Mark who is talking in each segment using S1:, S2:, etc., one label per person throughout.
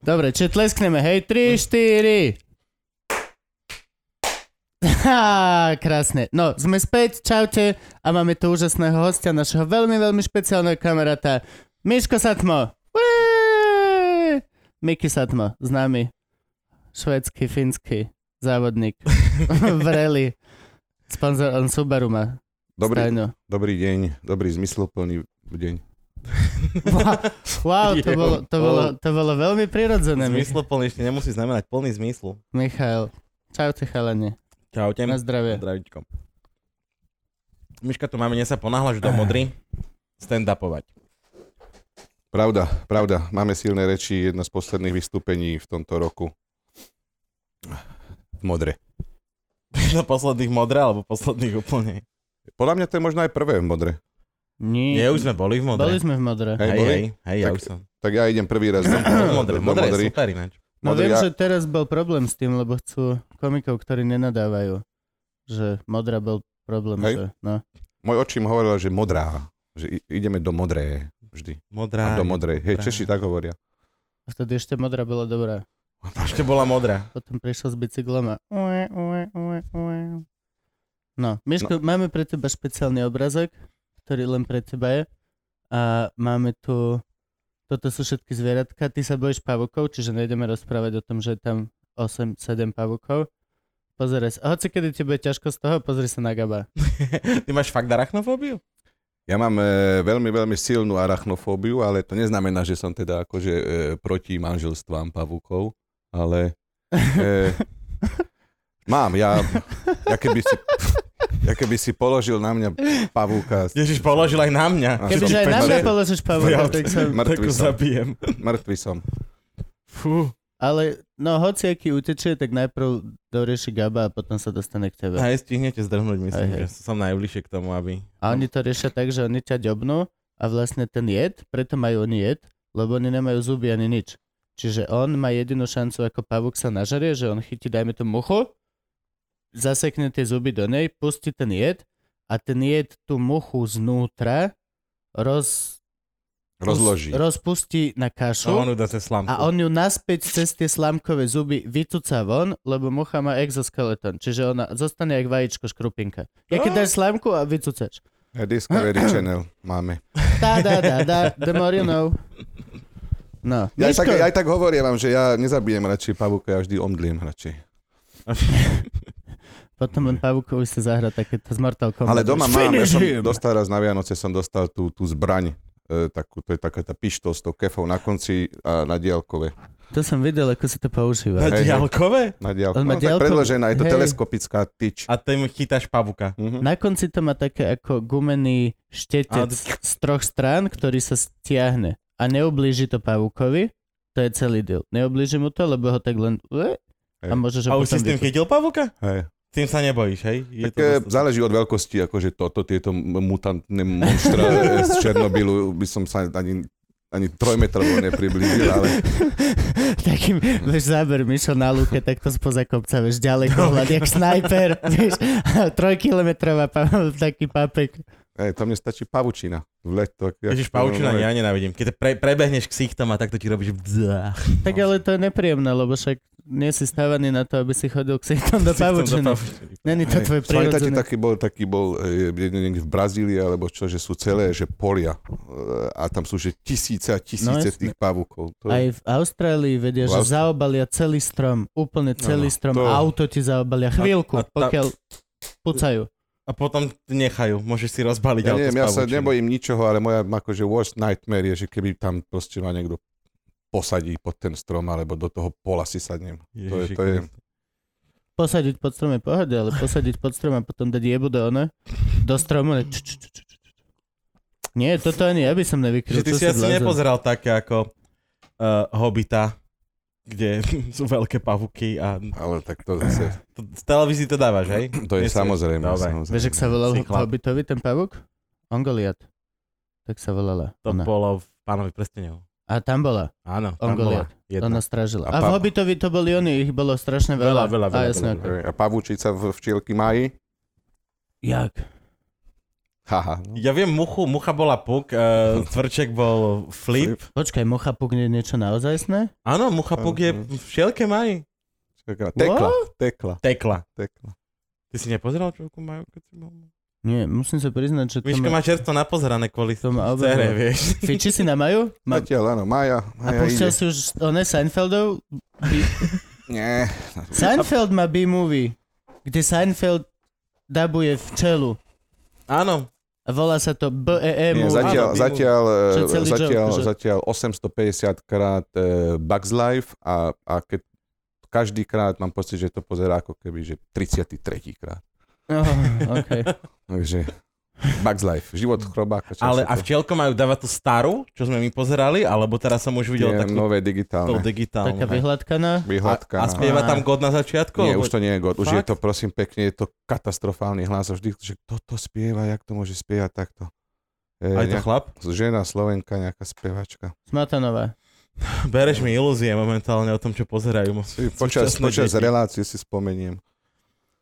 S1: Dobre, čiže tleskneme, hej, 3, 4. Á, krásne. No, sme späť, čaute a máme tu úžasného hostia, našeho veľmi, veľmi špeciálneho kamaráta, Miško Satmo. Ué! Miki Satmo, známy švedský, fínsky závodník v rally. Sponzor on Subaru má.
S2: Dobrý,
S1: stajňu.
S2: dobrý deň, dobrý zmysluplný deň.
S1: Wow, to bolo, to, bolo, to bolo veľmi prirodzené, Mich-
S3: Zmysloplný ešte nemusí znamenať plný zmyslu.
S1: Michal. Čaute, chalanie.
S3: Čaute.
S1: Na zdravie.
S3: Zdravíčko. Miška, tu máme, dnes sa ponáhľaš do modry. Stand-upovať.
S2: Pravda, pravda. Máme silné reči, jedno z posledných vystúpení v tomto roku. Modré.
S3: Do posledných modre, alebo posledných úplne.
S2: Podľa mňa to je možno aj prvé v modre.
S1: Nie,
S3: Nie, už sme boli v modre.
S1: Boli sme v modre.
S2: Hej,
S3: hej,
S2: boli?
S3: hej, hej, ja
S2: Tak-
S3: už som.
S2: Tak ja idem prvý raz do,
S3: V
S2: do,
S3: modre,
S2: do
S3: modre, je
S2: modry.
S3: super ináč.
S1: No
S2: Modrý
S1: viem,
S2: a-
S1: že teraz bol problém s tým, lebo chcú komikov, ktorí nenadávajú. Že modra bol problém.
S2: Hej.
S1: Že, no.
S2: Môj očím hovorila, že modrá. Že i- ideme do modré vždy.
S3: Modrá.
S2: A do modrej. Hej,
S3: Práve.
S2: Češi tak hovoria.
S1: A vtedy ešte modra bola dobrá.
S3: Ešte bola modrá.
S1: Potom prišiel s bicyklom a... Ue, ue, ue, ue. No, Miško, no. máme pre teba špeciálny obrazok, ktorý len pre teba je. A máme tu... Toto sú všetky zvieratka. Ty sa bojíš pavukov, čiže nejdeme rozprávať o tom, že je tam 8-7 pavukov. Pozeraj sa. Hoci kedy ti bude ťažko z toho, pozri sa na Gaba.
S3: Ty máš fakt arachnofóbiu?
S2: Ja mám e, veľmi, veľmi silnú arachnofóbiu, ale to neznamená, že som teda akože e, proti manželstvám pavúkov, ale e, mám, ja, ja, keby si, ja keby si položil na mňa pavúka, s-
S3: Ježiš, položil aj na mňa.
S2: A
S1: Kebyže aj na mňa položíš pavúka, tak sa...
S2: Mŕtvy
S3: Takú
S2: som.
S3: zabijem.
S2: mŕtvy som.
S3: Fú.
S1: Ale no, hoci aký utečie, tak najprv dorieši Gaba a potom sa dostane k tebe.
S3: Aj stihnete zdrhnúť, myslím,
S1: Aj, hej.
S3: že som najbližšie k tomu, aby...
S1: A oni to riešia tak, že oni ťa ďobnú a vlastne ten jed, preto majú oni jed, lebo oni nemajú zuby ani nič. Čiže on má jedinú šancu, ako pavúk sa nažerie, že on chytí, dajme to muchu, zasekne tie zuby do nej, pustí ten jed a ten jed tú muchu znútra roz,
S2: Rozloží.
S1: rozpustí na kašu.
S3: A No, on ju dá cez slamku.
S1: A on ju naspäť cez tie slámkové zuby vytúca von, lebo mucha má exoskeleton, čiže ona zostane jak vajíčko škrupinka. Ja keď
S3: Á.
S1: dáš slámku a vycúcaš.
S2: A Eh, Discovery Channel máme.
S1: Tá, dá, dá, dá, the more you know. No,
S2: Ja aj
S1: Miško,
S2: tak, aj tak hovoria vám, že ja nezabijem radšej pavúka, ja vždy omdliem radšej.
S1: potom len pavukovi sa zahra takéto z Mortal Kombat.
S2: Ale doma
S1: Už
S2: mám, ja
S1: finish
S2: som
S1: him.
S2: dostal raz na Vianoce, som dostal tú, tú zbraň, e, takú, to je taká tá pištol s tou kefou na konci a na diálkové.
S1: To som videl, ako sa to používa.
S3: Na
S2: Hej, hej.
S3: diálkové?
S2: Na diálko,
S1: On má
S2: no, tak
S1: diaľkovú-
S2: predložená, je to
S1: hej.
S2: teleskopická tyč.
S3: A tým chytáš pavuka.
S2: Mhm.
S1: Na konci to má také ako gumený štetec
S3: Ale-
S1: z troch strán, ktorý sa stiahne a neublíži to pavukovi. To je celý deal. Neublíži mu to, lebo ho tak len... A
S2: Hej.
S1: môžeš ho
S3: A už
S1: potom
S3: si s tým
S1: vypúšťať.
S3: chytil pavuka?
S2: Hej.
S3: Tým sa nebojíš, hej? Je vlastne
S2: Tak, e,
S3: dosť-
S2: záleží od veľkosti, akože toto, tieto m- mutantné monštra e, z Černobylu by som sa ani, ani trojmetrovo nepriblížil, ale
S1: Takým, vieš, záber Mišo na lúke, tak to spoza kopca, vieš, ďaleko hľad, jak snajper, vieš, trojkilometrová pa- taký papek.
S2: hej, tam nestačí pavučina. Vleď to, jak-
S3: Ježiš,
S2: No,
S3: paučina, ja nenávidím. Keď pre, prebehneš k sichtom a takto ti robíš bdzá.
S1: Tak ale to je nepríjemné, lebo však nie si stávaný na to, aby si chodil k sichtom do pavučiny. Není to
S2: Hej,
S1: tvoje
S2: Pamätáte,
S1: prírodzené.
S2: taký bol, taký bol e, niekde niekde v Brazílii, alebo čo, že sú celé, že polia e, a tam sú, že tisíce a tisíce
S1: No, jasné.
S2: tých pavúkov. To,
S1: Aj v Austrálii vedia,
S2: V
S1: že
S2: Austrálii.
S1: zaobalia celý strom, úplne celý
S2: Áno,
S1: strom,
S2: to-
S1: auto ti zaobalia chvíľku,
S3: a tá-
S1: pokiaľ pucajú.
S3: A potom ti nechajú, môžeš si rozbaliť
S2: ja
S3: auto
S2: neviem,
S3: s
S2: ja sa
S3: pavučinou.
S2: nebojím ničoho, ale moja akože worst nightmare je, že keby tam proste ma niekto posadí pod ten strom, alebo do toho pola si sadnem. To je-
S3: Ježiši
S2: to je-
S3: Kriste.
S1: Posadiť pod strom je pohode, ale posadiť pod strom a potom dať jebu do one, do stromu. Ne? Č, č, č, č, č. Nie, toto ani ja by som nevykryl.
S3: Že ty
S1: to
S3: si
S1: sa
S3: asi
S1: blázon.
S3: nepozeral také ako uh, Hobita, kde sú veľké pavuky a
S2: Ale tak to zase,
S3: to, z televízii to dávaš, hej?
S2: to je
S3: Myslíš?
S2: samozrejme.
S3: Dobre.
S2: samozrejme.
S1: Vieš, ak sa volal
S3: Si chlap.
S1: Hobbitovi ten pavúk? Ongoliat. Tak sa volala.
S3: To
S1: Ona.
S3: bolo v pánovi prstenov.
S1: A tam bola.
S3: Áno,
S1: On
S3: tam bola
S1: Goliat.
S3: jedna.
S1: Ona strážila. A, v
S2: A pav-
S1: Hobbitovi to boli oni, ich bolo strašne veľa.
S3: Veľa, veľa,
S1: A
S3: veľa,
S1: jasne.
S3: veľa,
S1: ako-
S2: A pavúčica v včielky mají?
S1: Jak?
S2: Haha. No.
S3: Ja viem, muchu, mucha bola puk, uh, tvrček bol flip.
S1: Počkaj, mocha pukne niečo naozajstné?
S3: Áno, mucha puk je všelké mají.
S2: Čaká, Tekla, tekla,
S3: Tekla.
S2: tekla.
S3: Ty si nepozeral, čo majú, keď si bol?
S1: Nie, musím sa priznať, že to
S3: Myško
S1: ma...
S3: má čerstvo napozrané kvôli
S1: To ma
S3: cere,
S1: obehlo.
S3: vieš.
S1: Fiči si na Maju? Ma...
S2: Zatiaľ, áno, Maja,
S1: A
S2: Maja
S1: púšťal
S2: ide.
S1: si už one Seinfeldov?
S2: Nie,
S1: Seinfeld má B-movie, kde Seinfeld dabuje včelu.
S3: Áno,
S1: A volá sa to BEE
S2: nie,
S1: movie.
S2: zatiaľ,
S3: áno, Bimu.
S2: zatiaľ, e,
S1: Čo je celý
S2: zatiaľ,
S1: joke, že-
S2: zatiaľ 850 krát e, Bugs Life a, a keď každý krát mám pocit, že to pozerá ako keby, že 33. krát.
S1: Oh, okay.
S2: Takže Bugs Life, život chrobáka. čo
S3: ale
S2: sa
S3: a
S2: to-
S3: včielko majú dávať tú starú, čo sme my pozerali, alebo teraz som už videl
S2: Tie
S3: takú
S2: nové
S3: tou
S2: digitálne.
S3: digitálnu.
S1: Taká no. vyhľadkaná.
S2: Vyhľadka.
S3: A, a spieva tam God na začiatku?
S2: no. Nie,
S3: Lebo-
S2: už to nie je God. Už je
S3: Fakt?
S2: to, prosím pekne, je to katastrofálny hlas. A Vždy, že kto to spieva, jak to môže spievať takto. E,
S3: Aj to chlap?
S2: žena Slovenka, nejaká spevačka.
S1: Smatanová.
S3: Bereš mi ilúzie momentálne o tom, čo pozerajú. mo-
S2: Si Počas,
S3: súčasné
S2: počas
S3: deti.
S2: relácie si spomeniem.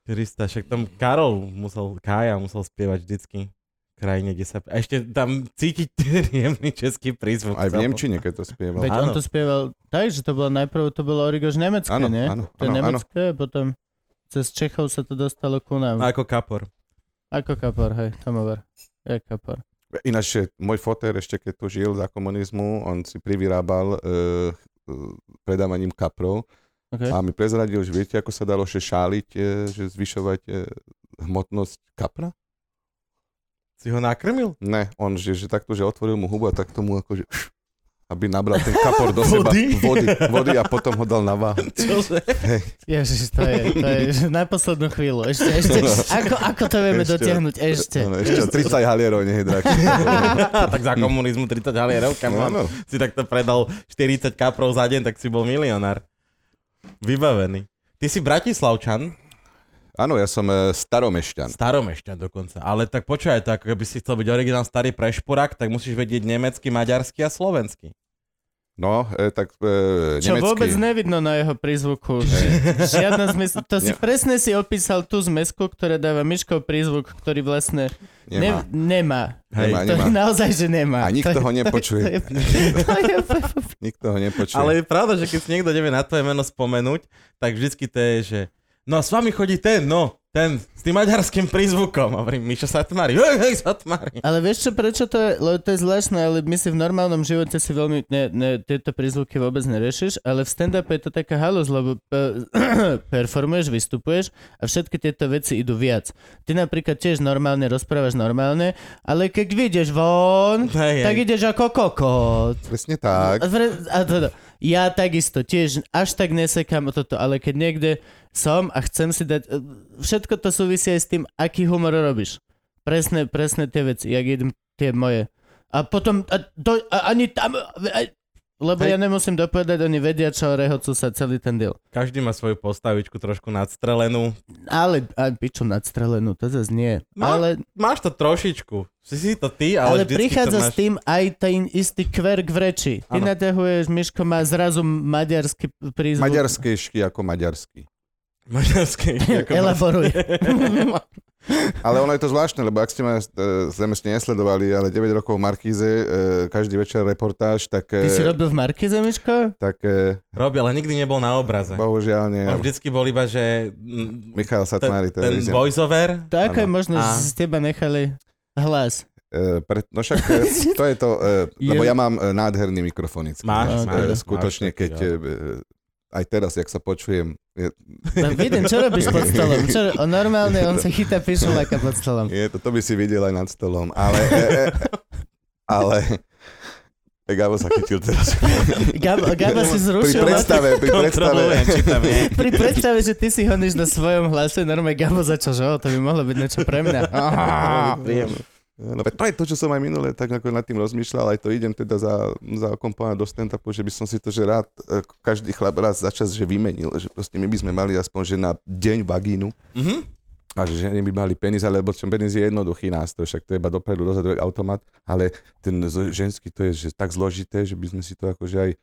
S3: Krista, však tam Karol musel, Kája musel spievať vždycky krajine, kde sa... A ešte tam cítiť jemný český prízvuk.
S2: Aj v Nemčine, keď to spieval.
S1: Veď on
S3: Áno.
S1: to spieval tak, že to bolo najprv, to bolo origož nemecké,
S2: Áno,
S1: nie?
S2: áno,
S1: To je
S2: áno, áno.
S1: nemecké, a potom cez Čechov sa to dostalo ku nám.
S3: No, Ako kapor.
S1: Ako kapor, hej, tomover. Je kapor.
S2: Ináč, že môj fotér ešte keď tu žil za komunizmu, on si privyrábal e, e, predávaním kaprov
S1: Okay.
S2: a mi prezradil, že viete, ako sa dalo že šáliť, e, že zvyšovať e, hmotnosť kapra?
S3: Si ho nakrmil?
S2: Ne, on že, že takto, že otvoril mu hubu a tak tomu akože aby nabral ten kapor do seba
S3: Vody?
S2: vody, vody a potom ho dal na váhu.
S3: Čože?
S1: Ježiš, to je, to je že na poslednú chvíľu. Ešte, ešte, ako, ako to vieme
S2: Ešte.
S1: dotiahnuť? Ešte.
S2: Áno, Ešte 30 halierov nech drak.
S3: tak za komunizmu 30 halierov, kam
S2: No, Áno.
S3: si takto predal 40 kaprov za deň, tak si bol milionár. Vybavený. Ty si Bratislavčan,
S2: Áno, ja som e, staromešťan.
S3: staromešťan dokonca, ale tak počúvaj to, ako keby si chcel byť originál starý prešporák, tak musíš vedieť nemecky, maďarsky a slovensky.
S2: No, e, tak e,
S1: Čo
S2: nemecký.
S1: vôbec nevidno na jeho prízvuku. Žiadna zmes... To si
S2: Ne.
S1: presne si opísal tú zmesku, ktorá dáva Myškov prízvuk, ktorý vlastne
S2: Nemá.
S1: Ne, nemá.
S3: Hej.
S2: Nemá,
S1: To
S2: nemá.
S1: je naozaj, že nemá.
S2: A nikto
S1: To je- to
S2: ho
S1: je-
S2: nepočuje.
S1: to je- to je-
S2: Nikto ho nepočuje.
S3: Ale je pravda, že keď si niekto nevie na tvoje meno spomenúť, tak vždycky to je, že no a s vami chodí ten, no, ten s tým maďarským prízvukom. A hovorím, Mišo Satmári, hej, hej, Satmári.
S1: Ale vieš čo, prečo to je? Lebo to je zvláštne, ale my si v normálnom živote si veľmi ne, ne, tieto prízvuky vôbec neriešiš, ale v stand-upe je to taká halus, lebo pe, performuješ, vystupuješ a všetky tieto veci idú viac. Ty napríklad tiež normálne rozprávaš normálne, ale keď vidieš von,
S3: Hej, hej.
S1: tak ideš ako kokot.
S2: Presne tak.
S1: A vre- a teda, ja takisto tiež až tak nesekám o toto, ale keď niekde som a chcem si dať... Všetko to súvisí aj s tým, aký humor robíš. Presne, presne tie veci, jak idem tie moje. A potom a to, a ani tam... A, lebo ja
S3: Hej.
S1: nemusím dopovedať, oni vedia, čo rehocú sa celý ten diel.
S3: Každý má svoju postavičku trošku nadstrelenú.
S1: Ale, a piču nadstrelenú, to zase nie.
S3: No,
S1: ale
S3: Máš to trošičku. Si si to ty,
S1: Ale,
S3: ale, vždycky
S1: prichádza
S3: to
S1: s
S3: máš...
S1: tým aj ten istý kverk v reči. Ty
S3: Áno.
S1: naťahuješ, Miško má zrazu maďarský prízvuk.
S2: Maďarskejšky ako maďarský.
S3: Maďarský. ako
S1: Elaboruj.
S2: Ale ono je to zvláštne, lebo ak ste ma e, zrejme ste nesledovali, ale 9 rokov v Markíze, e, každý večer reportáž, tak, e,
S1: Ty si robil v Markize, Miško?
S2: tak e,
S3: Robi, ale nikdy nebol na obraze.
S2: bohužiaľ nie.
S3: On vždycky bol iba, že... mm,
S2: Michal
S3: ten,
S2: Satmári,
S3: ten
S2: televízia.
S3: voiceover.
S1: To ako
S2: Áno.
S1: je možné, že
S3: A-
S1: si z teba nechali hlas?
S2: E, pre, no však e, to je to, e, lebo
S1: Je-
S2: ja mám e, nádherný mikrofonický.
S3: Máš,
S2: hlas.
S1: máš,
S2: E,
S3: máš
S2: skutočne,
S3: taký,
S2: keď
S3: no.
S2: e, e, aj teraz, jak sa počujem, je,
S1: No, vidím, čo robíš pod stolom? Čo, on normálne, on sa chytá pišulaka pod stolom.
S2: je to, to by si videl aj nad stolom, ale... E, e, ale e, Gabo sa chytil teraz.
S1: Gab, Gaba si
S2: Pri
S1: zrušil
S2: predstave, pri predstave.
S3: no, Kontrolujem, či tam je.
S1: pri predstave, že ty si honíš na svojom hlase, normálne Gabo začal, že o, to by mohlo byť niečo pre mňa.
S3: Príjemné.
S2: No, veď to je to, čo som aj minule tak ako nad tým rozmýšľal, aj to idem teda za, za komponovať do stand že by som si to, že rád, e, každý chlap raz za čas, že vymenil, že proste my by sme mali aspoň, že na deň vagínu,
S3: Mhm.
S2: a že ženy by mali penis, alebo čo penis je jednoduchý nástroj, však to je iba dopredu, dozadu je automat, ale ten z- ženský to je že tak zložité, že by sme si to akože aj e,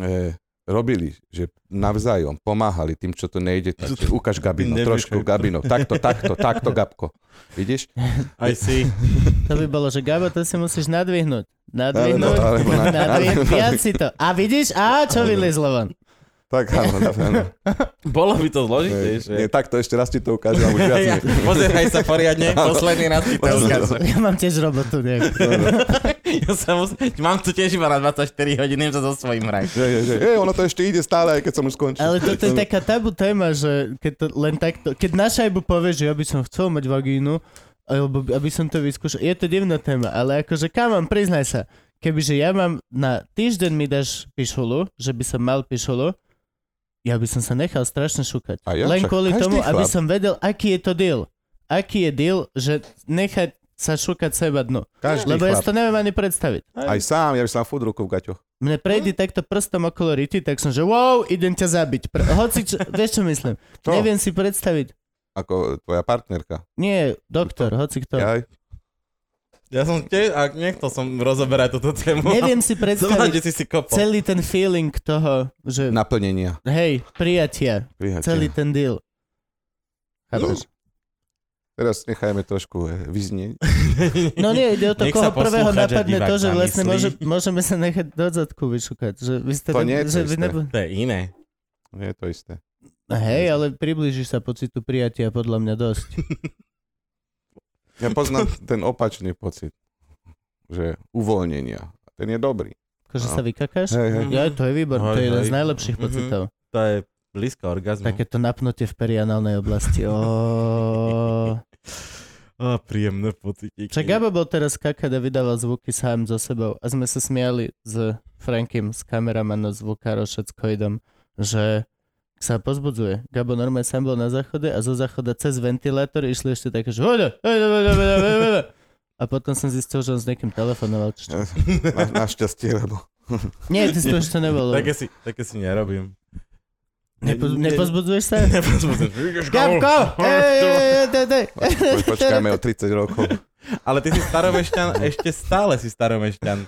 S2: e, robili, že navzájom pomáhali tým, čo to nejde, tak že ukáž Gabino,
S3: Nevieš,
S2: trošku
S3: ako-
S2: Gabino, takto, takto, takto, Gabko. Vidíš?
S3: I see.
S1: To by bolo, že Gabo, to si musíš nadvihnúť. Nadvihnúť,
S2: Alebo- alebo na-
S1: nadvihnúť,
S2: alebo-
S1: viac si to. A vidíš, a čo vylezlo von.
S2: Tak, áno, áno.
S3: Bolo by
S2: Nie,
S3: to zložitejšie.
S2: nie, takto ešte raz ti to ukážem, a už viac nie.
S3: Pozeraj sa poriadne, posledný raz ti to ukážem.
S1: Ja mám tiež robotu nejakú.
S3: Ja sa mus... Mám tu tiež iba na 24 hodín, idem sa so svojím hrať.
S2: Že, že, že, hej, ono to ešte ide stále, aj keď som už skončil.
S1: Ale toto je taká tabu téma, že keď to len takto, keď na šajbu povie, že ja by som chcel mať vagínu, alebo by- aby som to vyskúšal, je to divná téma, ale akože kam mám, priznaj sa, kebyže ja mám, na týždeň mi dáš pišulu, že by som mal pišulu, ja by som sa nechal strašne šukať.
S2: A ja
S1: len
S2: však
S1: kvôli
S2: každý
S1: tomu, aby
S2: chlap.
S1: som vedel, aký je to deal. Aký je deal, že nechať sa šukať seba dnu.
S2: Každý
S1: Lebo ja si to
S2: chlap.
S1: neviem ani predstaviť.
S2: Aj sám, ja by som mal furt ruku v gaťoch.
S1: Mne prejde takto prstom okolo rity, tak som, že wow, idem ťa zabiť. Pr- hoci, čo, vieš čo myslím?
S2: Čo?
S1: Neviem si predstaviť.
S2: Ako tvoja partnerka.
S1: Nie, doktor, hoci kto. Ja.
S2: Jaj.
S3: Ja som tiež, a nechcel som rozoberať túto tému.
S1: Neviem si
S3: Zobrať,
S1: predstaviť
S3: že si si kopol.
S1: celý ten feeling toho, že no.
S2: Naplnenia.
S1: hej, prijatia,
S2: Prijatia.
S1: celý ten deal. Chápeš?
S2: Teraz nechajme trošku eh, vyznieť.
S1: No nie, ide o to,
S3: Nech
S1: koho
S3: sa
S1: prvého
S3: poslucháč a
S1: napadne
S3: divák
S1: to, že vlastne
S3: zamyslí.
S1: môže, môžeme sa nechať do zadku vyšukať. Že vy ste
S2: To nie je to
S1: že vy
S2: isté.
S1: nebo...
S3: To je iné.
S2: Nie je to isté.
S1: Hej, ale priblížiš sa pocitu prijatia podľa mňa dosť.
S2: Ja poznám ten opačný pocit, že uvoľnenia. Ten je dobrý.
S1: Akože
S2: No.
S1: sa vykakáš?
S2: Hej, hej.
S1: Ja, to je výbor, to
S3: Hoj,
S1: je jeden z
S3: hoj.
S1: najlepších
S3: Mhm.
S1: pocitov.
S3: To je blízko orgazmu.
S1: Takéto napnutie v perianálnej oblasti. Oh.
S3: A príjemné pocity.
S1: Čak Gabo bol teraz kakať a vydával zvuky sám so sebou a sme sa smiali s Frankim, s kameramanom, zvukárom, všetkoidom, že sa pozbudzuje. Gabo normálne sám bol na záchode a zo záchoda cez ventilátor išli ešte také, že hoďa, hoďa, hoďa, hoďa, hoďa, hoďa. A potom som zistil, že on s niekým telefonoval. či čo.
S2: Na, našťastie, lebo
S1: Nie, ty si to ešte nebolo.
S3: Také si, také si nerobím.
S1: Nepo, nepozbudzuješ sa?
S3: Nepozbudzuješ.
S1: Gabko! Ej, ej, ej, ej, ej, ej.
S2: poč- počkáme o 30 rokov.
S3: Ale ty si staromešťan, ešte stále si staromešťan.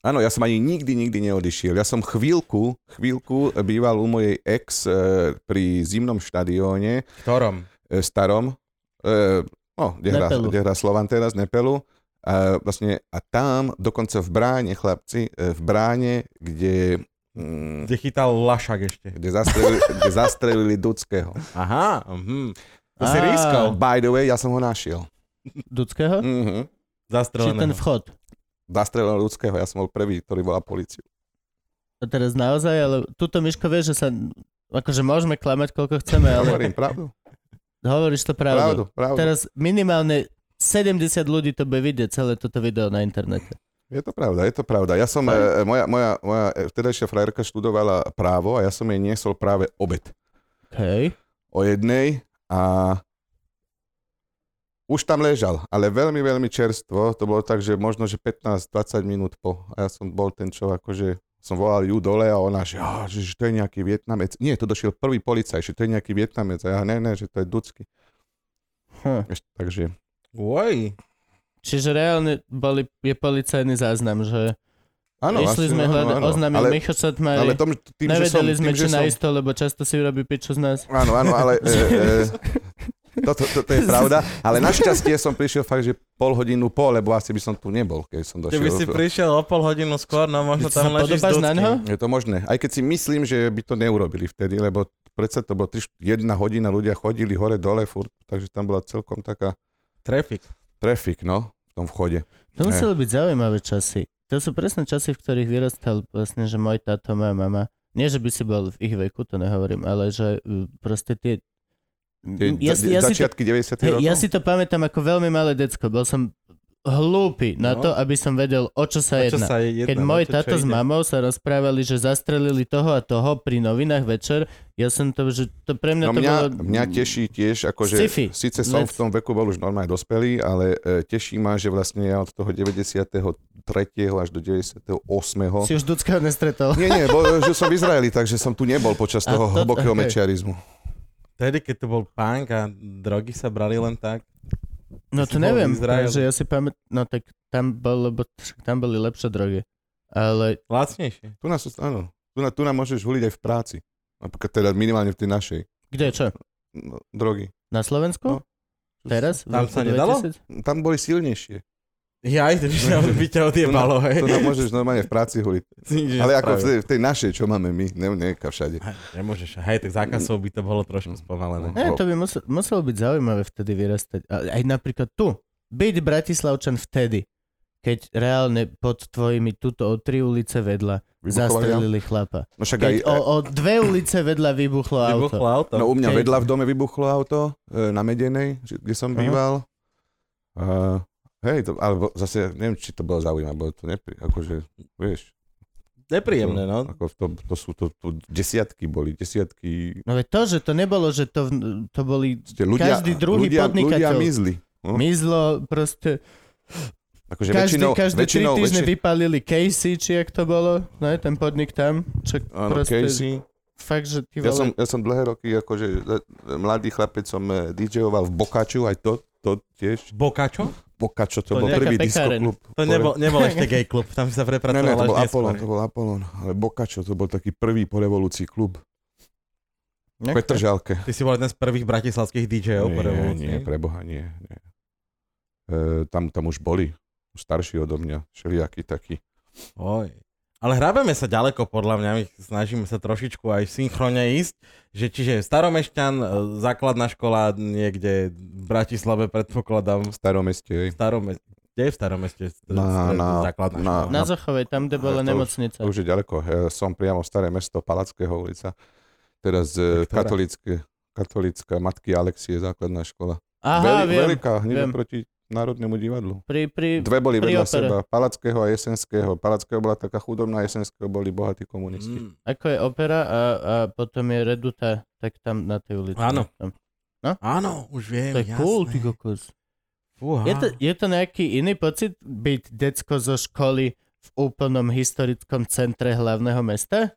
S2: Áno, ja som ani nikdy, nikdy neodišiel. Ja som chvíľku, chvíľku býval u mojej ex e, pri zimnom štadióne
S3: V ktorom?
S2: e, starom, e, no, kde hrá,
S1: Nepelu.
S2: kde hrá Slovan teraz, Nepelu. A, vlastne, a tam, dokonca v bráne, chlapci, e, v bráne, kde, mm,
S3: Kde chytal Lašak ešte.
S2: kde, zastrelili, kde zastrelili Dudského.
S3: Aha, mhm. To
S1: Á.
S3: si rískal.
S2: By the way, ja som ho našiel.
S1: Dudského?
S2: Mhm.
S1: Či ten
S3: Zastreleného.
S1: vchod?
S2: Zastrelil ľudského, ja som bol prvý, ktorý volá policiu.
S1: A teraz naozaj, ale tuto Miško vie, že sa, akože môžeme klamať koľko chceme, ale
S2: Hovorím pravdu.
S1: hovoríš to
S2: Pravdu,
S1: pravdu.
S2: pravdu.
S1: Teraz minimálne 70 ľudí to bude vidieť celé toto video na internete.
S2: Je to pravda, je to pravda. Ja som, e, moja, moja, moja e, vtedajšia frajerka študovala právo a ja som jej niesol práve obed
S1: Hej.
S2: o jednej a už tam ležal, ale veľmi, veľmi čerstvo. To bolo tak, že možno, že 15-20 minút po. A ja som bol ten, čo akože som volal ju dole a ona, že, "Á, že, že to je nejaký Vietnamec. Nie, to došiel prvý policaj, že to je nejaký Vietnamec. A ja, ne, ne, že to je Ducky.
S1: Hm.
S2: Ešte, takže
S3: Oj.
S1: Čiže reálne boli, je policajný záznam, že
S2: Áno,
S1: išli sme hľadať, oznámil
S2: ale,
S1: Micho Satmari,
S2: ale tom, tým, že som,
S1: nevedeli sme,
S2: tým,
S1: či
S2: že som,
S1: naisto, lebo často si robí piču z nás.
S2: Áno, áno, ale... E, e, toto, toto je pravda, ale našťastie som prišiel fakt, že pol hodinu po, lebo asi by som tu nebol, keď som došiel.
S3: Keby si prišiel o pol hodinu skôr, no možno
S1: Ty sa
S3: tam ležíš
S1: podobáš
S3: s
S1: na ňo?
S2: Je to možné. Aj keď si myslím, že by to neurobili vtedy, lebo predsa to bolo 3, jedna hodina, ľudia chodili hore-dole furt, takže tam bola celkom taká
S3: Trafik.
S2: trafik, no, v tom vchode.
S1: To museli byť zaujímavé časy. To sú presne časy, v ktorých vyrastal vlastne, že môj táto, moja mama. Nie, že by si bol v ich veku, to nehovorím, ale že uh, proste tie...
S2: Tie
S1: Ja, si- ja,
S2: za,
S1: si to,
S2: začiatky 90
S1: hej,
S2: rokov.
S1: ja si to pamätám ako veľmi malé decko. Bol som hlúpy na
S3: No.
S1: to, aby som vedel, o čo sa
S3: A čo
S1: jedná.
S3: sa jedná?
S1: Keď
S3: no,
S1: môj
S3: čo- čo
S1: táto s
S3: ide?
S1: mamou sa rozprávali, že zastrelili toho a toho pri novinách večer, ja som to, že to pre mňa
S2: No
S1: to
S2: mňa,
S1: bolo...
S2: mňa teší tiež, akože
S1: Sci-fi.
S2: síce som
S1: Vec.
S2: v tom veku bol už normálne dospelý, ale e, teší ma, že vlastne ja od toho 93. až do 98.
S1: Si už Dudského nestretol.
S2: Nie, nie, bo, že som v Izraeli, takže som tu nebol počas
S1: A to-
S2: toho hlbokého
S1: okej.
S2: mečiarizmu.
S3: Vtedy, keď to bol punk a drogy sa brali len tak.
S1: No
S3: Keď si
S1: to
S3: bol v
S1: neviem,
S3: Izraeli.
S1: že ja si pamätám, no tak tam, bol, lebo, tam boli lepšie drogy. Ale
S3: Lacnejšie.
S2: Tu nás, áno. Tu, na, tu nám môžeš huliť aj v práci. Napríklad teda minimálne v tej našej.
S1: Kde, čo?
S2: No, drogy.
S1: Na Slovensku?
S2: No.
S1: Teraz? V
S3: Tam
S1: roku
S3: sa nedalo?
S1: 2000?
S2: Tam boli silnejšie.
S3: Jaj, to by ťa, by ťa odjebalo, hej.
S2: To nám môžeš normálne v práci huliť. Ale ako v tej, v tej našej, čo máme my, ne, ne ka všade.
S3: Hej, Nemôžeš, hej, tak zákazov by to bolo trošku spomalené.
S1: Ne, to by musel, muselo byť zaujímavé vtedy vyrastať. A- Aj napríklad tu. Byť Bratislavčan vtedy, keď reálne pod tvojimi tuto o tri ulice vedľa
S2: Vybuchovali nám-
S1: zastrelili chlapa.
S2: No však aj,
S1: Keď o, o dve ulice vedľa vybuchlo auto.
S3: Vybuchlo auto.
S2: no u mňa
S1: keď-
S2: vedľa v dome vybuchlo auto e, na Medenej, že- kde som
S1: Aha.
S2: býval. A, hej, to, ale bo- zase neviem, či to bolo zaujímavé, bolo to nepri, akože, vieš.
S3: Nepríjemné,
S2: to,
S3: no.
S2: Ako to, to sú to, to desiatky boli, desiatky,
S1: No veď to, že to nebolo, že to, v- to boli
S2: ste ľudia,
S1: Každý druhý
S2: ľudia, ľudia
S1: podnikateľ.
S2: mizli. No.
S1: mizlo, proste
S2: Akože
S1: každý,
S2: väčšinou,
S1: každé tri
S2: väčšinou,
S1: týždne
S2: väčšinou,
S1: vypalili Casey, či jak to bolo, ne, ten podnik tam, čo
S2: Áno,
S1: proste
S2: Casey.
S1: fakt, že ty
S2: Ja
S1: vole,
S2: som, ja som dlhé roky, akože e, mladý chlapec som e, DJoval v Bokaču, aj to, to tiež.
S3: Bokačo?
S2: Bokačo, to,
S1: To
S2: bol
S1: nejaká
S2: prvý
S1: pekáreň.
S2: diskoklub.
S3: To
S2: Pore-
S3: nebol, nebol ešte gay klub, tam
S2: Ne,
S3: sa
S2: ne,
S3: prepracoval
S2: to bol
S3: až
S2: Apollon, to
S3: neskôr.
S2: bol Apollon. Ale Bokačo, to bol taký prvý po revolúcii klub. V
S1: nejaké-
S2: Petržalke.
S3: Ty si bol jeden z prvých bratislavských DJ-ov po
S2: nie,
S3: revolúcii.
S2: preboha, nie. nie. E, tam, tam už boli starší odo mňa, všelijakí takí.
S3: Oj. Ale hrábeme sa ďaleko, podľa mňa, my snažíme sa trošičku aj synchrone ísť, že čiže Staromešťan, e, základná škola niekde v Bratislave, predpokladám,
S2: V starom meste, hej.
S3: v Staromeste. Kde je v Staromeste st-
S2: Na-
S3: st-
S2: na-
S3: základná
S2: na-
S3: škola?
S1: na Zachovej, tam, kde bola
S2: To už-
S1: nemocnica.
S2: To už je ďaleko. Ja som priamo staré mesto Palackého ulica. Teraz e,
S3: Ktorá?
S2: katolícke, katolícka matky Alexie základná škola.
S1: Aha,
S2: Veli-
S1: viem,
S2: Veľká, hneď
S1: viem.
S2: proti Národnému divadlu.
S1: pri, pri,
S2: Dve boli
S1: pri
S2: vedľa
S1: opere.
S2: seba, Palackého a Jesenského. Palackého bola taká chudobná, Jesenského boli bohatí komunisti. Mm.
S3: Mm.
S1: ako je opera a, a potom je Reduta, tak tam na tej ulici.
S3: Áno.
S1: Tam.
S2: No?
S3: Áno, už viem,
S1: To je cool, ty kokos.
S3: Fúha.
S1: Je to, je to nejaký iný pocit byť decko zo školy v úplnom historickom centre hlavného mesta?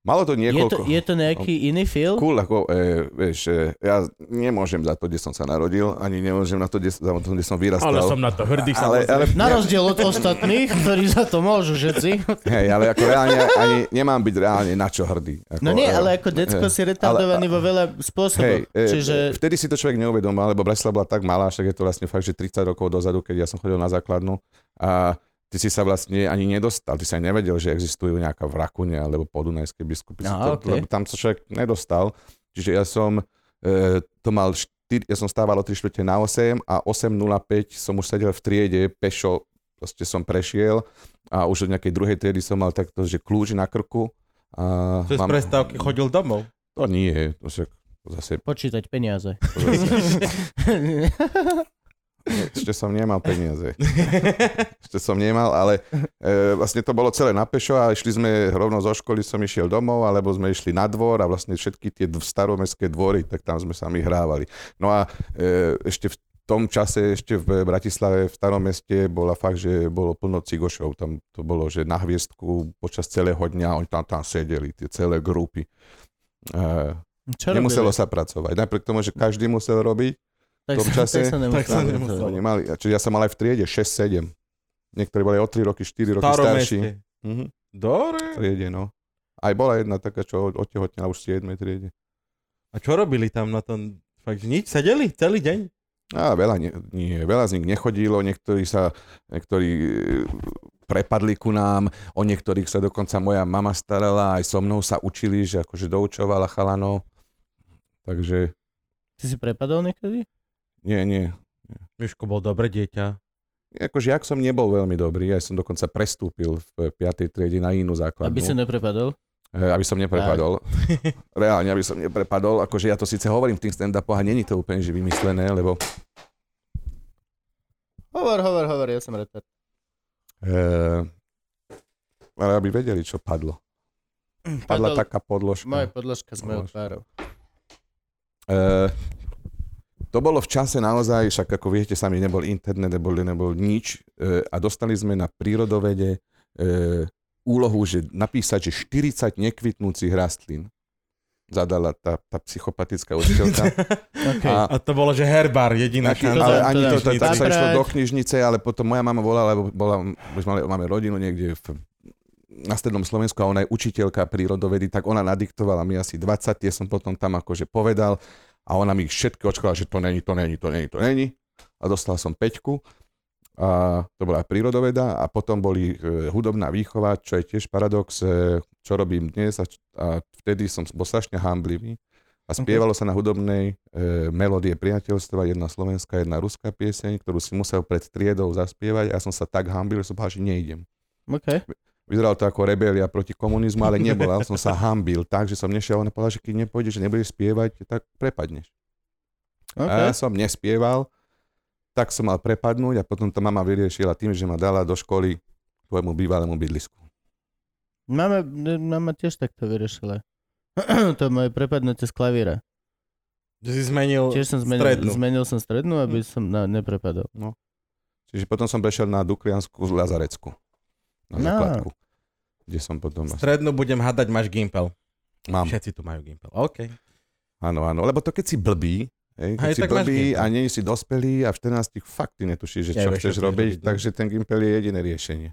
S2: Malo to
S1: Je to,
S2: niekoľko. No.
S1: je to nejaký iný feel?
S2: Cool, ako, e, vieš, e, ja nemôžem za to, kde som sa narodil, ani nemôžem na to, kde, za to, kde som vyrastal.
S3: Ale som na to hrdý,
S2: ale, ale,
S1: Na rozdiel od ostatných, ktorí za to môžu všetci.
S2: hej, ale ako reálne, ani nemám byť reálne na čo hrdý. Ako,
S1: No nie,
S2: e,
S1: ale ako decko si retardovaný vo veľa
S2: Hej,
S1: spôsoboch.
S2: e,
S1: Čiže
S2: vtedy si to človek neuvedomal, lebo Bratislava bola tak malá, však je to vlastne fakt, že 30 rokov dozadu, keď ja som chodil na základnú a ty si sa vlastne ani nedostal, ty si aj nevedel, že existujú nejaká v Rakune alebo podunajské biskupy,
S1: Aha, ok.
S2: to, lebo tam sa človek nedostal. Čiže ja som e, to mal, štyr, ja som stával o 3 čtvrte na 8 a 8.05 som už sedel v triede pešo, proste som prešiel a už od nejakej druhej triedy som mal takto, že kľúč na krku. A
S3: Cez prestávky chodil domov.
S2: To nie, to však zase
S1: počítať peniaze.
S2: Ešte som nemal peniaze. Ešte som nemal, ale e, vlastne to bolo celé na pešo a išli sme rovno zo školy, som išiel domov, alebo sme išli na dvor a vlastne všetky tie dv- staromestské dvory, tak tam sme sa my hrávali. No a e, ešte v tom čase, ešte v Bratislave, v starom meste, bola fakt, že bolo plno cigošov. Tam to bolo, že na hviezdku počas celého dňa oni tam, tam sedeli, tie celé grupy. E,
S1: Čo
S2: nemuselo sa pracovať. Napriek tomu, že každý musel robiť,
S1: v
S2: tom čase-
S3: tak sa nemuselo.
S2: oni mali, čiže ja som mal aj v triede 6-7. Niektorí boli o 3 roky, 4 roky starší.
S3: Staromeste.
S2: Mhm, v
S3: Dobre.
S2: triede, no. Aj bola jedna taká, čo otehotnila už v 7. triede.
S3: A čo robili tam na tom? Fakt, že nič? Sedeli celý deň?
S2: A veľa, nie, nie, veľa z nich nechodilo, niektorí sa, niektorí e, prepadli ku nám, o niektorých sa dokonca moja mama starala, aj so mnou sa učili, že akože doučovala chalanov. Takže
S1: Ty si prepadol niekedy?
S2: nie, nie.
S3: Miško bol dobré dieťa.
S2: Akože jak som nebol veľmi dobrý, ja som dokonca prestúpil v 5. triede na inú základnú.
S1: Aby si neprepadol?
S2: E, Aby som neprepadol. Reálne, aby som neprepadol. Akože ja to síce hovorím v tým stand-upoch a není to úplne že vymyslené, lebo
S1: Hovor, hovor, hovor, ja som retard.
S2: e, ale aby vedeli, čo padlo. Padla
S1: Hm, Padol
S2: taká podložka.
S1: Moje podložka s mojou
S2: Podložka.
S1: tvárou.
S2: E, to bolo v čase naozaj, však ako viete sami, nebol internet, nebol, nebol nič e, a dostali sme na prírodovede e, úlohu, že napísať, že 40 nekvitnúcich rastlín zadala tá, tá psychopatická učiteľka.
S1: Okay.
S2: A
S3: A to bolo, že herbár, jediná
S1: Taký-
S3: šanca.
S2: Ale
S1: dám, to
S2: ani
S1: dám.
S2: to, to, tak sa
S1: Zabrať.
S2: išlo do knižnice, ale potom moja mama volala, lebo bola, už mali, máme rodinu niekde v na strednom Slovensku a ona je učiteľka prírodovedy, tak ona nadiktovala mi asi 20, tie som potom tam akože povedal a ona mi ich všetky očkovala, že to není, to není, to není, to není. A dostal som peťku a to bola prírodoveda a potom boli e, hudobná výchova, čo je tiež paradox, e, čo robím dnes a, č- a vtedy som bol strašne hamblivý a spievalo sa na hudobnej e, melódie priateľstva, jedna slovenská, jedna ruská pieseň, ktorú si musel pred triedou zaspievať a ja som sa tak hambil, že som povedal, že neidem.
S1: OK.
S2: Vyzeral to ako rebelia proti komunizmu, ale nebola, som sa hambil tak, že som nešiel, ona povedala, že keď nepôjdeš, že nebudeš spievať, tak prepadneš.
S1: okay.
S2: A ja som nespieval, tak som mal prepadnúť a potom to mama vyriešila tým, že ma dala do školy tvojmu bývalému bydlisku.
S1: Mama, n- mama tiež takto vyriešila. to moje prepadnutie z klavíra.
S3: Že si zmenil...
S1: Tiež som zmenil, no.
S3: Strednú.
S1: zmenil som strednú, aby som na, neprepadol.
S2: Čiže potom som prešiel na Dukliansku z Lazarecku. Na
S1: No.
S2: základku. Kde som potom... vlastne-
S3: Strednú budem hadať, máš gimpel.
S2: Mám.
S3: Všetci tu majú gimpel. OK.
S2: Áno, áno. Lebo to keď si blbý, hej, keď
S3: Hej,
S2: si
S3: tak máš
S2: blbý
S3: gimpel.
S2: a nie si dospelý a v 14 fakt ty netušíš, že čo
S3: Nevieš, čo
S2: chceš
S3: chceš
S2: robiť,
S3: robiť, no.
S2: takže ten gimpel je jediné riešenie.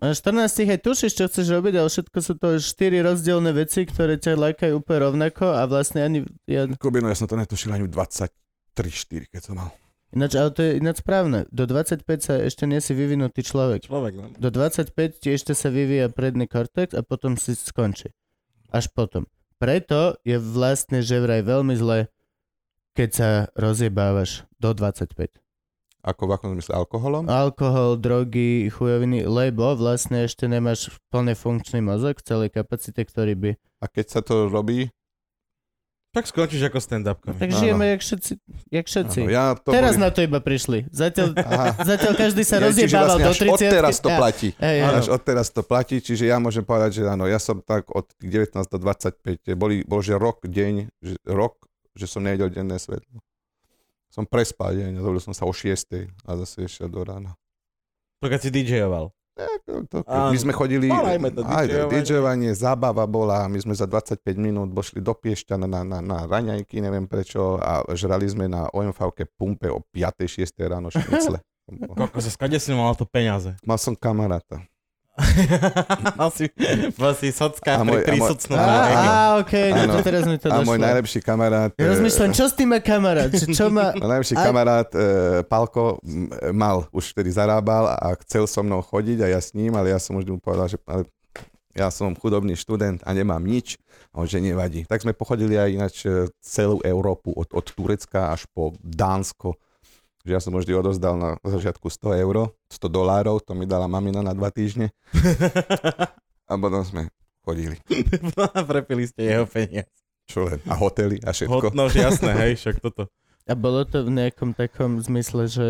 S1: A 14 aj tušíš, čo chceš robiť, ale všetko sú to 4 rozdielne veci, ktoré ťa lajkajú úplne rovnako a vlastne ani... Ja,
S2: Kubino, no ja som to netušil ani v 23-4, keď som mal.
S1: ináč, ale to je ináč správne. Do 25 sa ešte nie si vyvinutý človek.
S3: Človek, no.
S1: Do 25 ti ešte sa vyvíja predný kortex a potom si skončí. Až potom. Preto je vlastne že vraj veľmi zle, keď sa rozjebávaš do 25.
S2: Ako v akom zmysle? Alkoholom?
S1: Alkohol, drogy, chujoviny, lebo vlastne ešte nemáš plne funkčný mozog v celej kapacite, ktorý by...
S2: A keď sa to robí...
S3: Tak skončíš ako stand-up
S1: Tak
S2: Áno.
S3: komik.
S1: žijeme jak všetci. Jak všetci.
S2: Áno, ja to
S1: Teraz
S2: boli...
S1: na to iba prišli. Zatiaľ,
S2: Aha.
S1: zatiaľ každý sa
S2: Ja, čiže
S1: rozjebával
S2: vlastne
S1: do
S2: až
S1: 30.
S2: Od teraz to
S1: Ja.
S2: platí.
S1: Hej, hej.
S2: Až od teraz to platí, čiže ja môžem povedať, že áno, ja som tak od tých 19 do 25, boli, bol že rok deň, že, rok, že som nejedel denné svetlo. Som prespal deň, zobil som sa o 6 a zase išiel do rána.
S3: To keď si DJoval.
S2: Tak, no, to-
S3: Áno.
S2: My sme chodili,
S3: Volajme to
S2: aj
S3: DJovanie.
S2: DJovanie, zábava bola, my sme za 25 minút došli do Piešťana na, na, na raňajky, neviem prečo, a žrali sme na OMV-ke pumpe o 5. 6. ráno šnicle.
S3: Koľko sa skade si mal to peniaze.
S2: Mal som kamaráta.
S3: Asi, asi socká
S2: A môj-
S3: pri
S2: a môj-
S3: prísocnom.
S1: Á,
S2: áno.
S1: á, okej, no to
S2: Áno.
S1: teraz mi to
S2: A
S1: došlo.
S2: môj najlepší kamarát...
S1: Ja
S2: eh,
S1: rozmýšľam, čo s tým má kamarát? Že Čo má...
S2: No najlepší
S1: A-
S2: kamarát e, Palko m, e, mal, už vtedy zarábal a chcel so mnou chodiť a ja s ním, ale ja som už mu povedal, že ale ja som chudobný študent a nemám nič, a on že nevadí. Tak sme pochodili aj ináč e, celú Európu, od, od Turecka až po Dánsko, že ja som vždy odozdal na začiatku 100 eur, 100 dolárov, to mi dala mamina na dva týždne a potom sme chodili.
S3: Prepili ste jeho peniaze.
S2: Čo len? A hotely a všetko.
S3: Hotno, že jasné, hej, však toto.
S1: A bolo to v nejakom takom zmysle, že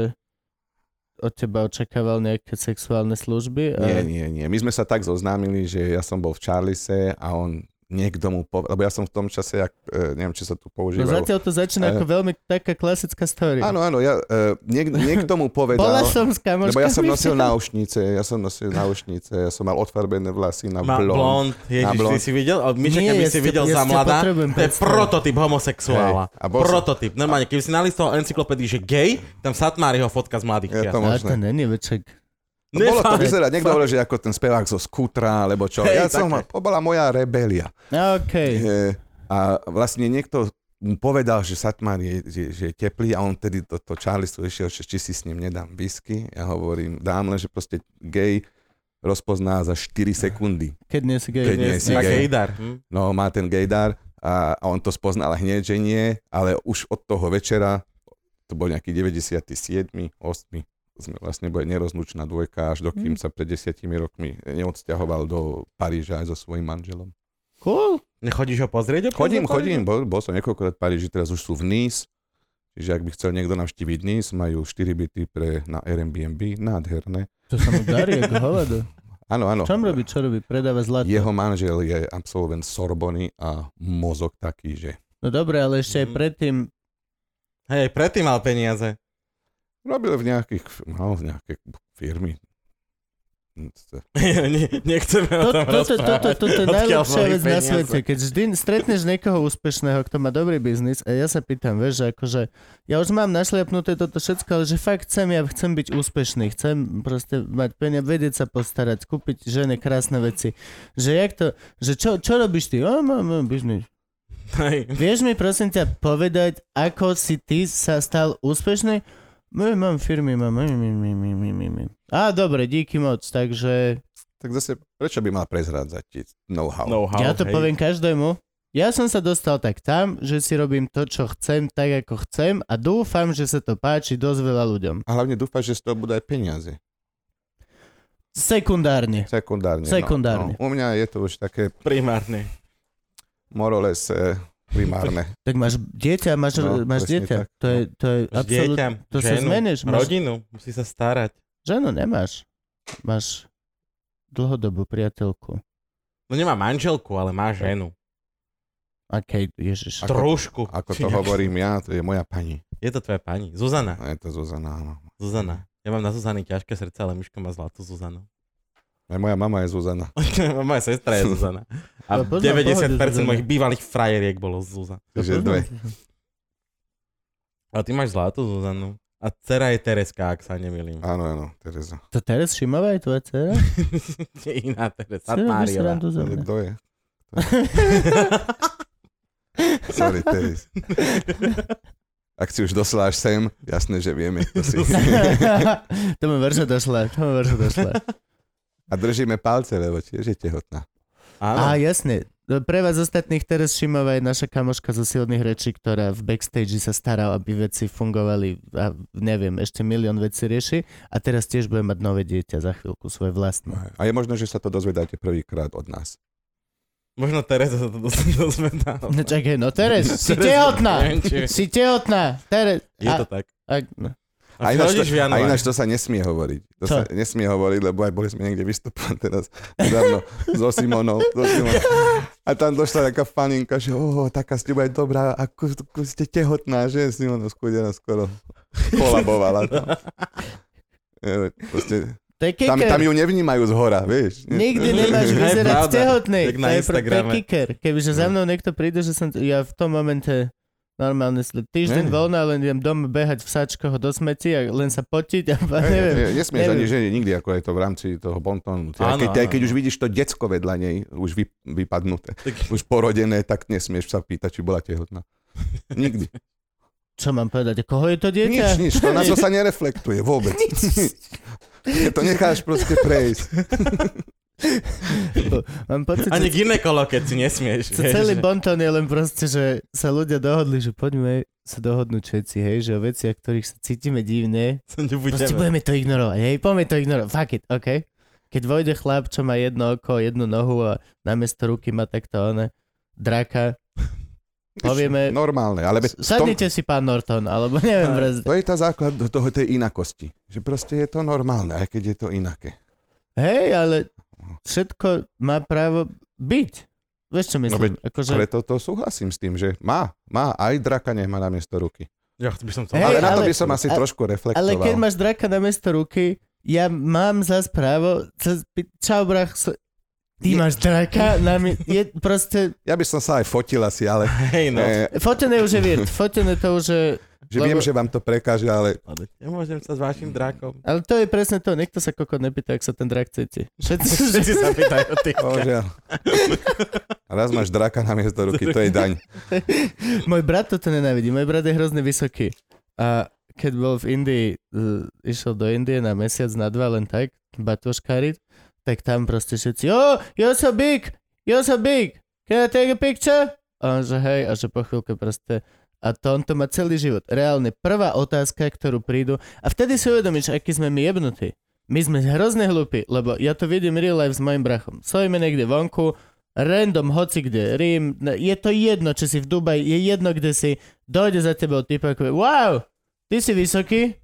S1: od teba očakával nejaké sexuálne služby? A...
S2: Nie, nie, nie. My sme sa tak zoznámili, že ja som bol v Charlise a on niekto mu povedal, lebo ja som v tom čase, ak, e, neviem, či sa tu
S1: No
S2: používalo.
S1: zatiaľ to začína ako veľmi taká klasická story.
S2: E- Áno, áno, ja, e, niek, niekto mu povedal,
S1: Bola som s kamoškami.
S2: lebo ja som nosil náušnice, ja som nosil náušnice, ja som mal odfarbené vlasy na
S3: Ma,
S2: blond.
S3: blond, ježiš,
S2: blond.
S3: ty si videl? A Myšek,
S1: Nie,
S3: keby
S1: ja
S3: si
S1: si-
S3: videl
S1: ja
S3: za
S1: si ťa
S3: mladá,
S1: potrebujem
S3: to je
S1: predstaviť.
S3: prototyp homosexuála.
S2: Hej, a bol som-
S3: prototyp, normálne, keby si nalistoval encyklopédii, že gej, tam Satmáriho fotka z mladých
S2: Ja
S3: čias. No
S2: to
S1: Ale to
S2: možné.
S1: není veček.
S2: No, bolo to
S3: Nefakt.
S2: vyzerať, niekto hovoril, že ako ten spevák zo skutra, alebo čo. ja
S3: Hej,
S2: som,
S3: také.
S2: to bola moja rebelia.
S1: OK.
S2: E, a vlastne niekto mu povedal, že Satmar je, že, že je teplý a on tedy do to Charlesu išiel, že či si s ním nedám whisky. Ja hovorím, dám len, že proste gej rozpozná za 4 sekundy.
S1: Keď nie si gej.
S2: Keď nie si
S3: Tak
S2: gej.
S3: Hejdar. Hm?
S2: No má ten gejdar a, a on to spoznal hneď, že nie, ale už od toho večera, to bol nejaký 97, 8, sme vlastne boli nerozlučná dvojka, až dokým sa pred desiatimi rokmi neodsťahoval do Paríža aj so svojím manželom.
S1: Cool.
S3: Nechodíš ho pozrieť? občas
S2: Chodím,
S3: do
S2: chodím, bol, bol som niekoľkokrát v Paríži, teraz už sú v Nice. Čiže ak by chcel niekto navštíviť Nice, majú 4 byty pre, na Airbnb, nádherné.
S1: To sa mu darí ako hovado.
S2: Áno, áno.
S1: Čo on robí, čo robí? Predáva zlato.
S2: Jeho manžel No. je absolvent Sorbony a mozog taký, že...
S1: No dobre, ale ešte aj
S3: Mhm.
S1: predtým,
S3: Hej, predtým mal peniaze.
S2: Robil v nejakých, no, v nejaké firmy.
S3: Nie- Nechceme
S1: To,
S3: o tom
S1: toto, toto,
S3: rozprávať.
S1: toto je
S3: Odkiaľ
S1: najlepšia
S3: boli
S1: vec na
S3: peniaze.
S1: svete. Keď vždy stretneš niekoho úspešného, kto má dobrý biznis a ja sa pýtam, vieš, že akože ja už mám našliapnuté toto všetko, ale že fakt chcem, ja chcem byť úspešný, chcem proste mať peniaze, vedieť sa postarať, kúpiť žene krásne veci. Že jak to, že čo, čo robíš ty? O, mám, mám biznis.
S3: Hej.
S1: Vieš mi prosím ťa povedať, ako si ty sa stal úspešný? M- Mám firmy, mám... mm, mm, mm, mm, mm, mm. Á, dobre, díky moc, takže
S2: Tak zase, prečo by mal prezrádzať ti know-how?
S3: Know-how,
S1: Ja to
S3: hej.
S1: poviem každému. Ja som sa dostal tak tam, že si robím to, čo chcem, tak ako chcem a dúfam, že sa to páči dosť veľa ľuďom.
S2: A hlavne dúfaj, že z toho budú aj peniaze.
S1: Sekundárne.
S2: Sekundárne.
S1: Sekundárne.
S2: No, no. U mňa je to už také
S3: Primárne.
S2: moroles eh, primárne.
S1: Tak máš dieťa, máš,
S2: No,
S1: máš
S2: presne
S1: dieťa.
S2: tak.
S1: To je, to je
S3: Máš
S1: absolútne...
S3: Dieťa,
S1: to sa
S3: ženu,
S1: zmeníš, máš-
S3: rodinu, musí sa starať.
S1: Ženu no, nemáš. Máš dlhodobú priateľku.
S3: No nemá manželku, ale má ženu.
S1: A Kate, ježiš.
S2: Ako-
S3: Trošku.
S2: Ako to hovorím ja, to je moja pani.
S3: Je to tvoja pani. Zuzana.
S2: A je to Zuzana, áno.
S3: Zuzana. Ja mám na Zuzany ťažké srdce, ale Miško má zlatú Zuzanu.
S2: Aj moja mama je Zuzana.
S3: Moja sestra je Zuzana. A
S1: Ale poznám
S3: 90%
S1: pohode
S3: mojich bývalých frajeriek bolo Zuzana.
S2: Čiže dve.
S3: A ty máš zlatú Zuzanu. A dcera je Tereska, ak sa nemýlim.
S2: Áno, áno, Tereza.
S1: To teraz Šimová je tvoja dcera?
S3: Je Iná Teresa.
S1: Si robíš
S3: Máriová.
S1: srandu zo mňa.
S2: Kto je? Sorry, Teres. Ak si už dosláš sem, jasné, že vieme, kto si.
S1: to ma verša došla, to ma verša došla.
S2: A držíme palce, lebo tiež je tehotná.
S1: Á,
S3: Áno.
S1: jasne. Pre vás ostatných Teres Šimová je naša kamoška zo silných rečí, ktorá v backstage sa stará, aby veci fungovali a neviem, ešte milión vecí rieši a teraz tiež bude mať nové dieťa za chvíľku, svoje vlastné.
S2: No. A je možno, že sa to dozvedáte prvýkrát od nás.
S3: Možno Teresa sa to dosť dozvedá.
S1: No čakaj, no Teres, si
S3: Teres,
S1: tehotná!
S3: neviem, či-
S1: Si tehotná! Teres!
S3: Je to tak.
S1: a, no.
S3: A, a
S2: ináč to,
S3: rodíš v
S2: a
S3: januári.
S2: ináč to sa nesmie hovoriť. To
S1: Čo?
S2: sa nesmie hovoriť, lebo aj boli sme niekde vystupovať teraz nedávno so Simonou. So Simonou. A tam došla taká faninka, že oh, taká s teba je dobrá, ako, ako ste tehotná, že no, Simona skudená skoro kolabovala. Tam. Je, Proste,
S1: To je
S2: tam, tam
S1: kicker.
S2: ju nevnímajú z hora, vieš.
S1: Nikdy nemáš
S3: Hej,
S1: vyzerať
S3: pravda.
S1: tehotný.
S3: Tak
S1: To je, pro,
S3: na
S1: to je
S3: Instagrame.
S1: kicker. Kebyže za mnou niekto príde, že som... Ja v tom momente normálne sl- týždeň
S2: Ne.
S1: voľna, len idem doma behať v sačkoch do smeti a len sa potiť a neviem.
S2: Ne, nesmieš
S1: neviem.
S2: ani ženiť nikdy, ako je to v rámci toho bontónu. Ty, aj
S3: Áno,
S2: keď, aj
S3: áno,
S2: keď už
S3: áno.
S2: vidíš to decko vedľa nej, už vy, vypadnuté,
S3: Tak,
S2: už porodené, tak nesmieš sa pýtať, či bola tehotná. Nikdy.
S1: Čo mám povedať? Koho je to dieťa?
S2: Nič, nič, to na to sa nereflektuje vôbec. to necháš proste prejsť.
S1: Mám pocit,
S3: ani
S1: že
S3: ginekolo, keď si nesmieš.
S1: že
S3: vieš,
S1: celý
S3: že-
S1: bontón je len proste, že sa ľudia dohodli, že poďme sa dohodnúť všetci, hej, že o veciach, ktorých sa cítime divne,
S3: sa nebudeme.
S1: proste budeme to ignorovať, hej, poďme to ignorovať, fuck it, OK? Keď vojde chlap, čo má jedno oko, jednu nohu a namiesto ruky má takto tak one, draka, povieme,
S2: Normálne, ale
S1: s-
S2: ve- v tom,
S1: sadnite si pán Norton, alebo neviem, proste.
S2: to je tá základ do toho tej inakosti. Že proste je to normálne, aj keď je to inaké.
S1: Hej, ale všetko má právo byť. Vieš, čo myslím? akože...
S2: Preto to súhlasím s tým, že má, má, aj draka nech má na miesto ruky.
S3: Ja by som to...
S1: Hej,
S2: Ale na to
S1: ale-
S2: by som asi
S1: ale-
S2: trošku reflektoval.
S1: Ale keď máš draka na mesto ruky, ja mám za právo... cez- pi- Čau, brach, so- ty
S2: Je-
S1: máš draka na mi... Je proste...
S2: Ja by som sa aj fotil asi, ale
S3: Hej, no.
S2: eh,
S1: Fotené už je vied, fotené to už je...
S2: že viem,
S1: Lebo-
S2: že vám to prekáže, ale
S3: Ale nemôžem sa s vašim drákom.
S1: Ale to je presne to, niekto sa koko nepýta, ak sa ten drak cíti. Všetci,
S3: Všetci sa pýtajú, ty.
S2: bohužiaľ. Raz máš draka na miesto ruky, to je daň.
S1: Môj brat toto nenávidí, môj brat je hrozne vysoký. A keď bol v Indii, uh, išiel do Indie na mesiac, na dva, len tak, batúškariť, tak tam proste všetci, oh, you're so big, you're so big, can I take a picture? A on že hej, a že po chvíľke proste, a to on to má celý život. Reálne prvá otázka, ktorú prídu, a vtedy si uvedomíš, aký sme my jebnutí. My sme hrozne hlúpi, lebo ja to vidím real life s mojim brachom. Stojíme niekde vonku, random, hoci kde, Rím, ne- je to jedno, či si v Dubaji, je jedno, kde si, dojde za tebou typ ako, wow, ty si vysoký.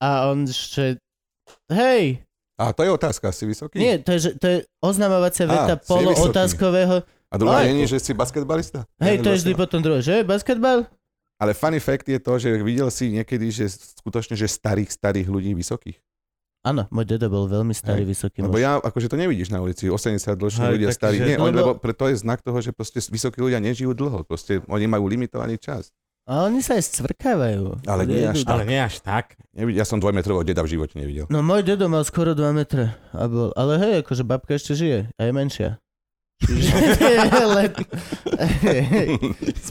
S1: A on že, hej,
S2: A to je otázka, si vysoký?
S1: nie, to je, že- to je oznamovacia
S2: Á,
S1: veta
S2: si
S1: polootázkového,
S2: A druhá
S1: Ale-
S2: není, že si basketbalista?
S1: no,
S2: vlastne.
S1: hej, to je vždy
S2: Basketbal.
S1: potom druhé, že basketbal?
S2: Ale funny fact je to, že videl si niekedy, že skutočne, že starých, starých ľudí vysokých.
S1: Áno, môj dedo bol veľmi starý, vysoký muž.
S2: Lebo ja, akože to nevidíš na ulici, 80 roční
S3: Hej,
S2: ľudia
S3: takže-
S2: starí. Nie,
S1: No,
S2: oni,
S1: lebo-
S2: lebo pre to je znak toho, že proste vysokí ľudia nežijú dlho. Proste oni majú limitovaný čas.
S1: A oni sa aj scvrkávajú.
S2: Ale nie
S1: Idú-
S2: až
S3: Ale nie až tak.
S2: Nevid- Ja som dvojmetrového deda v živote nevidel.
S1: No môj dedo mal skoro 2 metre. A bol, ale hej, akože babka ešte žije. A je menšia. Čiže- Le- Make-
S3: Just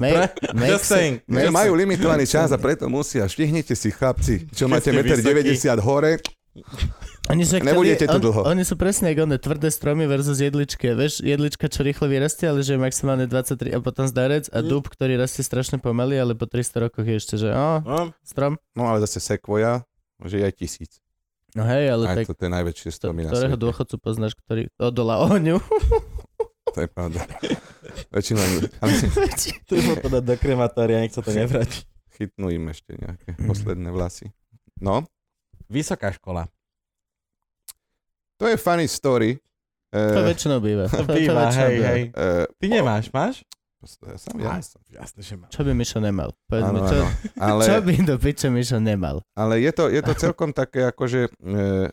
S1: make
S3: saying.
S1: sense.
S2: Ne,
S1: Make
S2: majú
S1: sense.
S2: limitovaný čas a preto musia. Štihnite si, chlapci, čo máte
S3: ste
S2: 1,90 m hore.
S1: Oni sú jak
S2: Nebudete
S1: tvrdí-
S2: tu dlho.
S1: Oni sú presne ako one tvrdé stromy versus jedličky. Vieš, jedlička, čo rýchlo vyrastie, ale že je maximálne 23 a potom zdarec a dub, ktorý rastie strašne pomaly, ale po 300 rokoch je ešte, že ó,
S3: No,
S1: strom.
S2: No ale zase sekvoja, že je aj tisíc.
S1: No hej, ale
S2: Aj
S1: tak
S2: to, to je najväčšie
S1: to,
S2: stromy na
S1: ktorého
S2: svete.
S1: dôchodcu poznáš, ktorý odolá ohňu.
S2: To je pravda. Väčšinou im, ale si
S3: treba to dať teda do krematória, nech sa to nevráti.
S2: chytnú im ešte nejaké posledné vlasy. No,
S3: Vysoká škola.
S2: to je funny story.
S1: To
S2: E,
S1: väčšinou býva. to
S3: To býva,
S1: väčšinou
S3: hej,
S1: býva.
S3: hej.
S2: e,
S3: Ty nemáš, máš?
S2: ja som, ja som.
S3: Jasne, že mám.
S1: Čo by Mišo nemal? Povedz mi,
S2: Áno,
S1: čo,
S2: áno. Ale,
S1: čo by do piče Mišo nemal?
S2: ale je, to, je to celkom také, akože... E,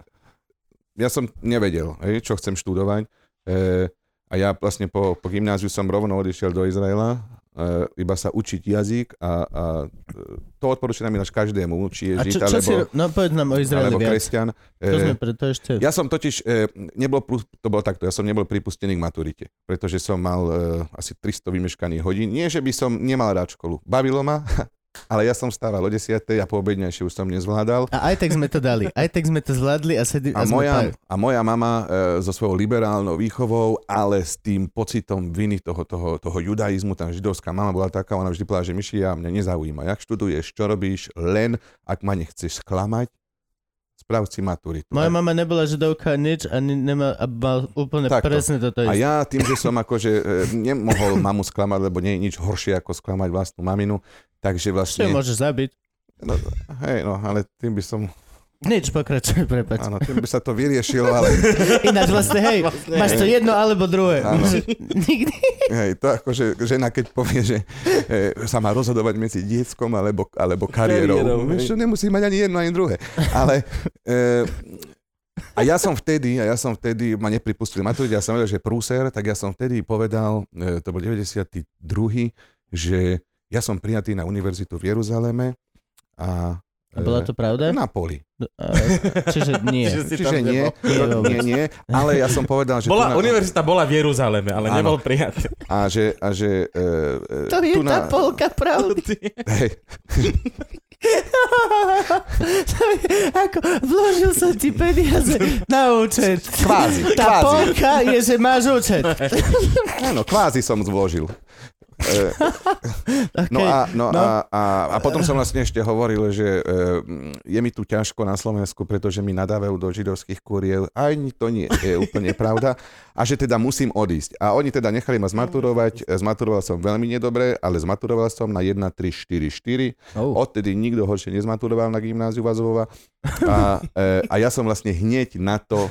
S2: ja som nevedel, hej, čo chcem študovať. E, a ja vlastne po, po gymnáziu som rovno odišiel do Izraela, e, iba sa učiť jazyk a, a e, to odporúčam ináč každému, či je
S1: A
S2: žid,
S1: čo, čo
S2: alebo,
S1: si... ro- No povedz nám o Izraeli
S2: alebo
S1: viac.
S2: kresťan.
S1: To
S2: E,
S1: sme preto ešte...
S2: Ja som totiž, e, nebol, prú- to bolo takto, ja som nebol pripustený k maturite, pretože som mal e, asi 300 vymeškaných hodín. Nie, že by som nemal rád školu. Bavilo ma, ale ja som stával o 10. a po obednejšie už som nezvládal.
S1: A aj tak sme to dali. Aj tak sme to zvládli a, sedi...
S2: A
S1: sme
S2: moja,
S1: pa-
S2: a moja mama e, so svojou liberálnou výchovou, ale s tým pocitom viny toho, toho, toho judaizmu, tá židovská mama bola taká, ona vždy povedala, že Miši, ja mňa nezaujíma, jak študuješ, čo robíš, len ak ma nechceš sklamať, sprav si maturitu.
S1: Moja
S2: A-
S1: mama nebola židovka nič a, ni- nema, a mal úplne
S2: Takto.
S1: presne toto
S2: A
S1: isté.
S2: ja tým, že som akože e, nemohol mamu sklamať, lebo nie je nič horšie ako sklamať vlastnú maminu,
S1: Čo
S2: takže
S1: ju
S2: vlastne...
S1: môžeš zabiť?
S2: No, hej, no, ale tým by som...
S1: Nič, pokračuj, prepač.
S2: Áno, tým by sa to vyriešilo, ale
S1: Ináč vlastne, hej, máš to jedno alebo druhé.
S2: Áno.
S1: Nikdy.
S2: hej, to akože žena, keď povie, že e, sa má rozhodovať medzi dieckom alebo, alebo kariérou.
S3: Kariérou, hej.
S2: Vieš, čo nemusí mať ani jedno, ani druhé. Ale... E, a ja som vtedy, a ja som vtedy, ma nepripustili maturite, ja som vedel, že prúser, tak ja som vtedy povedal, e, to bol 92., že ja som prijatý na univerzitu v Jeruzaleme a... e,
S1: A bola to pravda? No,
S2: Na poli.
S1: A, čiže nie.
S3: Čiže si tam
S2: Čiže nie,
S1: nebol.
S2: nie, nie, ale ja som povedal, že... tu na,
S3: Bola, univerzita bola v Jeruzaleme, ale
S2: Áno.
S3: nebol prijatý.
S2: a že, a že e, e,
S1: To je
S2: tu
S1: tá
S2: na,
S1: polka pravdy.
S2: Hej,
S1: To je Ako, vložil som ti peniaze na účet.
S2: Kvázi,
S1: Tá
S2: kvázi.
S1: polka je, že máš účet.
S2: áno, kvázi som zložil. E, No, a, no,
S1: no.
S2: no. A, a, a potom som vlastne ešte hovoril, že e, je mi tu ťažko na Slovensku, pretože mi nadávajú do židovských kuriel. Ani to nie je úplne pravda. A že teda musím odísť. A oni teda nechali ma zmaturovať. Zmaturoval som veľmi nedobre, ale zmaturoval som na 1, 3, 4, 4.
S1: Oh.
S2: Odtedy nikto horšie nezmaturoval na gymnáziu Vazovova. A, e, a ja som vlastne hneď na to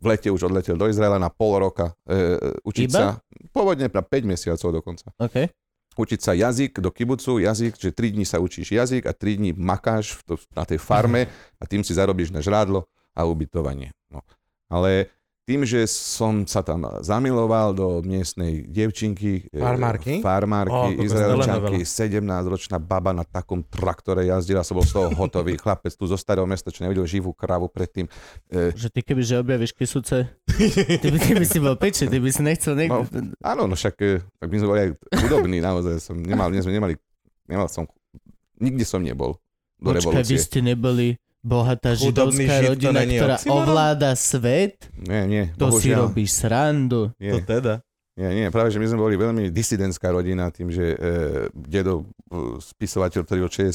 S2: v lete už odletel do Izraela na pol roka e, učiť
S1: Iba?
S2: sa. Pôvodne na 5 mesiacov dokonca.
S1: OK.
S2: Učiť sa jazyk do kibucu, jazyk, že 3 dní sa učíš jazyk a 3 dní makáš v to, na tej farme a tým si zarobíš na žrádlo a ubytovanie. No. Ale tým, že som sa tam zamiloval do miestnej devčinky, e,
S3: Farmárky? Ó,
S2: farmárky
S3: kokos,
S2: izraelčanky, 17-ročná baba na takom traktore jazdila, som bol z toho hotový chlapec tu zo starého mesta, čo nevidel živú kravu predtým. E,
S1: Že ty keby, že objavíš kysuce, ty by, ty by si bol peči, ty by si nechcel niekto... No.
S2: Áno, no však e, tak my sme boli aj chudobní, naozaj som nemal, nie sme nemali, nemal som, nikde som nebol do
S1: Počkaj, vy
S2: revolúcie.
S1: ste neboli bohatá
S3: Chudobný
S1: židovská
S3: žid, to
S1: rodina,
S3: není
S1: ktorá
S3: oxymoron?
S1: ovláda svet,
S2: Nie, nie,
S1: to si
S2: bohužiaľ.
S1: robíš srandu.
S2: Nie,
S3: teda.
S2: nie, nie, práve, že my sme boli veľmi disidentská rodina tým, že e, dedo, e, spisovateľ, ktorý od 68.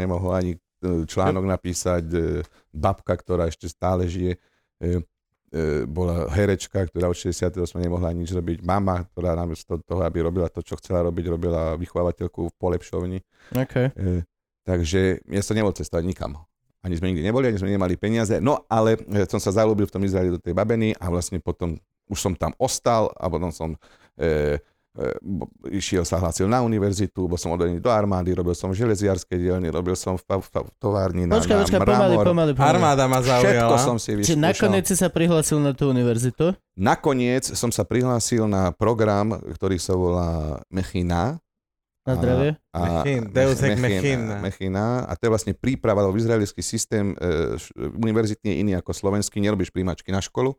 S2: nemohol ani e, článok napísať, e, babka, ktorá ešte stále žije, e, e, bola herečka, ktorá od 68. nemohla nič robiť, mama, ktorá namiesto toho, aby robila to, čo chcela robiť, robila vychovávateľku v polepšovni.
S1: OK.
S2: E, takže ja som nebol cestovať nikam. Ani sme nikdy neboli, ani sme nemali peniaze. No ale e, som sa zalúbil v tom Izraeli do tej babeny a vlastne potom už som tam ostal a potom som e, e, bo- išiel sa hlásil na univerzitu, bol som odvedený do armády, robil som v železiarskej dielni, robil som v, pa- v, pa- v továrni na,
S1: No, Počkaj,
S2: na
S1: počkaj, pomaly,
S2: mramor.
S1: pomaly, pomaly.
S3: Armáda ma
S2: Všetko
S3: zaujala.
S2: som si
S1: Čiže
S2: vyskúšal.
S1: nakoniec si sa prihlásil na tú univerzitu.
S2: Nakoniec som sa prihlásil na program, ktorý sa volá Mechina.
S1: Na
S2: A-
S1: zdravie.
S2: A
S3: Mechin, Deus Ex Machina.
S2: Mechina, Mechina. A to je vlastne príprava, lebo izraelský systém e, š- univerzitný je iný ako slovenský. Nerobíš príjmačky na školu,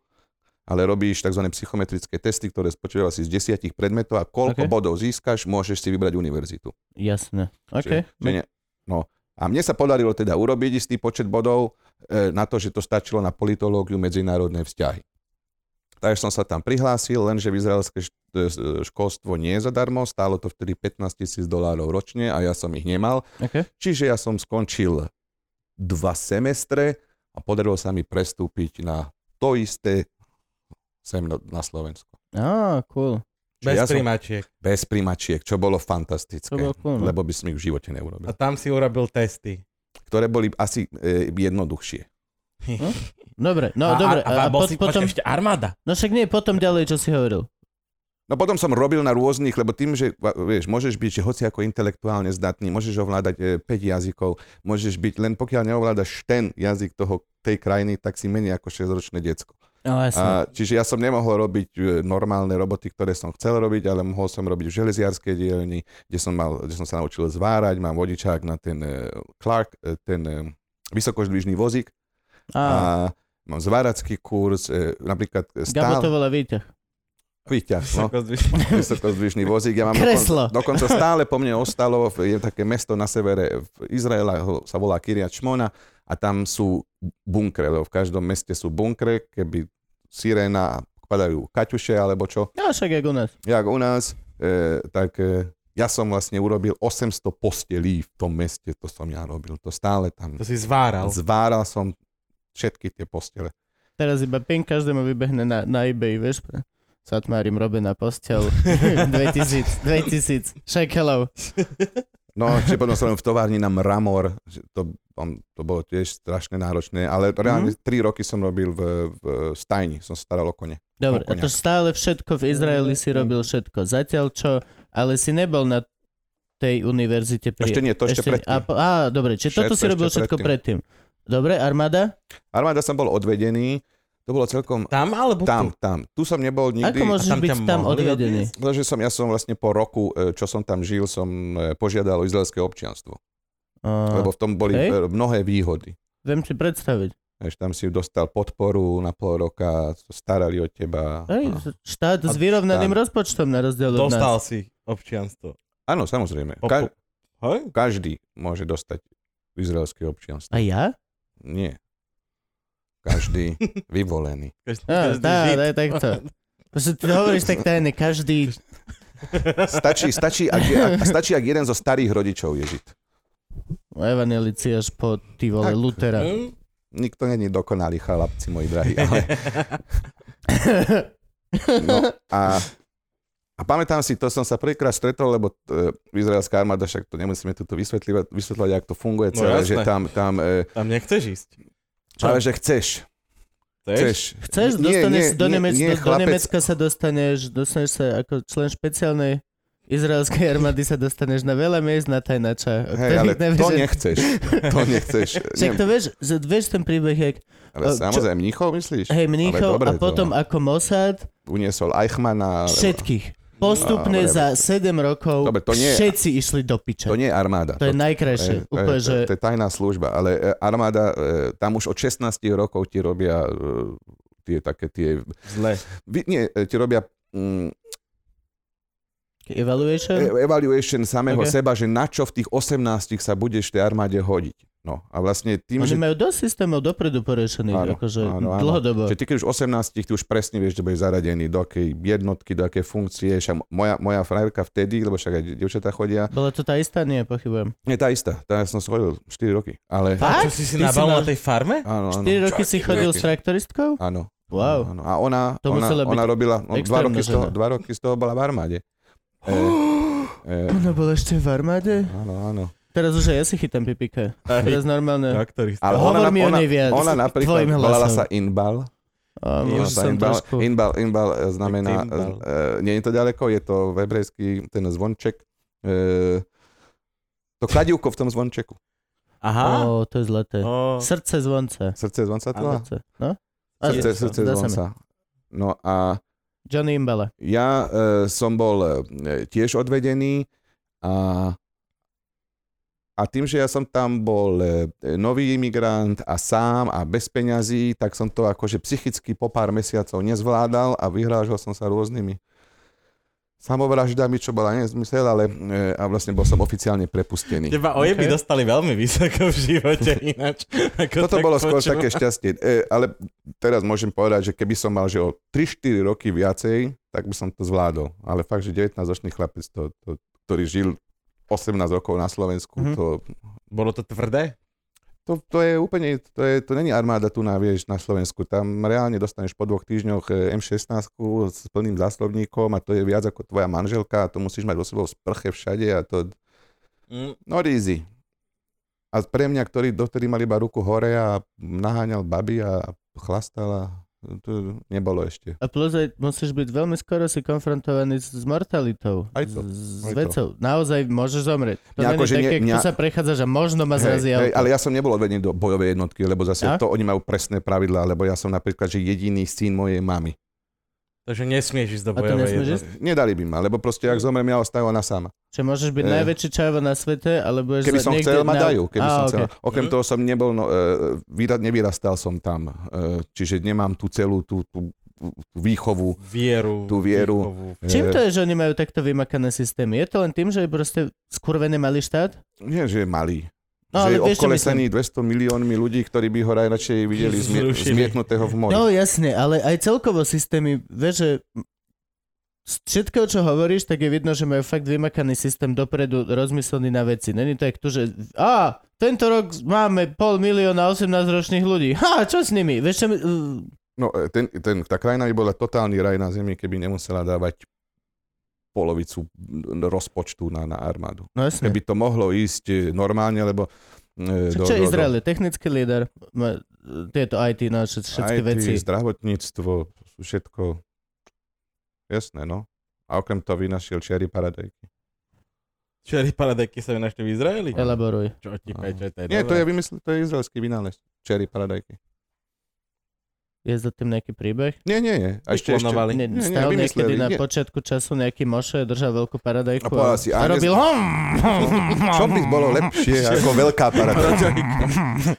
S2: ale robíš tzv. psychometrické testy, ktoré spočívajú asi z desiatich predmetov a
S1: Ok.
S2: koľko bodov získaš, môžeš si vybrať univerzitu.
S1: Jasné. OK.
S2: Že, že nie, no. A mne sa podarilo teda urobiť istý počet bodov e, na to, že to stačilo na politológiu medzinárodné vzťahy. Takže som sa tam prihlásil, lenže v izraelské št- e, s- e, školstvo nie je zadarmo, stálo to vtedy 15 tisíc dolárov ročne a ja som ich nemal.
S1: OK.
S2: Čiže ja som skončil dva semestre a podarilo sa mi prestúpiť na to isté sem na- na Slovensko.
S1: Á, cool.
S2: Čiže
S3: Bez
S2: ja som-
S3: primačiek.
S2: Bez primačiek, čo bolo
S1: To bolo
S2: fantastické,
S1: cool. no.
S2: lebo by som ich v živote neurobil.
S3: A tam si urobil testy.
S2: ktoré boli asi e, jednoduchšie.
S1: Dobre, no
S3: a,
S1: dobre.
S3: A, a, bol
S1: pot-
S3: si,
S1: potom,
S3: potom... ešte armáda.
S1: no však nie, potom ďalej, čo si hovoril.
S2: No potom som robil na rôznych, lebo tým, že va- vieš, môžeš byť, že hoci ako intelektuálne zdatný, môžeš ovládať e, 5 jazykov, môžeš byť, len pokiaľ neovládaš ten jazyk toho, tej krajiny, tak si menej ako 6-ročné diecko.
S1: No jasné.
S2: A, čiže ja som nemohol robiť e, normálne roboty, ktoré som chcel robiť, ale mohol som robiť v železiarskej dielni, kde som, mal, kde som sa naučil zvárať, mám vodičák na ten e, Clark, e, ten e, vysokoždvižný vozík
S1: Á,
S2: a mám zváracký kurz, e, napríklad e,
S1: Gabo to
S2: stále...
S1: volá výťah.
S2: Výťah, no. vysokozdvižný vozík. Ja mám
S1: Kreslo.
S2: Dokonca, dokonca stále po mne ostalo, v- je také mesto na severe v Izraela, ho- sa volá Kiria Čmona a tam sú bunkre, lebo v každom meste sú bunkre, keby siréna a padajú kaťuše alebo čo,
S1: No však jak u nás.
S2: jak u nás, e, tak e, ja som vlastne urobil 800 postelí v tom meste, to som ja robil, to stále tam.
S3: To si zváral.
S2: Zváral som všetky tie postele.
S1: Teraz iba ping každému vybehne na, na eBay, vieš. Satmárim robe na postel 2000, 2000 šekelov.
S2: No, či potom som v továrni na mramor, že to, on, to bolo tiež strašne náročné, ale reálne
S1: Mhm.
S2: mm-hmm. 3 roky som robil v, v stajni, som sa staral o kone.
S1: Dobre, a
S2: Koľko
S1: to stále všetko v Izraeli si robil všetko. Zatiaľ čo, ale si nebol na tej univerzite pri...
S2: Ešte nie, to ešte, predtým.
S1: A, po- á, dobre, čiže toto
S2: Všetko
S1: si robil
S2: ešte
S1: všetko predtým. Dobre, armáda?
S2: Armáda som bol odvedený, to bolo celkom...
S3: Tam alebo
S2: Tam,
S3: tu?
S2: tam. Tu som nebol nikdy...
S1: Ako môžeš
S3: tam
S1: byť
S3: ťa
S1: tam
S3: mohli
S1: odvedený?
S3: odviesť?
S2: Pretože som, ja som vlastne po roku, e, čo som tam žil, som e, požiadal o izraelské občianstvo.
S1: Á,
S2: Lebo v tom boli
S1: hej.
S2: e, mnohé výhody.
S1: Viem si predstaviť.
S2: Až tam si dostal podporu na pol roka, starali o teba.
S1: Hej,
S2: No.
S1: štát s
S2: A
S1: vyrovnaným
S2: štát.
S1: rozpočtom na rozdiel od nás.
S3: Dostal si občianstvo.
S2: Áno, samozrejme.
S3: Po-
S2: Ka-
S3: Hej?
S2: každý môže dostať izraelské občianstvo.
S1: A ja?
S2: Nie. Každý vyvolený.
S3: Každý,
S1: Á,
S3: každý
S1: dá,
S3: žid.
S1: dá, takto. Proste ty hovoríš tak tajne, každý...
S2: Stačí, stačí, ak, je, ak, stačí, ak jeden zo starých rodičov je žid.
S1: Evanelici až po ty vole
S2: Tak.
S1: Lutera.
S3: Hm?
S2: Nikto není dokonalý chalapci, moji drahí. Ale, no, a, a pamätám si, to som sa prvýkrát stretol, lebo e, izraelská armáda, však to nemusíme tuto vysvetľovať, vysvetľovať jak to funguje
S3: No
S2: celé, no, že
S3: jasné.
S2: tam, tam e,
S3: Tam nechceš ísť.
S2: práve, že chceš.
S3: Chceš?
S2: Chceš.
S1: Chceš,
S2: Nie,
S1: dostaneš
S2: nie,
S1: do,
S2: nie,
S1: Nemec-
S2: nie,
S1: do, do
S2: chlapec.
S1: Nemecka sa dostaneš, dostaneš sa ako člen špeciálnej izraelskej armády sa dostaneš na veľa miest na tajnača. o
S2: Hej,
S1: ktorých
S2: ale
S1: nevieš,
S2: to
S1: že-
S2: nechceš. To nechceš.
S1: Však
S2: Nie,
S1: to vieš, že vieš ten príbeh, jak, e,
S2: ale
S1: čo-
S2: samozrejme, mníchov myslíš?
S1: hej, Mníchov a
S2: dobre to-
S1: potom ako Mossad,
S2: Uniesol Eichmana. alebo-
S1: všetkých. Postupne
S2: No,
S1: za 7 rokov
S2: Dobre, to nie-
S1: všetci išli do piče.
S2: To nie je armáda.
S1: to je najkrajšie.
S2: To je- to je-
S1: úplne,
S2: to
S1: že...
S2: je- To je tajná služba, ale e, armáda, e, tam už od 16 rokov ti robia e, tie také tie...
S3: Zle.
S2: vy- Nie, e, ti robia mm,
S1: Evaluation?
S2: e- evaluation samého
S1: Ok.
S2: seba, že na čo v tých 18 sa budeš v tej armáde hodiť. No a vlastne tým,
S1: Oni
S2: že,
S1: majú dosť systémov dopredu porešených,
S2: Áno,
S1: akože
S2: áno, áno.
S1: dlhodobo.
S2: že ty keď už 18 ty už presne vieš, že budeš zaradený do akej jednotky, do akej funkcie. Však moja, moja frajerka vtedy, lebo však aj dievčatá chodia,
S1: Bola to tá istá? Nie, pochybujem.
S2: nie tá istá, tá ja som schodil 4 roky, ale...
S1: Fakt?
S3: Čo si si
S1: Ty si
S3: nabal
S1: mal-
S3: na tej farme?
S2: Áno, áno.
S1: 4 roky si
S2: Čak,
S1: chodil
S2: roky.
S1: s traktoristkou?
S2: Áno.
S1: Wow.
S2: Áno. A ona,
S1: To
S2: ona,
S1: musela byť
S2: ona robila, no, dva,
S1: extrémna
S2: roky z toho,
S1: žena.
S2: dva roky z toho bola v armáde. E, e,
S1: Ona bola ešte v armáde?
S2: áno, áno.
S1: Teraz už aj ja si chytám pipika.
S3: Aj,
S1: Teraz normálne.
S3: Traktorista.
S2: Ale
S1: Hovor
S2: ona,
S1: mi o
S2: ona,
S1: nej viac,
S2: ona napríklad
S1: tvojim
S2: volala
S1: hlasom.
S2: sa Inbal
S1: A
S2: No,
S1: už
S2: sa
S1: som
S2: inbal,
S1: trošku...
S2: inbal, inbal e, znamená,
S3: Timbal.
S2: e, nie je to ďaleko, je to v hebrejský ten zvonček, e, to kladivko v tom zvončeku.
S3: Aha.
S1: Ó, to je zlaté.
S3: O,
S1: Srdce zvonce.
S2: Srdce zvonca to? má?
S1: Srdce. No? A
S2: Srdce,
S1: je to,
S2: srdce
S1: zdá sa mi.
S2: zvonca. No a
S1: Johnny Imbele.
S2: ja e, som bol e, tiež odvedený a, a tým, že ja som tam bol e, nový imigrant a sám a bez peňazí, tak som to akože psychicky po pár mesiacov nezvládal a vyhrážal som sa rôznymi samovraždami, čo bola nezmysel, ale e, a vlastne bol som oficiálne prepustený.
S3: teba ojeby
S1: Ok.
S3: dostali veľmi vysoko v živote ináč. Ako
S2: Toto
S3: tak
S2: bolo skôr
S3: počúvam.
S2: také šťastie. E, ale teraz môžem povedať, že keby som mal že o 3-4 roky viacej, tak by som to zvládol. Ale fakt, že 19-ročný chlapec, to, to, ktorý žil 18 rokov na Slovensku,
S1: Mhm.
S2: mm-hmm. to,
S3: Bolo to tvrdé?
S2: to, to je úplne, to, je, to není armáda tu na, vieš, na Slovensku. Tam reálne dostaneš po dvoch týždňoch e, M16 s plným záslovníkom a to je viac ako tvoja manželka a to musíš mať vo sebou sprche všade a to,
S3: Mm,
S2: No rízy. A pre mňa, ktorý, dovtedy mal iba ruku hore a naháňal baby a chlastal a to nebolo ešte.
S1: A plus aj musíš byť veľmi skoro si konfrontovaný s, s mortalitou.
S2: Aj to,
S1: S, s
S2: aj to.
S1: vecou. Naozaj môžeš zomrieť. To
S2: Mňa
S1: nie
S2: akože
S1: je také,
S2: nie-
S1: mňa...
S2: mňa-
S1: sa prechádza, že možno ma zrazí auto.
S2: hej, ale ja som nebol odvedený do bojovej jednotky, lebo zase
S1: A?
S2: to oni majú presné pravidlá, lebo ja som napríklad, že jediný syn mojej mamy.
S3: takže nesmieš ísť do
S1: A to
S3: bojovej
S1: nesmieš
S3: jednotky.
S2: Nedali by ma, lebo proste, ak zomrem, ja ostávam ona sama.
S1: Čiže môžeš byť
S2: Eh.
S1: najväčší čavo na svete, ale budeš
S2: Keby
S1: za-
S2: som
S1: niekde
S2: chcel, ma
S1: na...
S2: dajú. Keby
S1: Á,
S2: som
S1: ok.
S2: chcel. Okrem
S3: Mhm.
S2: toho som nebol, no, e, vyra- nevyrastal som tam, e, čiže nemám tú celú tú, tú, tú výchovu.
S3: Vieru.
S2: Tú vieru.
S3: výchovu.
S1: Čím to
S2: E,
S1: je, že oni majú takto vymakané systémy? Je to len tým, že je proste skurvený malý štát?
S2: Nie, že je malý.
S1: No, ale
S2: No, že je
S1: vieš, čo
S2: obkolesený 200 miliónmi ľudí, ktorí by ho najradšej videli zmi-
S3: Zrušili.
S2: zmietnutého v mori.
S1: No jasne, ale aj celkovo systémy, vieš, že z všetkého, čo hovoríš, tak je vidno, že majú fakt vymakaný systém dopredu, rozmyslený na veci. Není to jak tu, že a, tento rok máme pol milióna 18-ročných ľudí. Ha, čo s nimi? Vieš, čo my...
S2: No, e, ten, ten, tá krajina by bola totálny raj na zemi, keby nemusela dávať polovicu n- rozpočtu na, na armádu.
S1: No jasne.
S2: Keby to mohlo ísť e, normálne, lebo... e,
S1: Čo, čo je Izrael? Je Technický líder, má, e, tieto IT, no, všet- všetky
S2: IT,
S1: veci.
S2: zdravotníctvo, to sú všetko... Jasné, no. A okrem toho vynašiel cherry paradajky.
S3: Cherry paradajky sa vynašli v Izraeli?
S1: Elaboruj.
S3: Čo ti peče, to je
S2: Nie, to
S3: dobré.
S2: je, vymysl- to je izraelský vynález. Cherry paradajky.
S1: Je za tým nejaký príbeh?
S2: Nie, nie, nie. A ešte, ešte,
S3: Vyklonovali.
S1: Ne,
S2: nie,
S1: stal niekedy
S2: vymysleli,
S1: na
S2: nie.
S1: počiatku času nejaký moše, držal veľkú paradajku
S2: A povedal si, a
S1: robil...
S2: Čo by bolo lepšie ako veľká paradajka?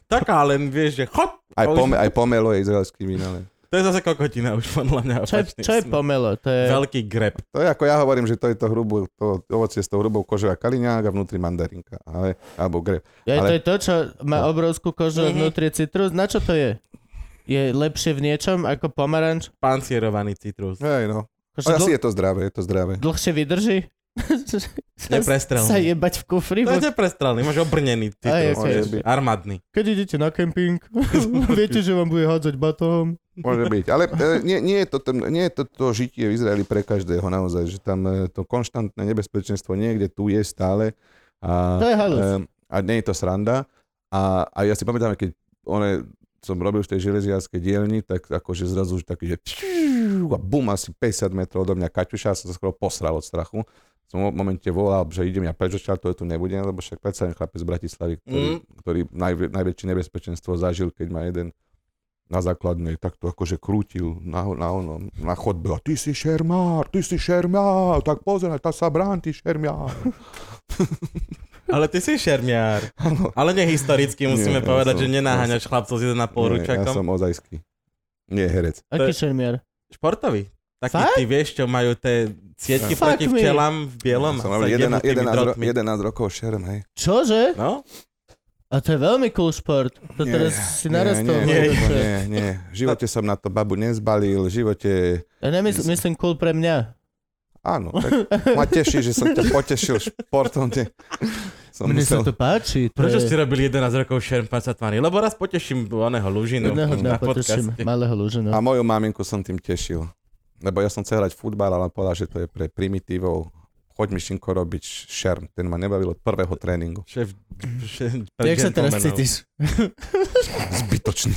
S3: Taká len vieš, že chod!
S2: Aj, pome, aj pomelo je izraelský vynález.
S3: To je zase kokotina už podľa mňa.
S1: Čo je,
S3: opačný
S1: čo je
S3: smer.
S1: pomelo? To je...
S3: Veľký grep.
S2: To je ako ja hovorím, že to je to, hrubú, to ovocie s tou hrubou kožou a kaliňák a vnútri mandarinka. Ale, alebo grep.
S1: Ja, ale... To
S2: Ale- No.
S1: je to, čo má obrovskú kožu a
S3: Mhm.
S1: vnútri citrus. Na čo to je? Je lepšie v niečom ako pomaranč?
S3: Pancierovaný citrus.
S2: Hej, no.
S1: Akože
S2: Ale asi
S1: dl-
S2: je to zdravé, je to zdravé.
S1: Dlhšie vydrží?
S3: Neprestrelný.
S1: Sa jebať v kufri?
S3: To je neprestrelný, máš obrnený
S1: Aj,
S3: citrus.
S1: ok.
S3: vieš, Armádny.
S1: Keď idete na kemping, viete, že vám bude hádzať batom.
S2: Môže byť. Ale e, nie, nie, je to, ten- nie je to, to žitie v Izraeli pre každého naozaj, že tam e, to konštantné nebezpečenstvo niekde tu je stále. A,
S1: To je halus.
S2: Ehm, a nie je to sranda. A, a ja si pamätám, keď one, som robil v tej železiarskej dielni, tak akože zrazu už taký, že pšiu, a bum, asi 50 metrov odo mňa Kaťuša, ja som sa skoro posral od strachu. Som v momente volal, že idem ja preč odtiaľ, to je tu nebudem, lebo však predsa len chlapec z Bratislavy, ktorý,
S3: Mm.
S2: mm. ktorý najv- najväčšie nebezpečenstvo zažil, keď ma jeden na základnej takto akože krútil na, na, ono, na chodbe a ty si šermár, ty si šermár, tak pozeraj, tá sa brán, ty šermár.
S3: Ale ty si šermiár. Ale nehistoricky musíme
S2: Nie, ja
S3: povedať,
S2: som-
S3: že nenaháňaš chlapcov s
S2: Nie, ja
S3: 1,5 ručakom.
S2: som ozajský. Nie herec.
S1: Aký
S3: to je-
S1: šermiar?
S3: Športový. Taký
S1: Fakt?
S3: ty vieš, čo majú tie sieťky
S1: Fuck
S3: proti
S1: me.
S3: včelám v bielom.
S2: som
S3: a
S2: mal
S3: sa jedú
S2: 11,
S3: tými
S2: 11, ro-
S3: drotmi.
S2: 11 rokov šerm, hej.
S1: Čože?
S3: No?
S1: A to je veľmi cool šport. To
S2: Nie,
S1: teraz si narastol.
S2: Nie, nie,
S1: vôbec, že-
S2: nie, nie. V živote som na to babu nezbalil, v živote...
S1: Ja nemysl- myslím cool pre mňa.
S2: Áno, tak ma teší, že som ťa potešil športom. Te... Som
S1: Mne sa to
S2: musel...
S1: páči. To
S3: Prečo
S1: je-
S3: ste robili 11 rokov šerm paca tvary? Lebo raz poteším oného Lužinu
S1: Jedného dňa
S3: na
S1: poteším
S3: podcaste.
S1: malého no. lúžena.
S2: A moju maminku som tým tešil. Lebo ja som chcel hrať futbal, ale on povedal, že to je pre primitívov. Choď mi, Šinko, robiť šerm. Ten ma nebavil od prvého tréningu.
S3: Šéf, šéf, pre
S1: Jak sa teraz
S3: džentlmenov.
S1: cítiš?
S2: Zbytočný.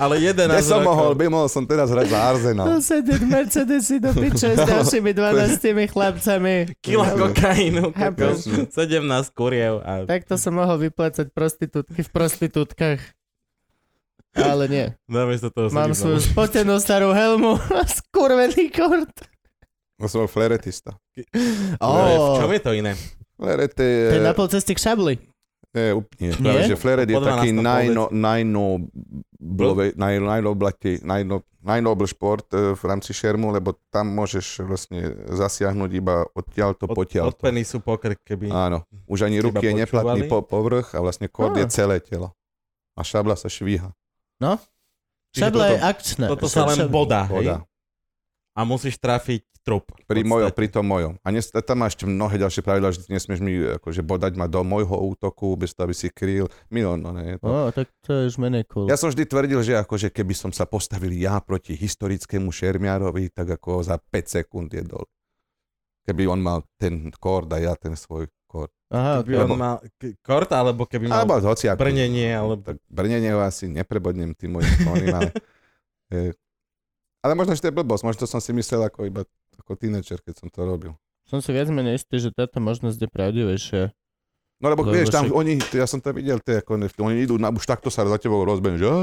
S3: ale 11
S2: Kde som
S3: rokov.
S2: mohol, by mohol som teraz hrať za Arsenal.
S1: Tu sedieť Mercedesy do piče s ďalšími 12 chlapcami.
S3: Kila kokainu, kokos,
S2: Presne.
S3: 17 kuriev a
S1: Takto som mohol vyplácať prostitútky v prostitútkach. Ale nie.
S3: namiesto toho sa
S1: Mám
S3: ti
S1: svoju spotenú starú helmu a skurvený kort.
S2: Ja som bol fleretista.
S3: zavolal. Ale V čom je to iné?
S2: Fleret
S1: To je
S2: je...
S1: na pol cesty k šabli.
S2: Nie,
S1: Nie?
S2: úplne. Práve, že Flared je
S3: Po 12
S2: taký
S3: tam
S2: najno, najno, blove, naj, najnoblatý, najno, najnobl šport e, v rámci šermu, lebo tam môžeš vlastne zasiahnuť iba odtiaľto
S3: Od,
S2: potiaľto.
S3: odpeny sú pokrk, keby...
S2: Áno, už ani
S3: Iba
S2: ruky je neplatný po,
S3: počúvali. Ah.
S2: povrch a vlastne kord je
S1: Á.
S2: celé telo. A šabla sa švíha.
S3: Čiže
S1: Šabla je
S3: toto-
S1: akčná.
S3: Toto sa len
S1: Šabla-
S3: bodá, hej?
S2: Voda.
S3: A musíš trafiť trup. v
S2: Pri, mojom,
S3: podstate.
S2: pri tom mojom. A nes, tam máš ešte mnohé ďalšie pravidlá, že ty nesmieš mi akože bodať ma do môjho útoku, bez toho, aby si kryl. Milión, no ne, je to.
S1: Ó, tak to je už menej cool.
S2: Ja som vždy tvrdil, že akože keby som sa postavil ja proti historickému šermiarovi, tak ako za 5 sekúnd je dole. Keby on mal ten kord a ja ten svoj kord.
S1: Aha,
S3: Keby
S1: ok.
S2: Alebo-
S3: on mal k- kort, alebo keby mal
S2: Alebo hoci ako.
S3: brnenie, alebo...
S2: Tak brnenie ho asi neprebodnem tým mojim tónim, ale... e, ale možno, že to je blbosť. Možno som si myslel ako iba ako tínečer, keď som to robil.
S1: som si viac menej istý, že táto možnosť je pravdivejšia.
S2: No lebo
S1: Lebo
S2: vieš, tam
S1: však-
S2: oni, ja som to videl, tie, ako, ne- oni idú, na, už takto sa za tebou rozbehnú, že "Á,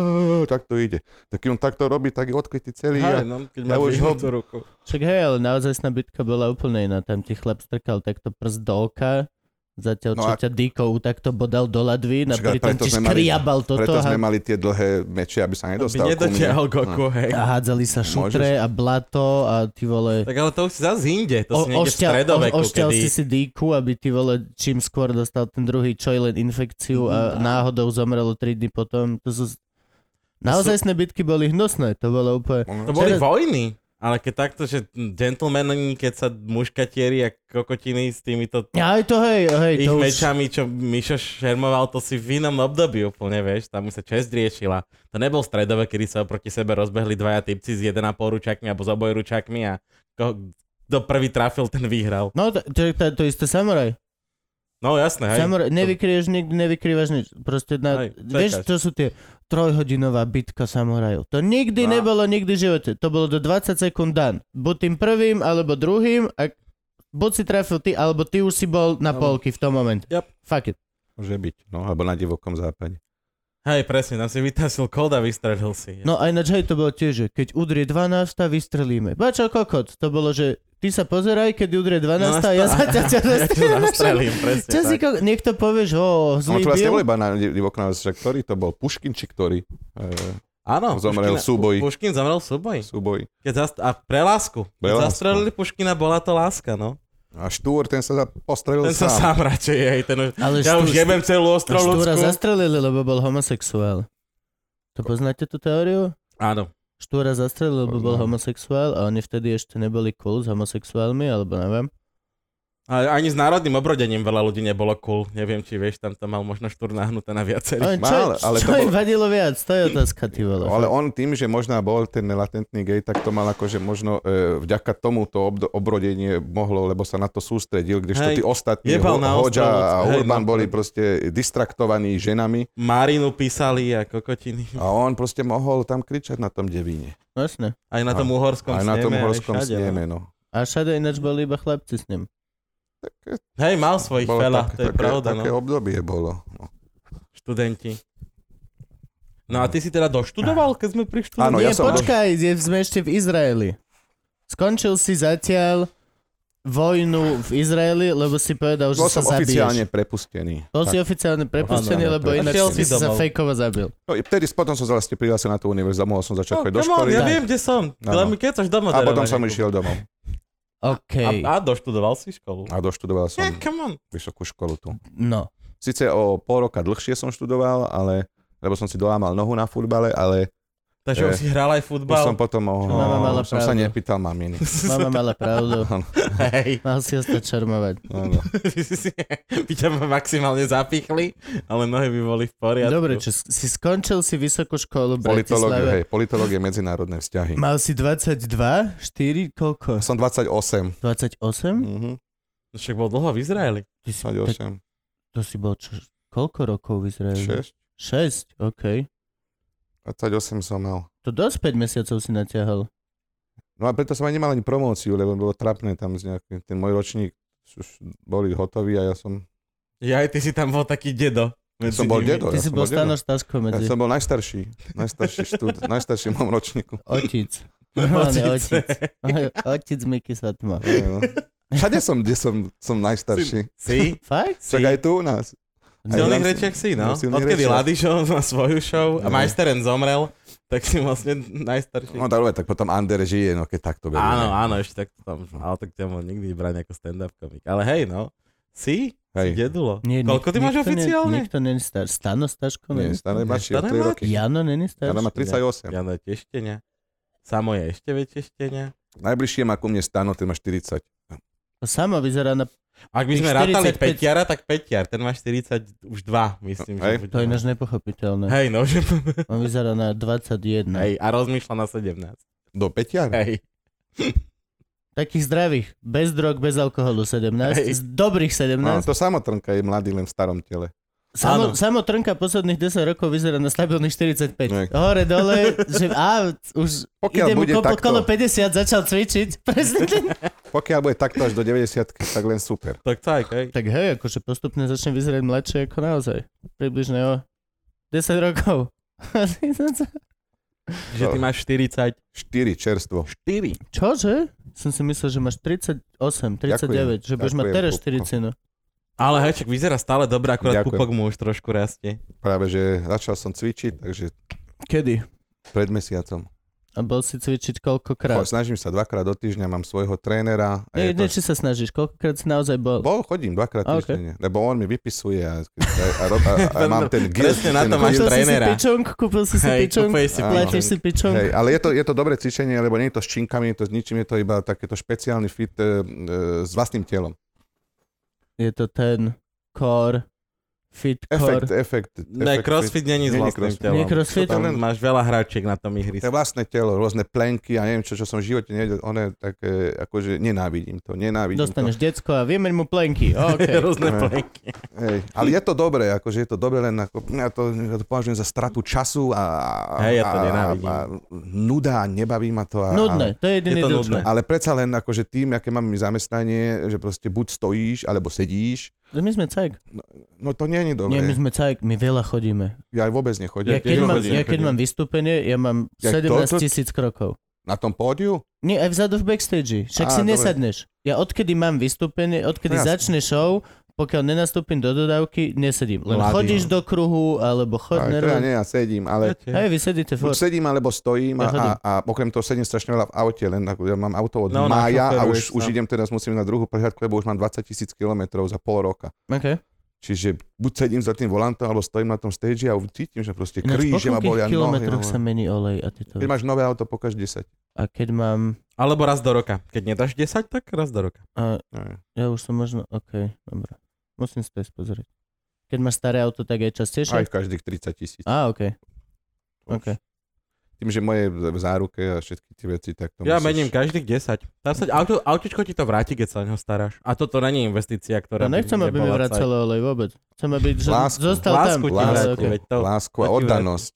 S2: takto ide. Tak keď on takto robí, tak je odkrytý celý.
S3: Hej,
S2: a-
S3: no, keď
S2: ja
S3: máš
S2: už ho-
S3: vyhnutú ruku.
S1: Však hej, ale naozaj sná bitka bola úplne iná. Tam ti chlap strkal takto prst do oka, zatiaľ
S2: No
S1: čo
S2: a-
S1: ťa dýkou takto bodal do ladvy,
S2: Však ale
S1: napríklad
S2: preto
S1: ti
S2: sme mali-
S1: škriabal
S2: Preto
S1: toto
S2: sme
S1: a,
S2: mali tie dlhé meče, aby sa
S3: Aby
S2: nedostal ku mne. No.
S3: nedotiahol Goku, hej.
S1: a hádzali sa
S2: Môžeš.
S1: šutre a blato a ty vole...
S3: Tak ale to už si zase inde, to
S1: O-
S3: si niekde v stredoveku,
S1: ošťal
S3: kedy...
S1: si si dýku, aby ty vole čím skôr dostal ten druhý čoj len infekciu a náhodou zomrelo 3 dny potom. To sú... Naozaj sné bitky boli hnusné, to bolo úplne...
S2: No.
S3: To boli
S1: Teraz-
S3: vojny. Ale keď takto, že gentlemani, keď sa muškatieri a kokotiny s týmito
S1: Aj to hej, hej,
S3: ich
S1: to už...
S3: mečami, čo Mišo šermoval, to si v inom období úplne, vieš, tam už sa čest riešila. To nebol stredové, kedy sa proti sebe rozbehli dvaja typci s 1,5 ručakmi alebo s oboj ručakmi a ko- kto prvý trafil, ten vyhral.
S1: No, to, to, to, to isté samuraj.
S3: No jasné, hej.
S1: Samuraj, nevykrieš nikdy, nevykrývaš nič. Proste na,
S3: Hej,
S1: vieš,
S3: čakáš.
S1: to sú tie trojhodinová bitka samurajov. To nikdy
S3: No a-
S1: nebolo nikdy v živote. To bolo do 20 sekúnd dan. Buď tým prvým, alebo druhým, a buď si trafil ty, alebo ty už si bol na
S3: Áno.
S1: polky v tom momente.
S3: Yep.
S1: Fuck it.
S2: Môže byť, no, alebo na divokom západe.
S3: Hej, presne, tam si vytasil kold a vystrelil si.
S1: No a ináč, hej, to bolo tiež, že keď udrie 12, vystrelíme. Bačo kokot, to bolo, že ty sa pozeraj, keď udrie 12,
S3: No
S1: a ja sa ťa ťa
S3: ja ťa zastrelím, presne
S1: Čo si,
S3: tak.
S1: ko- niekto povie, že o,
S2: No
S1: zlý
S2: to vlastne
S1: byl.
S2: bol iba na di- divokom západe, že ktorý to bol? Puškin či ktorý? E,
S3: Áno,
S2: Zomrel
S3: No, Puškina-
S2: v súboji.
S3: Puškin zomrel v súboji.
S2: súboj.
S3: Keď zast- a pre lásku. Keď
S2: Pre lásku.
S3: zastrelili Puškina, bola to láska, no.
S2: A Štúr, ten sa za- postrelil
S3: Ten sa
S2: sám.
S3: sám radšej, hej, ten už...
S1: Ale
S3: Ja už
S1: Štúr-
S3: jebem celú ostrov
S1: Štúra
S3: ľudskú.
S1: zastrelili, lebo bol homosexuál. To poznáte tú teóriu?
S3: Áno.
S1: Štúra zastrelil, lebo bol
S2: Poznám.
S1: homosexuál a oni vtedy ešte neboli cool s homosexuálmi, alebo neviem.
S3: A ani s národným obrodením veľa ľudí nebolo cool. Neviem, či vieš, tam to mal možno štúr nahnuté na
S1: Ale
S3: viacerých.
S1: čo,
S2: Mal, ale
S1: čo
S2: to bol-
S1: im vadilo viac? To je otázka, ty vole.
S2: No, ale on tým, že možná bol ten latentný gej, tak to mal akože možno e, vďaka tomu to obdo- obrodenie mohlo, lebo sa na to sústredil, kdežto
S3: Hej,
S2: tí ostatní,
S3: jebal na
S2: Hoďa
S3: Ostrovec.
S2: a
S3: Hej,
S2: Urban
S3: no.
S2: boli proste distraktovaní ženami
S3: Marinu písali a kokotiny.
S2: a on proste mohol tam kričať na tom devíne.
S1: Jasne.
S3: Aj na tom
S2: Aj
S3: uhorskom
S2: na
S3: sneme.
S2: tom
S3: aj
S2: horskom
S3: všade, no.
S2: sneme, no.
S1: A všade ináč boli iba chlapci s ním.
S3: Hej, mal svojich
S2: Bolo
S3: veľa,
S2: také-
S3: to je
S2: také,
S3: pravda,
S2: také
S3: no.
S2: obdobie bolo. No.
S3: Študenti. No a ty si teda doštudoval, keď sme prišli?
S2: Áno,
S1: Nie,
S2: ja som-
S1: počkaj, je, sme ešte v Izraeli. Skončil si zatiaľ vojnu v Izraeli, lebo si povedal, že
S2: Bol
S1: sa
S2: som
S1: zabiješ.
S2: oficiálne prepustený.
S1: Bol si oficiálne prepustený,
S2: Áno, áno,
S1: lebo
S2: to je-
S1: ináč
S3: Išiel
S1: si
S3: si
S1: sa
S3: domov.
S1: fejkovo zabil.
S2: No, i vtedy potom som sa vlastne prihlásil na tú univerzitu, mohol som začať chodiť do
S3: No, come on,
S2: školy.
S3: ja viem, kde som.
S2: Áno.
S3: Ale mi kecaš doma.
S2: a potom
S3: derovanie.
S2: som išiel domov
S3: A,
S1: OK,
S3: a doštudoval si školu.
S2: a doštudoval som
S3: Yeah, come on.
S2: vysokú školu tu.
S1: no.
S2: Sice o pol roka dlhšie som študoval, ale lebo som si dolámal nohu na futbale, ale
S3: Takže
S2: Eh,
S3: už si hral
S2: už
S3: aj
S2: som
S3: futbal. No,
S2: potom o,
S1: Čo mama mala
S2: som sa
S1: pravdu.
S2: nepýtal maminy.
S1: Mama mala pravdu.
S3: Hej.
S1: Mal si ho stať šarmovať.
S2: Áno.
S3: Vy si- by ťa maximálne zapichli, ale nohy by boli v poriadku.
S1: Dobre, čo si skončil si vysokú školu v
S2: Politológia,
S1: Bratislave.
S2: hej, politológia medzinárodné vzťahy.
S1: Mal si 22, 4, koľko?
S2: Som 28.
S3: Hm?
S1: 28?
S2: Mhm,
S3: No Však bol dlho v Izraeli.
S1: Ty si, tak,
S2: 28.
S3: Hm?
S1: to si bol čo, koľko rokov v Izraeli?
S2: 6.
S1: 6, OK.
S2: 28 som mal.
S1: To dosť 5 mesiacov si natiahol.
S2: No a preto som aj nemal ani promóciu, lebo bolo trapné tam z nejakým, ten môj ročník už boli hotoví a ja som,
S3: Ja aj ty si tam bol taký dedo.
S2: ja
S3: medzi
S2: som bol
S3: nimi.
S2: dedo.
S1: Ty
S2: Ja
S1: si
S2: som
S1: bol
S2: bol dedo.
S1: stanož tásko
S2: Ja
S1: medzi.
S2: som bol najstarší, najstarší štúd, najstarší v mojom ročníku.
S1: Otic. Normálne
S3: Otice.
S1: Otic. Otic Miky Satma.
S2: No. Všade som, kde som, som najstarší.
S3: Si?
S1: Fakt?
S2: Však aj tu u nás.
S3: V silných
S2: Aj v
S3: rečiach si, no.
S2: v silných
S3: Odkedy
S2: rečiach.
S3: Ladišov má svoju show a
S2: No.
S3: Majsteren zomrel, tak si vlastne najstarší.
S2: No dobre, tak potom Ander žije, no keď takto berie.
S3: áno, áno, ešte tak to tam, ale tak ťa mohol nikdy brať ako stand-up komik. Ale hej, no. Si? Si
S2: Hej,
S3: dedulo.
S1: Nie, nik-
S3: Koľko ty máš
S1: nikto ne-
S3: oficiálne?
S1: Nikto není star. Stano Staško není
S2: nie, staré mladší o
S3: Staré
S2: 3 roky.
S1: Jano není starší.
S2: Jana má 38.
S3: Jano je teštenia. Samo je ešte väčšie štenia.
S2: Najbližšie má ku mne Stano, ten má 40.
S1: To Samo vyzerá na...
S3: Ak by
S1: Tých
S3: sme rátali
S1: 45
S3: Peťara, tak Peťar, ten má 40 už 2, myslím.
S2: Hej.
S3: že bude.
S1: To je ináč nepochopiteľné.
S3: Hej, no, že...
S1: On vyzerá na 21.
S3: Hej, a rozmýšľa na 17.
S2: Do Peťar?
S3: Hej.
S1: Takých zdravých. Bez drog, bez alkoholu 17.
S3: Hej.
S1: Z dobrých 17.
S2: No, to samotrnka je mladý len v starom tele.
S1: Samo,
S3: Áno.
S1: samo Trnka posledných 10 rokov vyzerá na stabilných 45.
S2: Hej.
S1: Hore, dole, že á, už
S2: Pokiaľ
S1: ide mu
S2: bude
S1: ko-
S2: takto.
S1: okolo 50, začal cvičiť. Presne ten...
S2: Pokiaľ bude takto až do 90 tak len super.
S3: Tak tak, hej.
S1: Tak hej, akože postupne začne vyzerať mladšie ako naozaj. Približne o 10 rokov.
S3: Že ty máš 40.
S2: 4 čerstvo.
S3: 4.
S1: Čože? Som si myslel, že máš 38, 39, že budeš mať
S2: ďakujem,
S1: teraz 40.
S2: Kupko.
S1: No.
S3: Ale heček vyzerá stále dobre, akurát
S2: Ďakujem.
S3: pupok mu už trošku rastie.
S2: Práve, že začal som cvičiť, takže
S1: Kedy?
S2: pred mesiacom.
S1: A bol si cvičiť
S2: Cho-
S1: koľkokrát?
S2: Snažím sa dvakrát do týždňa, mám svojho trénera. a
S1: Nie,
S2: je to-
S1: nie, či sa snažíš, koľkokrát si naozaj bol?
S2: Bol, chodím dvakrát
S1: A, okej.
S2: týždenne, lebo on mi vypisuje a, a, a, ro- a, a mám ten guilt.
S3: Presne na
S2: ten
S3: to máš
S2: guilt.
S1: Kúpil si si
S3: trénera.
S1: pičong, kúpil si si
S3: Hej,
S1: pičong,
S3: kúpej si
S1: platíš si pičong.
S3: pičong.
S2: Hej, ale je to, je to dobré cvičenie, lebo nie je to s činkami, nie je to s ničím, je to iba takéto špeciálny fit e, e, s vlastným telom.
S1: Je to ten core, fit core.
S2: Efekt, efekt.
S3: Ne,
S2: efekt
S3: crossfit není s
S2: Není
S3: vlastným
S2: crossfit.
S3: telom.
S1: Nie crossfit,
S3: Tam
S2: ale-
S3: máš veľa hráčiek na tom
S2: To je
S3: ihrisku.
S2: vlastné telo, rôzne plenky a neviem čo, čo som v živote nevedel, one také, akože nenávidím to, nenávidím
S1: Dostaneš
S2: to.
S1: decko a vymeň mu plenky. OK.
S3: Rôzne
S2: Ne.
S3: plenky.
S2: Hej, ale je to dobré, akože je to dobré, len ako, ja, to, ja to považujem za stratu času a, a-
S3: Hej, ja to
S2: a,
S3: nenávidím.
S2: a nuda a nebaví ma to. A,
S1: Nudné, to je
S3: Je
S1: jediný
S3: to
S1: dlčko.
S3: nudné.
S2: Ale predsa len akože tým, aké mám zamestnanie, že proste buď stojíš, alebo sedíš,
S1: My sme cajk.
S2: no to nie je
S1: Nie,
S2: dobré.
S1: my sme cajk, my veľa chodíme.
S2: Ja aj vôbec nechodím.
S1: Ja keď,
S3: tiež
S1: mám,
S3: chodím,
S1: ja keď
S2: chodím.
S1: mám vystúpenie, ja mám
S2: Ja
S1: 17
S2: toto-
S1: tisíc krokov.
S2: Na tom pódiu?
S1: Nie, aj vzadu v backstage. Však
S2: Á,
S1: si
S2: dobre.
S1: nesadneš. Ja odkedy mám vystúpenie, odkedy
S2: No jasne.
S1: začne show, pokiaľ nenastúpim do dodávky, nesedím. Len
S3: Mladý.
S1: chodíš do kruhu, alebo chod...
S2: Aj, no. to ja
S1: nervózny.
S2: nie, ja sedím, ale
S1: Hej, vy sedíte
S2: buď
S1: for.
S2: sedím, alebo stojím
S1: Ja
S2: a, a,
S1: chodím.
S2: a okrem toho sedím strašne veľa v aute, len ako ja mám auto od
S3: No, no,
S2: mája a
S3: šoferuješ
S2: už, už
S3: sa.
S2: idem teraz, musím na druhú prehľadku, lebo už mám 20 tisíc kilometrov za pol roka.
S1: Okay.
S2: Čiže buď sedím za tým volantom, alebo stojím na tom stage a cítim, že proste
S1: Ináč, po
S2: kríž, že ma
S1: koľkých
S2: bolia nohy.
S1: kilometroch sa
S2: ale-
S1: mení olej a tieto
S2: Keď
S1: veci?
S2: máš nové auto, pokaž 10.
S1: A keď mám...
S3: Alebo raz do roka. Keď nedáš 10, tak raz do roka.
S1: A
S2: Aj.
S1: ja už som možno... OK, dobre. Musím si to aj pozrieť. Keď máš staré auto, tak je
S2: Aj
S1: častejšie?
S2: v každých 30 tisíc.
S1: Á, OK. OK.
S2: Tým, že moje v v záruke a všetky tie veci, tak to
S3: Ja
S2: musíš...
S3: mením každých 10. Tam sa, auto, autičko ti to vráti, keď sa o neho staráš. A toto není investícia,
S1: Ja
S3: ktorá... by
S1: No nechcem, aby mi
S3: nebola
S1: vracalo olej vôbec. Chcem, aby že
S2: Lásku.
S1: zostal tam.
S3: Lásku ti
S1: Ale
S3: vrátilo.
S2: lásku,
S1: OK.
S3: veď to-
S2: lásku a
S3: to ti
S2: oddanosť.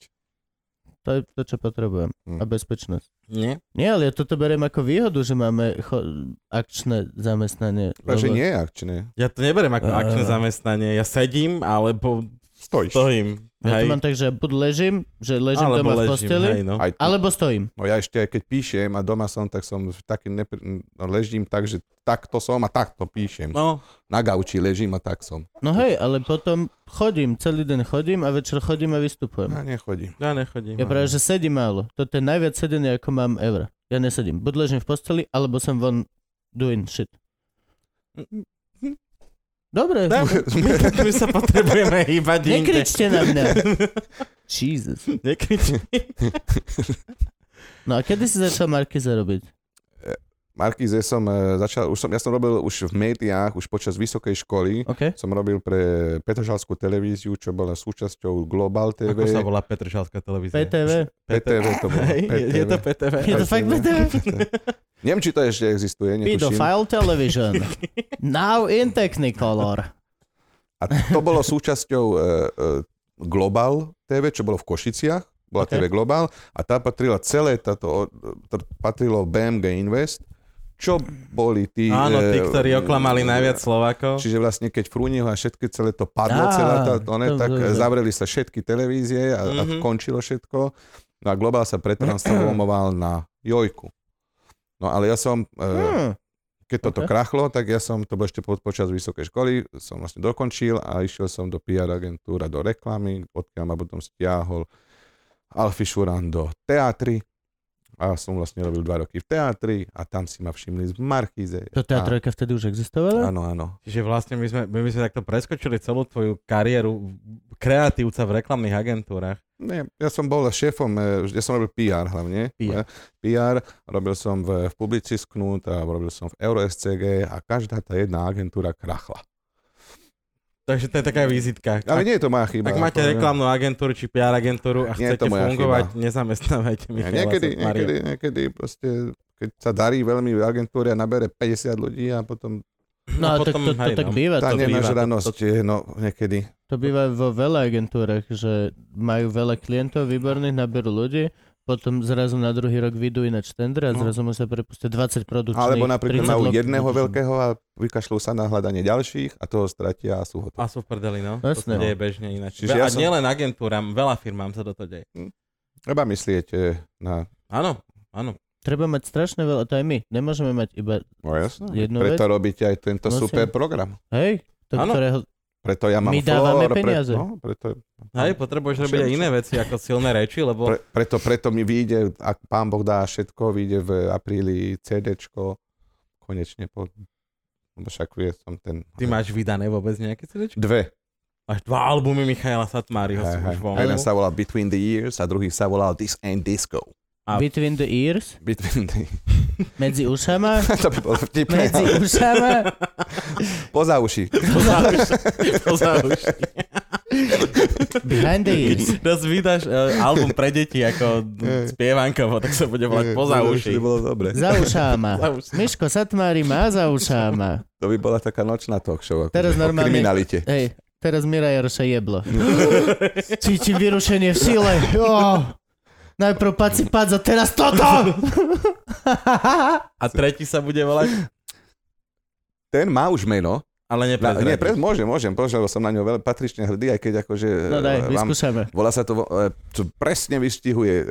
S1: To je to, čo potrebujem.
S2: Hm.
S1: A bezpečnosť.
S3: caj- Nie?
S1: Nie, ale ja toto beriem ako výhodu, že máme cho- akčné zamestnanie.
S2: Takže
S1: lebo-
S2: nie je akčné.
S3: Ja to neberiem ako
S1: Á.
S3: akčné zamestnanie. Ja sedím, alebo
S2: Stojíš.
S3: stojím.
S1: Ja
S3: Hej.
S1: to mám tak, že buď ležím, že ležím
S3: Alebo
S1: doma v
S3: ležím,
S1: posteli,
S3: hej, no.
S2: Aj tu.
S1: alebo stojím.
S2: No ja ešte aj keď píšem a doma som, tak som v takým nepr... no, ležím tak, že takto som a takto píšem.
S3: No,
S2: Na gauči ležím a tak som.
S1: No hej, ale potom chodím, celý deň chodím a večer chodím a vystupujem.
S2: Ja No, nechodím.
S3: ja nechodím.
S1: Ja práve, že sedím málo. Toto je najviac sedenie, ako mám ever. Ja nesedím. Buď ležím v posteli, alebo som von doing shit. Dobre,
S3: Ne, my, my sa potrebujeme hýbať inde.
S1: nekričte na mňa. Jesus.
S3: Nekrič.
S1: No a kedy si začal Marky zarobiť?
S2: Markize som e, začal, už som, ja som robil už v médiách, už počas vysokej školy.
S1: OK?
S2: Som robil pre Petržalskú televíziu, čo bola súčasťou Global TV.
S3: Ako sa volá Petržalská televízia?
S1: PTV?
S2: PTV to bolo.
S3: Hej, je, je to
S2: PTV.
S3: PTV.
S1: Je to fakt PTV?
S2: Neviem, či to ešte existuje, netuším.
S1: Pedophile Television. Now in Technicolor.
S2: A to bolo súčasťou e, e, Global TV, čo bolo v Košiciach. bola
S1: OK.
S2: okay. TV Global a tá patrila celé, táto, o- tr- patrilo BMG Invest, čo boli tí...
S3: Áno,
S2: eh,
S3: tí, ktorí oklamali najviac Slovákov.
S2: Čiže vlastne keď Frúniho a všetky celé to padlo,
S1: No. Á,
S2: celá tá, one,
S1: to-
S2: tak
S1: to- to-
S2: zavreli sa všetky televízie a,
S3: Mhm.
S2: a končilo všetko. No a Global sa pretransformoval na Jojku. No ale ja som, e,
S1: Hmm.
S2: keď
S1: ok.
S2: toto krachlo, tak ja som, to bol ešte po, počas vysokej školy, som vlastne dokončil a išiel som do PR agentúra, do reklamy, odkiaľ ma potom stiahol Alfi Šuran do teatry a som vlastne robil dva roky v teatri a tam si ma všimli z Markíze.
S1: To teatrojka vtedy už existovala?
S2: Áno, áno.
S3: Čiže vlastne my sme, my by sme takto preskočili celú tvoju kariéru kreatívca v reklamných agentúrach.
S2: Nie, ja som bol šéfom, e, ja som robil PR hlavne. E,
S3: PR.
S2: PR robil som v, v Publicisknut a robil som v EuroSCG a každá tá jedna agentúra krachla.
S3: Takže to je taká vizitka.
S2: Ale
S3: Ak,
S2: nie je to moja chyba.
S3: ak máte
S2: Ako-
S3: reklamnú agentúru či PR agentúru
S2: Nie
S3: a
S2: je
S3: chcete
S2: to moja
S3: fungovať, nezamestnávajte
S2: Nie,
S3: Michala
S2: niekedy,
S3: Sotmariu.
S2: niekedy, niekedy proste, keď sa darí veľmi agentúre a nabere 50 ľudí a potom
S1: No, a
S3: a
S1: tak
S3: potom,
S1: to, to,
S3: hej,
S1: tak
S3: no.
S1: býva. To
S2: tá
S1: býva.
S2: nenažranosť je no, niekedy.
S1: To býva vo veľa agentúrach, že majú veľa klientov výborných, naberú ľudí, potom zrazu na druhý rok vyjdú ináč tender a
S2: No.
S1: zrazu musia prepustiť 20 produkčných.
S2: Alebo napríklad
S1: 30
S2: majú
S1: lokálnych.
S2: jedného veľkého a vykašľú sa na hľadanie ďalších a toho stratia a sú hotoví.
S3: A sú v prdeli, no.
S1: Jasné,
S3: to sa
S1: no.
S3: deje bežne ináč.
S2: Čiže
S3: Čiže
S2: ja
S3: a
S2: som-
S3: nielen agentúram, veľa firmám sa do toho deje.
S2: Treba myslieť e, na...
S3: Áno, áno.
S1: Treba mať strašne veľa, to aj my. Nemôžeme mať iba,
S2: No jasné.
S1: Jednu
S2: Preto robíte aj tento
S1: Musím.
S2: super program.
S1: hej, to,
S3: Áno.
S1: ktorého...
S2: Preto ja mám
S1: My dávame
S2: flór, pre-
S1: peniaze.
S2: no, preto,
S3: Hej, potrebuješ robiť aj iné veci ako silné reči, lebo
S2: pre, preto, preto mi vyjde, ak pán Boh dá všetko, vyjde v apríli CDčko, konečne po... Lebo však vie, som ten...
S3: ty máš vydané vôbec nejaké CDčky.
S2: Dve.
S3: Máš dva albumy Michaela Satmáriho
S2: Hej,
S3: sú
S2: hej.
S3: už vonku.
S2: Jeden sa volal Between the Years a druhý sa volal This and Disco.
S3: A-
S1: Between the ears,
S2: Between the...
S1: medzi ušama,
S2: to by bolo vtipné.
S1: medzi ušama.
S2: Poza uši.
S3: Poza uši. Poza uši.
S1: Behind the ears.
S3: Raz vydáš eh, album pre deti ako
S2: Hej.
S3: spievankovo, tak sa bude volať Poza uši.
S2: To by bolo dobre.
S1: Za ušáma.
S3: Za uši.
S1: Miško Satmári má za ušáma.
S2: To by bola taká nočná talk show. Ako
S1: Teraz
S2: o
S1: normálne-
S2: kriminalite.
S1: Hej, teraz Mira Jaroša jeblo. Cítim vyrušenie v sile. Oh, najprv paci padza, teraz toto!
S3: A tretí sa bude volať,
S2: Ten má už meno.
S3: ale
S2: Na,
S3: neprezradíš.
S2: nie, pre, môžem, môžem, požiaľ som na ňo veľmi patrične hrdý, aj keď akože
S1: No
S2: eh,
S1: daj,
S2: vám
S1: vyskúšame.
S2: Volá sa to, e, čo presne vystihuje e,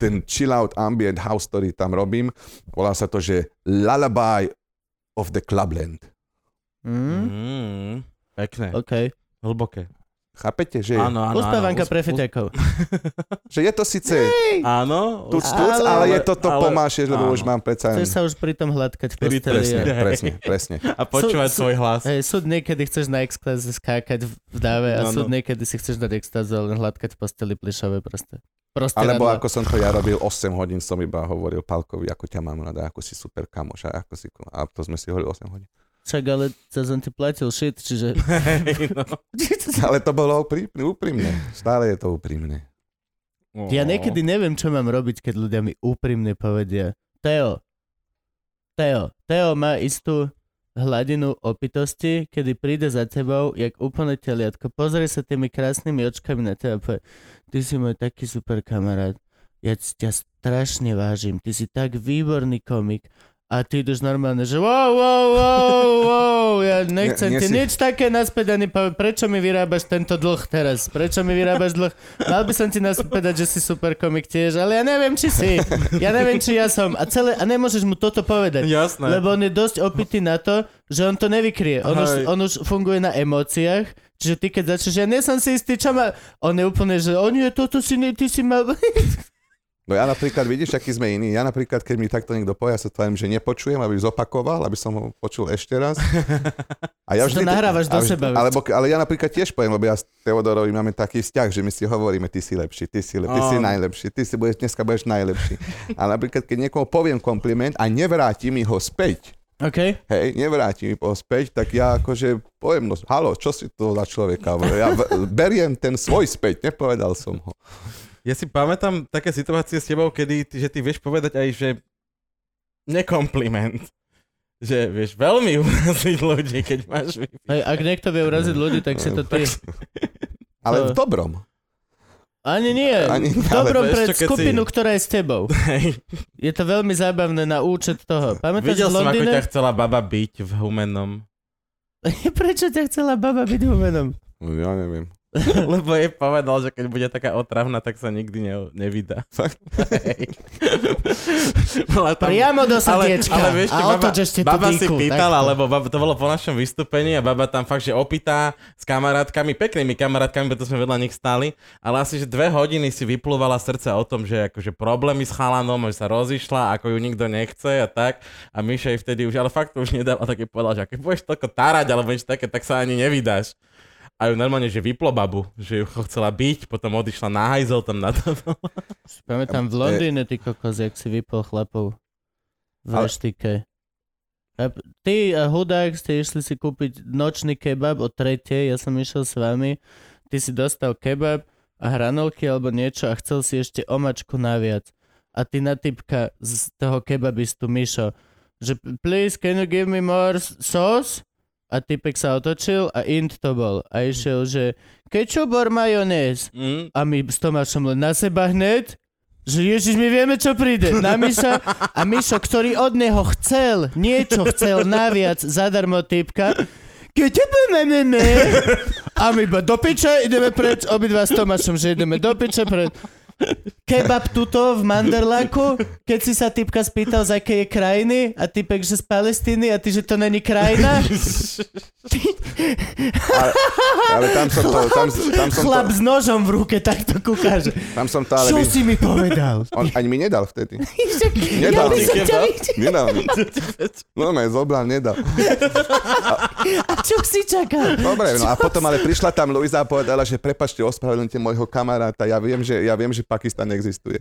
S2: ten chill out ambient house, ktorý tam robím. Volá sa to, že Lullaby of the Clubland. Hm?
S1: Mm,
S3: Mm, pekné,
S1: OK.
S3: hlboké.
S2: Chápete, že,
S3: Áno, áno, áno.
S1: Uspávanka
S3: Usp-
S1: pre
S3: usp-
S1: feťakov.
S2: že je to síce
S3: Áno.
S2: tuc, tuc,
S1: Ale-
S2: ale, je to to
S3: ale-
S2: pomášie, lebo
S3: áno.
S2: už mám predsa len...
S1: Chceš sa Teda už pritom hladkať v
S3: Iri-
S1: posteli.
S2: Presne,
S1: a-
S3: Hej.
S2: presne, presne.
S3: A počúvať
S1: Sú- sú-
S3: svoj hlas.
S1: Hej, súd niekedy chceš na extáze skákať v v dáve a
S3: No, no.
S1: súd niekedy si chceš dať extáze a len hladkať v posteli plišové proste. Proste
S2: Alebo
S1: radlo.
S2: ako som to ja robil, 8 hodín som iba hovoril Palkovi, ako ťa mám rada, ako si super kamoš a ako si... A to sme si hovorili 8 hodín.
S1: Čak, ale cez on ti platil shit, čiže...
S3: Hej, no.
S2: Ale to bolo úprimne, úprimne. Stále je to úprimne.
S1: Ja niekedy neviem, čo mám robiť, keď ľudia mi úprimne povedia. Teo, Teo, Teo má istú hladinu opitosti, kedy príde za tebou, jak úplne teliatko, pozrie sa tými krásnymi očkami na teba a povie, ty si môj taký super kamarát, ja si ťa strašne vážim, ty si tak výborný komik a ty ideš normálne, že wow, wow, wow, wow, ja nechcem
S2: Nie-
S1: ti
S2: nie si-
S1: nič také naspäť ani povie, prečo mi vyrábaš tento dlh teraz, prečo mi vyrábaš dlh, mal by som ti naspäť povedať, že si super komik tiež, ale ja neviem, či si, ja neviem, či ja som a, celé, a nemôžeš mu toto povedať.
S3: Jasné.
S1: Lebo on je dosť opitý na to, že on to nevykrie. On,
S3: Hej.
S1: už, on už funguje na emóciách, čiže ty keď začneš, ja nie som si istý, čo ma... On je úplne, že on je toto si, ne, ty si mal...
S2: No ja napríklad, vidíš, aký sme iní. Ja napríklad, keď mi takto niekto povie, ja sa tvojím, že nepočujem, aby zopakoval, aby som ho počul ešte raz. A
S1: Si to nahrávaš do
S2: a vždy-
S1: seba, vieš.
S2: Alebo, ale ja napríklad tiež poviem, lebo ja s Teodorovi máme taký vzťah, že my si hovoríme, ty si lepší, ty si lepší, ty si
S3: Áno.
S2: najlepší, ty si budeš, dneska budeš najlepší. A napríklad, keď niekomu poviem kompliment a nevráti mi ho späť,
S1: OK?
S2: hej, nevráti mi ho späť, tak ja akože poviem, no halo, čo si to za človeka? Ja v- beriem ten svoj späť, nepovedal som ho.
S3: Ja si pamätám také situácie s tebou, kedy ty, že ty vieš povedať aj, že nekompliment. Že vieš veľmi uraziť ľudí, keď máš vy-
S1: Hej, ak niekto vie uraziť ľudí, tak si to ty. To-
S2: Ale v dobrom.
S1: Ani nie.
S2: Ani nie,
S1: v
S2: ale
S1: dobrom
S3: vieš
S1: pred
S3: čo, keď si-
S1: skupinu, ktorá je s tebou.
S3: Hej.
S1: Je to veľmi zábavné na účet toho. Pamätáš v
S3: Videl som, ako
S1: Londýne?
S3: ťa chcela baba byť v humennom.
S1: Prečo ťa chcela baba byť humenom?
S2: No, Ja neviem.
S3: Lebo jej povedal, že keď bude taká otravná, tak sa nikdy ne, nevydá.
S2: Fakt?
S3: Hej. Bola tam-
S1: Priamo do srdiečka.
S3: Ale, ale vieš, čo,
S1: a
S3: baba,
S1: otoč ešte tú
S3: baba si
S1: dýku,
S3: pýtala,
S1: takto.
S3: lebo baba, to bolo po našom vystúpení a baba tam fakt, že opýta s kamarátkami, peknými kamarátkami, preto sme vedľa nich stáli, ale asi, že dve hodiny si vyplúvala srdce o tom, že akože problémy s chalanom, že sa rozišla, ako ju nikto nechce a tak. A Miša jej vtedy už, ale fakt to už nedáva, tak jej povedala, že keď budeš toľko tárať alebo niečo také, tak sa ani nevydáš. A ju normálne, že vyplo babu, že ju chcela byť, potom odišla na hajzel tam na to.
S1: Si Pamätám v Londýne, ty kokos, jak si vypol chlapov v
S2: Ale-
S1: reštike. A p- Ty a hudák ste išli si kúpiť nočný kebab o tretej, ja som išiel s vami, ty si dostal kebab a hranolky alebo niečo a chcel si ešte omačku naviac. A ty na typka z toho kebabistu Mišo, že p- please can you give me more s- sauce? A typek sa otočil a int to bol. A išiel, že ketchup or majonez?
S3: Mm.
S1: A my s Tomášom len na seba hneď, že Ježiš, my vieme, čo príde. Na Miša a Mišo, ktorý od neho chcel, niečo chcel naviac, zadarmo typka, keď tebe ne, ne. A my iba do piče, ideme preč, obidva s Tomášom, že ideme do piče preč. Kebab tuto v Manderlaku, keď si sa typka spýtal, z akej je krajiny a typek, že z Palestíny a ty, že to není krajina.
S2: Ale, ale tam som to... Tam, tam som
S1: Chlap
S2: to,
S1: s nožom v ruke takto kúka, že
S2: tam som to ale...
S1: čo
S2: Vy,
S1: si mi povedal?
S2: on ani mi nedal vtedy.
S1: Ja
S2: Nedal
S1: by
S2: mi.
S1: som ťa
S3: kebab.
S1: videl.
S2: Nedal mi. No, ma zobral, nedal.
S1: A čo si čakal?
S2: Dobre, no a potom ale prišla tam Luisa a povedala, že prepačte, ospravedlňte môjho kamaráta, ja viem, že, ja viem, že Pakistan existuje.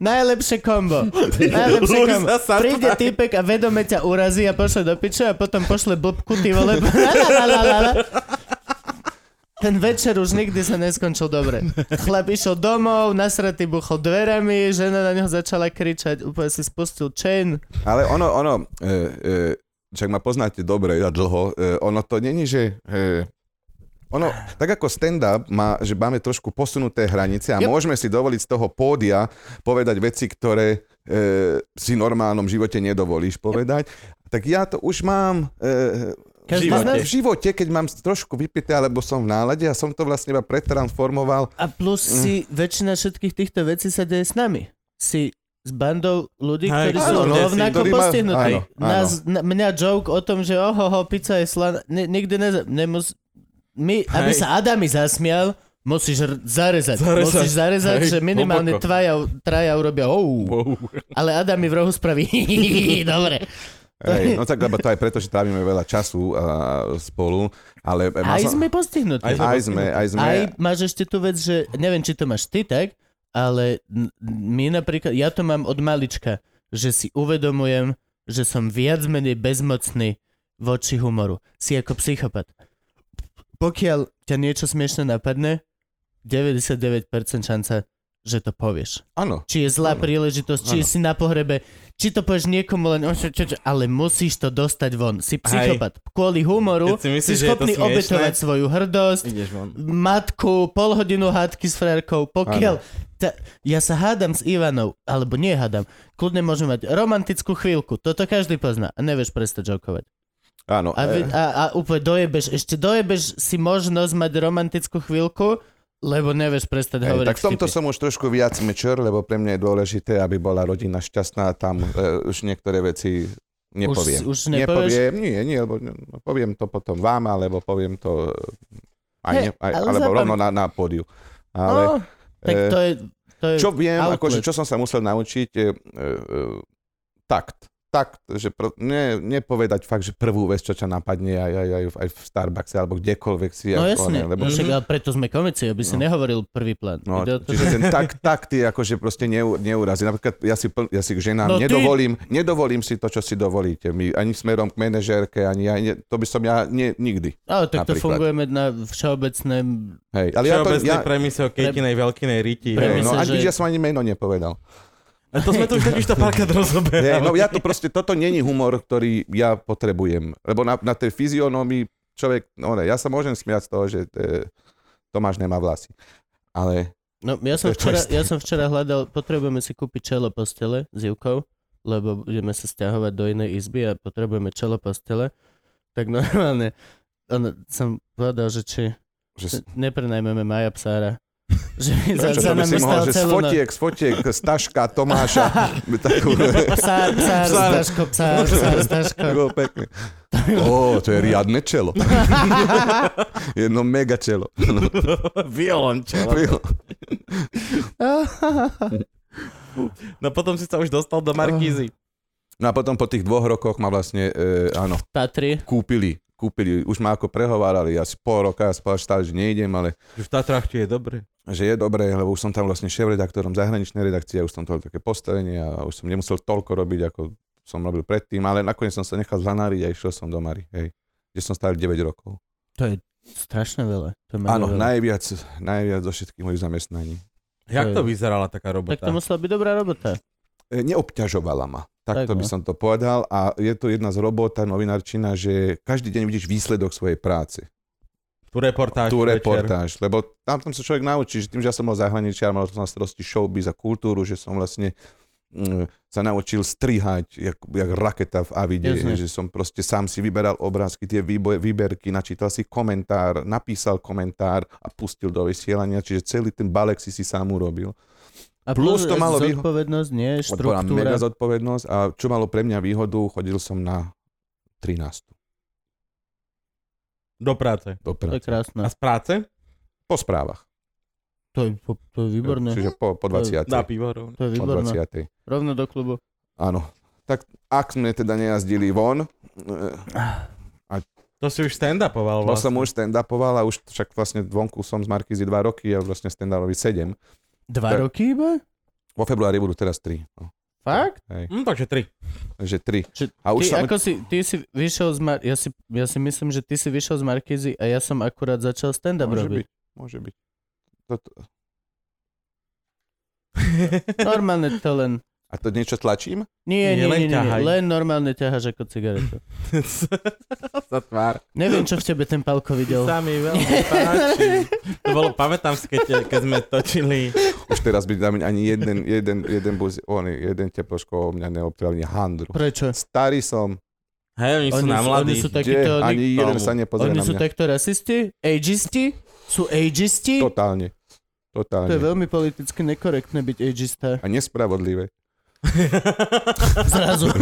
S1: Najlepšie kombo. Najlepšie
S3: Luisa
S1: kombo.
S3: sa
S1: Príde
S3: tvári.
S1: typek a vedome ťa urazí a pošle do piče a potom pošle blbku, ty vole. La, la, la, la, la, la. Ten večer už nikdy sa neskončil dobre. Chlap išiel domov, nasratý buchol dverami, žena na neho začala kričať, úplne si spustil chain.
S2: Ale ono, ono, e, e, však ma poznáte dobre a dlho, e, ono to není, že... E, ono, tak ako stand-up má, že máme trošku posunuté hranice a
S1: Jo.
S2: môžeme si dovoliť z toho pódia povedať veci, ktoré e, si v normálnom živote nedovolíš povedať. Tak ja to už mám e,
S1: Každý
S3: živote.
S1: z nás
S2: v živote, keď mám trošku vypité, alebo som v nálade a som to vlastne iba pretransformoval
S1: A plus
S2: Mm.
S1: si väčšina všetkých týchto vecí sa deje s nami. Si s bandou ľudí,
S3: Hej,
S1: ktorí sú
S2: áno, no,
S1: rovnako
S2: ktorí ma-
S1: postihnutí.
S2: áno, áno.
S1: Nás, na, mňa joke o tom, že ohoho, pizza je slaná, ne, nikdy ne, nemus... My, aby
S3: Hej.
S1: sa Adami zasmial, musíš r- zarezať.
S3: Zarezať.
S1: Musíš zarezať,
S3: Hej,
S1: že minimálne
S3: hlboko.
S1: tvaja, traja urobia ou,
S3: Wow.
S1: ale Adami v rohu spraví dobre.
S2: Hej, no tak lebo to aj preto, že trávime veľa času a, spolu, ale e, mal
S1: Aj
S2: som-
S1: sme postihnutí.
S3: Aj
S2: aj sme, aj sme.
S1: Aj máš ešte tú vec, že neviem, či to máš ty tak, ale n- my napríklad, ja to mám od malička, že si uvedomujem, že som viac menej bezmocný voči humoru. Si ako psychopat. Pokiaľ ťa niečo smiešne napadne, 99% šanca, že to povieš.
S2: Áno.
S1: Či je zlá
S2: Áno.
S1: príležitosť, či
S2: Áno.
S1: si na pohrebe, či to povieš niekomu len, "Oš, čo, čo", ale musíš to dostať von. Si psychopat. Kvôli humoru
S3: Keď si myslíš,
S1: si
S3: že je to
S1: schopný
S3: smiešné?
S1: obetovať svoju hrdosť,
S3: Ideš von.
S1: matku, pol hodinu hádky s frérkou, pokiaľ... Ta, ja sa hádam s Ivanou, alebo nie hádam, kľudne môžeme mať romantickú chvíľku, toto každý pozná a nevieš prestať jokovať.
S2: Áno.
S1: A, vy,
S2: e,
S1: a, a úplne dojebeš, ešte dojebeš si možnosť mať romantickú chvíľku, lebo nevieš prestať
S2: hej,
S1: hovoriť
S2: eh, tak v tomto
S1: vtipy.
S2: som už trošku viac mečer, lebo pre mňa je dôležité, aby bola rodina šťastná a tam e, už niektoré veci
S1: Už,
S2: nepoviem.
S1: už nepovieš?
S2: Nepoviem, nie, nie, lebo no, poviem to potom vám, alebo poviem to e, aj,
S1: Hej,
S2: ne, aj,
S1: ale
S2: alebo
S1: zapam-
S2: rovno na, na pódiu.
S1: Ale,
S2: Ale,
S1: no, tak
S2: e,
S1: to je... To je
S2: čo viem,
S1: outlet.
S2: akože čo som sa musel naučiť, je, e, e, takt. Takt, že pr- ne, nepovedať fakt, že prvú vec, čo ťa napadne aj, aj, aj, v- aj v Starbucks alebo kdekoľvek si.
S1: no
S2: ako
S1: jasne,
S2: ne, lebo, Mhm.
S1: lebo... však, ale preto sme komici, aby si
S2: No.
S1: nehovoril prvý plán.
S2: no,
S1: Ide o to,
S2: čiže
S1: že-
S2: ten takt, takt je akože proste neu, neurazí. Napríklad ja si, pl- ja si k ženám
S1: No
S2: no,
S1: ty-
S2: nedovolím, nedovolím si to, čo si dovolíte. My, ani smerom k manažérke, ani ja, ne, to by som ja nie, nikdy.
S1: Ale tak to
S2: napríklad.
S1: fungujeme na všeobecnej
S2: Hej, ale
S3: Ale
S2: ja to, ja,
S3: premise o Kejtinej veľkinej
S2: hej,
S3: riti.
S2: no,
S1: Premise,
S2: ani,
S1: že-
S2: ja som ani meno nepovedal.
S3: A to sme tu už totiž to párkrát
S2: Nie,
S3: rozoberali.
S2: no ja to proste, toto není humor, ktorý ja potrebujem. Lebo na, na tej fyzionomii človek, no ne, ja sa môžem smiať z toho, že e, to Tomáš nemá vlasy. Ale
S1: No, ja som,
S2: To je to
S1: včera,
S2: isté.
S1: ja som včera hľadal, potrebujeme si kúpiť čelo postele s Ivkou, lebo budeme sa stiahovať do inej izby a potrebujeme čelo postele. Tak normálne on, som povedal, že či
S2: že, s-
S1: neprenajmeme Maja Psára. Že by za,
S2: čo,
S1: za
S2: to by si
S1: nami
S2: mohol,
S1: stal
S2: že z
S1: celú noc.
S2: fotiek, z fotiek, z taška Tomáša. takú,
S1: Psár, psár,
S2: Psár.
S1: staško, psár, psár, staško.
S2: takú pekne. Ó, to je riadne čelo. Jedno mega čelo.
S3: Violončelo. No potom si sa už dostal do Markízy.
S2: No a potom po tých dvoch rokoch ma vlastne, e, áno,
S1: Patrí.
S2: kúpili. Kúpili, už ma ako prehovárali, asi pol roka, ja spal stále, že nejdem, ale
S3: Už v Tatrách ti je dobre.
S2: že je dobré, lebo už som tam vlastne šéf-redaktorom zahraničnej redakcie, ja už som to také postavenie a už som nemusel toľko robiť, ako som robil predtým, ale nakoniec som sa nechal zanáriť a išiel som do Mary, hej, kde som stál 9 rokov.
S1: To je strašne veľa. To je
S2: Áno,
S1: veľa.
S2: najviac, najviac zo všetkých mojich zamestnaní.
S3: Jak to
S1: Hej.
S3: vyzerala taká robota?
S1: Tak to musela byť dobrá robota.
S2: E, Neobťažovala ma, takto
S1: Tak,
S2: by
S1: no.
S2: som to povedal a je to jedna z robota novinárčina, že každý deň vidíš výsledok svojej práce.
S3: Tu reportáž.
S2: tú
S3: večer.
S2: reportáž, lebo tam, tam sa človek naučí, že tým, že ja som bol zahraničiar, mal som na starosti showbiz a kultúru, že som vlastne mm, sa naučil strihať, jak, jak raketa v Avide,
S1: Jasne.
S2: že som proste sám si vyberal obrázky, tie výboje, výberky, načítal si komentár, napísal komentár a pustil do vysielania, čiže celý ten balek si si sám urobil.
S1: A
S2: Plus to malo výho-
S1: zodpovednosť, nie,
S2: Bola mega
S1: štruktúra.
S2: zodpovednosť a čo malo pre mňa výhodu, chodil som na 13.
S3: Do práce.
S2: do
S1: To je
S2: práce.
S1: krásne.
S3: A z práce?
S2: Po správach.
S1: To je, to je výborné.
S2: Čiže po, po 20.
S3: Na pivo rovno.
S1: To je
S2: Po
S1: výborné.
S2: 20.
S1: Rovno do klubu.
S2: Áno. Tak ak sme teda nejazdili von,
S3: To si už stand-upoval
S2: bol som
S3: vlastne.
S2: už stand-upoval a už však vlastne vonku som z Markízy 2 roky a vlastne stand-upovi 7.
S1: Dva
S2: Tak.
S1: roky iba?
S2: Vo februári budú teraz 3. No,
S1: Fakt?
S2: hej.
S3: Hm, takže tri.
S2: Takže 3.
S1: Či,
S2: A už
S1: ty,
S2: som...
S1: ako si, ty si vyšiel z Mar- ja, si, ja si myslím, že ty si vyšiel z Markízy a ja som akurát začal stand-up
S2: môže
S1: robiť.
S2: byť. Môže byť. Toto...
S1: Normálne to len.
S2: A to niečo tlačím?
S1: Nie, nie,
S3: Nie, len
S1: nie, nie, nie.
S3: ťahaj.
S1: Len normálne ťaháš ako cigaretu.
S3: Za tvár.
S1: Neviem, čo v tebe ten palko videl.
S3: Sa mi veľmi páči. To bolo, pamätám si, keď, keď sme točili
S2: Už teraz by tam ani jeden, jeden, jeden, buz, on, jeden teploško o mňa neobtrel ani handru.
S1: Prečo?
S2: Starý som,
S3: Hej, oni sú
S1: Oni
S3: na
S1: sú-
S3: mladí.
S1: oni sú tak-
S2: kde
S1: Takýto oni-
S2: ani jeden
S3: Tomu.
S2: sa nepozrie
S1: Oni
S2: na
S1: sú
S2: mňa.
S1: takto rasisti? Ageisti? Sú ageisti? To,
S2: Totálne.
S1: to je
S2: Totálne.
S1: veľmi politicky nekorektné byť ageista.
S2: A nespravodlivé.
S1: Zrazu.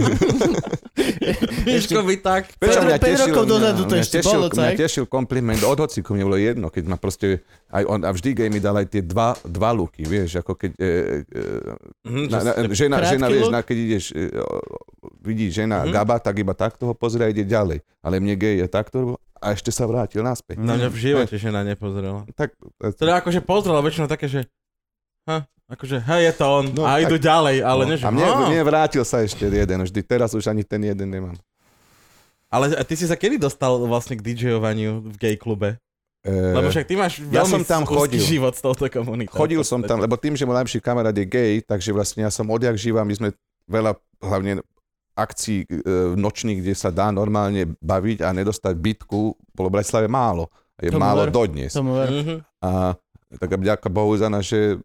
S3: Miško by tak...
S1: Prečo? Pedro, päť rokov dozadu to
S2: mňa
S1: ešte
S2: tešil,
S1: bolo,
S2: mňa
S1: tak?
S2: tešil kompliment od hociku, mne bolo jedno, keď ma proste, aj on, a vždy gej mi dal aj tie dva, dva luky, vieš, ako keď, e,
S3: Mhm,
S2: e,
S3: čo
S2: na, na,
S3: ste-
S2: žena,
S1: Krátky
S2: žena vieš,
S1: luk?
S2: na, keď ideš, e, o, vidí žena
S3: Mhm.
S2: gaba, tak iba takto ho pozrie a ide ďalej, ale mne gej je takto robil a ešte sa vrátil naspäť.
S3: Na mňa v živote žena nepozrela.
S2: Tak, e,
S3: Teda akože pozrela väčšinou také, že... Ha, akože, hej, je to on.
S2: No,
S3: a
S2: tak.
S3: idú ďalej, ale
S2: no.
S3: no, nie, že...
S2: a mne,
S3: "Á."
S2: mne vrátil sa ešte jeden, vždy, teraz už ani ten jeden nemám.
S3: Ale a ty si sa kedy dostal vlastne k DJovaniu v gay klube?
S2: E,
S3: Lebo však ty máš veľmi
S2: ja som tam
S3: úzky
S2: chodil.
S3: život s touto komunitou.
S2: Chodil som tam, lebo tým, že môj najlepší kamarát je gay, takže vlastne ja som odjak živa, my sme veľa hlavne akcií e, nočných, kde sa dá normálne baviť a nedostať bytku, bolo v Bratislave málo. Je
S1: Tomu
S2: málo
S1: ver.
S2: dodnes.
S1: Tomu ver.
S3: Mhm.
S2: A tak a vďaka Bohu za naše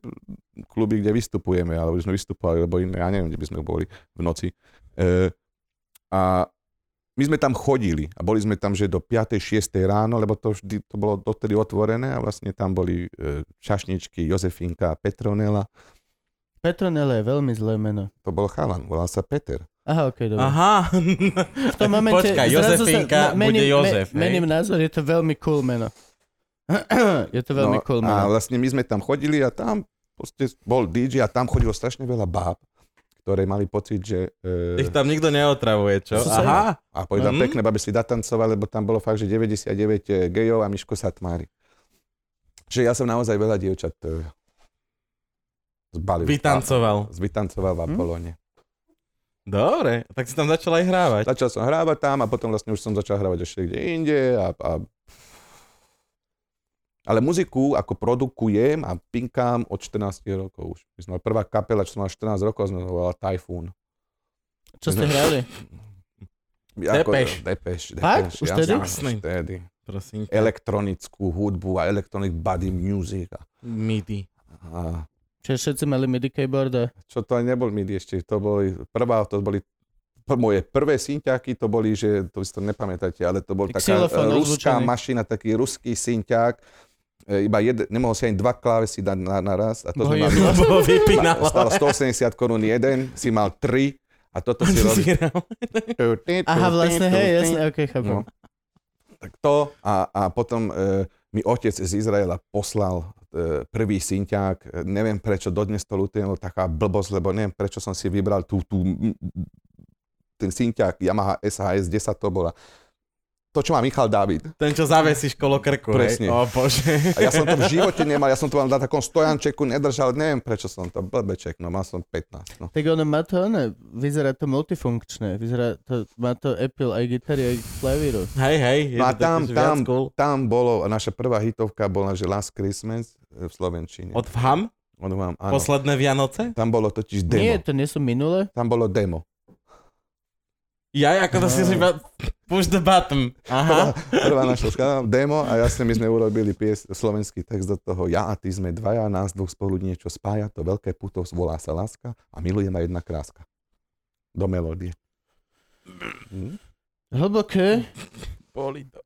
S2: kluby, kde vystupujeme, alebo by sme vystupovali, lebo iné, ja neviem, kde by sme boli v noci. E, a my sme tam chodili a boli sme tam, že do 5. 6. ráno, lebo to vždy to bolo dotedy otvorené a vlastne tam boli e, čašničky Jozefinka a Petronela.
S1: Petronele je veľmi zlé meno.
S2: To bol chalan, volal sa Peter.
S1: Aha, okej, dobre.
S3: Mhm. Aha.
S1: V tom momente...
S3: Počkaj,
S1: zrazu
S3: Jozefinka
S1: sa, mením,
S3: bude
S1: me,
S3: Jozef, hej?
S1: Mením názor, je to veľmi cool meno. je to veľmi cool
S2: a
S1: meno.
S2: vlastne my sme tam chodili a tam proste bol DJ a tam chodilo strašne veľa báb, ktoré mali pocit, že... E,
S3: Ich tam nikto neotravuje, čo?
S1: To sú sa-
S3: Aha.
S2: A boli tam
S3: Mhm.
S2: pekné baby si datancovali, lebo tam bolo fakt, že 99 gejov a Miško sa tmári. Že ja som naozaj veľa dievčat e, zbalil.
S3: Vytancoval. Mhm.
S2: A- Zvytancoval v Apolóne.
S3: Dobre, tak si tam začal aj hrávať.
S2: Začal som hrávať tam a potom vlastne už som začal hrávať ešte kde inde a, a ale muziku ako produkujem a pinkám od 14 rokov už. My sme mali prvá kapela, čo som mal 14 rokov, sme volala Typhoon.
S1: Čo ste hrali?
S2: Ako-
S3: Depeš.
S2: Depeš.
S1: Fakt?
S2: Depeš,
S1: Už
S2: ja
S1: vtedy?
S2: som-
S3: Jasný.
S2: Vtedy.
S3: prosím ťa.
S2: elektronickú hudbu a electronic body music. A,
S3: MIDI.
S2: a
S1: Čiže všetci mali MIDI keyboardy.
S2: čo to aj nebol MIDI ešte, to boli, prvá, to boli pr- moje prvé synťáky, to boli, že to si to nepamätáte, ale to bol
S1: Tak
S2: taká e,
S1: xylofón
S2: ruská
S1: ozvučený.
S2: mašina, taký ruský synťák, e, iba jeden, nemohol si ani dva klávesy dať na, naraz a to
S1: Bohy-
S2: sme mali
S3: Lebo vypínalo.
S2: Stalo 180 korún jeden, si mal tri a toto si robil.
S1: Aha, vlastne, hej, jasne, okej, chápem.
S2: No. Tak to a, a potom e, mi otec z Izraela poslal e, prvý synťák, E, neviem prečo, dodnes to lutujem, lebo taká blbosť, lebo neviem prečo som si vybral tú, tú m, ten synťák Yamaha SHS 10 to bola. To, čo má Michal David.
S3: Ten, čo zavesíš kolo krku,
S2: Presne.
S3: hej? O bože.
S2: A ja som to v živote nemal, ja som to mal na takom stojančeku, nedržal, neviem prečo som to, blbeček, no mal som 15. No.
S1: Tak ono má to, ono, vyzerá to multifunkčné. Vyzerá to, má to Apple aj gitary, aj klavíru.
S3: Hej, hej. je
S2: No a
S3: to
S2: tam,
S3: takéž
S2: tam,
S3: viac cool.
S2: tam bolo, naša prvá hitovka bola, že Last Christmas e, v Slovenčine.
S3: Od Vham?
S2: On vám, áno.
S3: Posledné Vianoce?
S2: Tam bolo totiž demo.
S1: Nie, to nie sú minulé.
S2: Tam bolo demo.
S3: Ja, ako to si
S1: No.
S3: iba... Push the button. Aha.
S2: Prvá naša skladba, demo a jasne my sme urobili pies, slovenský text do toho Ja a ty sme dvaja, nás dvoch spolu niečo spája, to veľké puto volá sa láska a miluje ma jedna kráska. Do melódie. Hm?
S1: Hlboké.
S3: Boli to.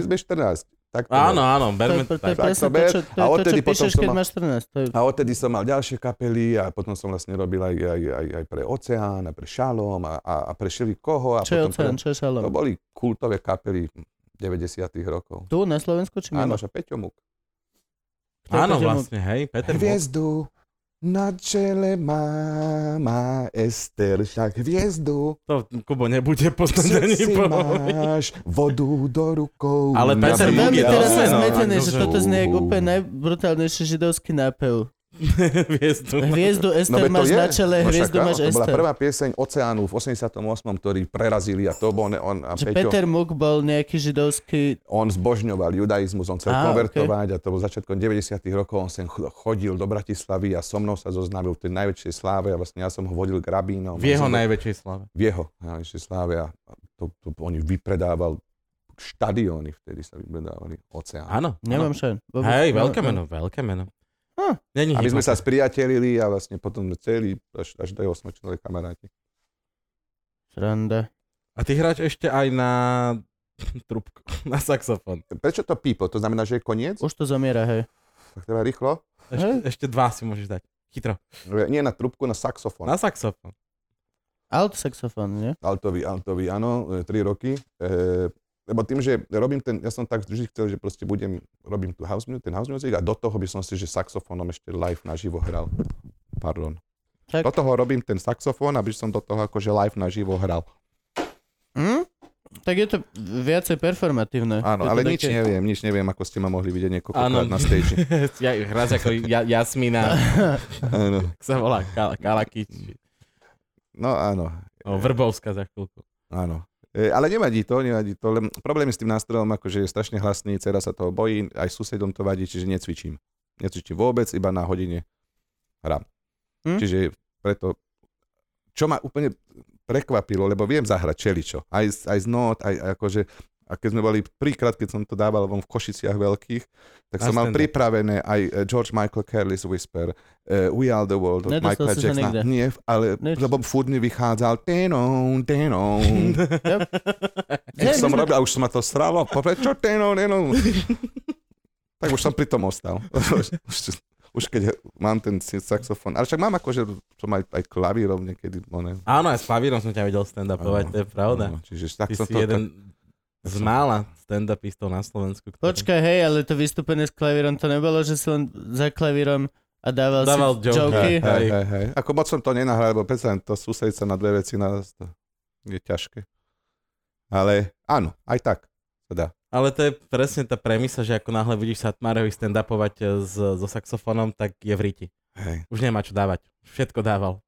S1: Ale
S2: sme 14. Tak to
S3: Áno,
S2: bolo.
S3: áno,
S1: to, je- to,
S3: berme
S1: to
S3: to
S1: je
S3: tak.
S2: tak
S1: presne
S2: to
S1: to,
S2: ber.
S1: čo, to,
S2: A
S1: je to, čo
S2: odtedy potom
S1: píšeš,
S2: som
S1: keď
S2: ma-
S1: máš 14. To je,
S2: A odtedy som mal ďalšie kapely a potom som vlastne robil aj, aj, aj, aj pre Oceán a pre Šalom a, a, a pre Šili Koho. A
S1: čo je
S2: potom
S1: oceán, čo je
S2: To
S1: šalom.
S2: boli kultové kapely 90 rokov.
S1: Tu na Slovensku či
S2: Áno,
S1: mimo?
S2: že Peťo Muk.
S1: Kto
S3: Áno,
S1: to, že mu-
S3: vlastne, hej, Peter Mok.
S2: Hviezdu na čele má, má Ester, však hviezdu
S3: To Kubo nebude poznať ani
S2: si
S3: po
S2: máš, vodu do rukou.
S3: Ale Peter
S1: Veľmi
S2: nabíja.
S3: Muk je
S1: teraz som
S3: dobre, no,
S1: zmetený,
S3: akože-
S1: že toto znie ako úplne najbrutálnejší židovský nápev.
S3: hviezdu.
S1: Hviezdu
S2: No,
S1: Ester
S2: veď to
S1: máš
S2: je.
S1: na čele,
S2: No, však
S1: hviezdu
S2: áno,
S1: máš
S2: To bola
S1: Ester.
S2: prvá pieseň Oceánu v 88., ktorý prerazili a to bol ne, on a
S1: Že
S2: Peťo.
S1: Peter Muk bol nejaký židovský...
S2: On zbožňoval judaizmus, on chcel
S1: Á,
S2: konvertovať a to bol začiatkom 90. rokov, on sem ch- chodil do Bratislavy a so mnou sa zoznámil v tej najväčšej sláve a vlastne ja som ho vodil k rabínom. Ja
S3: V jeho
S2: som bol-
S3: najväčšej slave.
S2: v jeho najväčšej sláve a to, to oni vypredával štadióny, vtedy sa vypredávali oceán.
S3: Áno.
S2: No.
S1: Nemám šajn.
S3: áno.
S1: Vôbec.
S3: Hej,
S1: Nemám-
S3: veľké meno, veľké meno.
S1: Hm.
S3: Není
S2: A my no. sme sa
S3: hip-hop.
S2: spriatelili a vlastne potom sme celý, až, až do jeho smrti boli kamaráti.
S1: Sranda.
S3: A ty hráš ešte aj na trubku, na saxofón.
S2: Prečo to people? To znamená, že je koniec?
S1: Už to zamiera, hej.
S2: Tak treba rýchlo?
S3: Ešte,
S1: Hej.
S3: ešte dva si môžeš dať. Chytro.
S2: Nie na trubku, na saxofón.
S3: Na saxofón.
S1: Alt saxofón, nie?
S2: Altovi, altovi, áno, e, tri roky. E, lebo tým, že robím ten, ja som tak vždy chcel, že proste budem, robím tu house, mu- ten house music a do toho by som si, že saxofónom ešte live naživo hral. Pardon.
S1: Tak.
S2: Do toho robím ten saxofón, aby som do toho akože live naživo hral.
S1: Hm? Tak je to viacej performatívne.
S2: Áno,
S1: Je to
S2: ale
S1: také-
S2: nič neviem, nič neviem, ako ste ma mohli vidieť niekoľkokrát
S3: Áno.
S2: na stage.
S3: ja, hráš ako ja, Jasmina,
S2: Áno.
S3: ak sa volá Kala, Kalakič.
S2: No áno,
S3: O, Vrbovská za chvíľku.
S2: áno. E, ale nevadí to, nevadí to, len problém je s tým nástrojom, akože je strašne hlasný, dcera sa toho bojí, aj susedom to vadí, čiže necvičím. Necvičím vôbec, iba na hodine hrám.
S1: Hm?
S2: Čiže preto, čo ma úplne prekvapilo, lebo viem zahrať čeličo, aj, z- aj z not, aj, aj akože a keď sme boli príkrát, keď som to dával von v Košiciach veľkých, tak
S3: Na
S2: som mal
S3: stand-up.
S2: pripravené aj e, George Michael Careless Whisper, uh, We Are The World od
S1: Nedostal
S2: Michaela
S1: si sa
S2: Jacksona.
S1: nikde.
S2: Nie, ale
S1: Nič.
S2: lebo furt mi vychádzal tenón, tenón.
S1: Ja,
S2: Tak som
S1: my sme-
S2: robil, a už som ma to sralo. Prečo tenón, tenón? tak už som pri tom ostal. už, už- už keď mám ten saxofón. Ale však mám akože, som aj, aj klavírov niekedy. No ne,
S3: Áno, aj s Pavírom som ťa videl stand-upovať,
S2: Áno,
S3: to je pravda.
S2: No, čiže tak
S3: Ty
S2: som
S3: si
S2: to...
S3: jeden
S2: Tak,
S3: z mála stand-upistov na Slovensku. Ktorý
S1: Počkaj, hej, ale to vystúpenie s klavírom, to nebolo, že si len za klavírom a dával,
S3: Dával
S1: si
S3: joke.
S1: joky?
S3: Hej.
S2: hej, hej, hej. Ako moc som to nenahral, lebo predsa to susediť sa na dve veci naraz, to je ťažké. Ale áno, aj tak. Teda.
S3: Ale to je presne tá premisa, že ako náhle vidíš Satmárovi stand-upovať e, s, so saxofónom, tak je v ríti.
S2: Hej,
S3: Už nemá čo dávať. Všetko dával.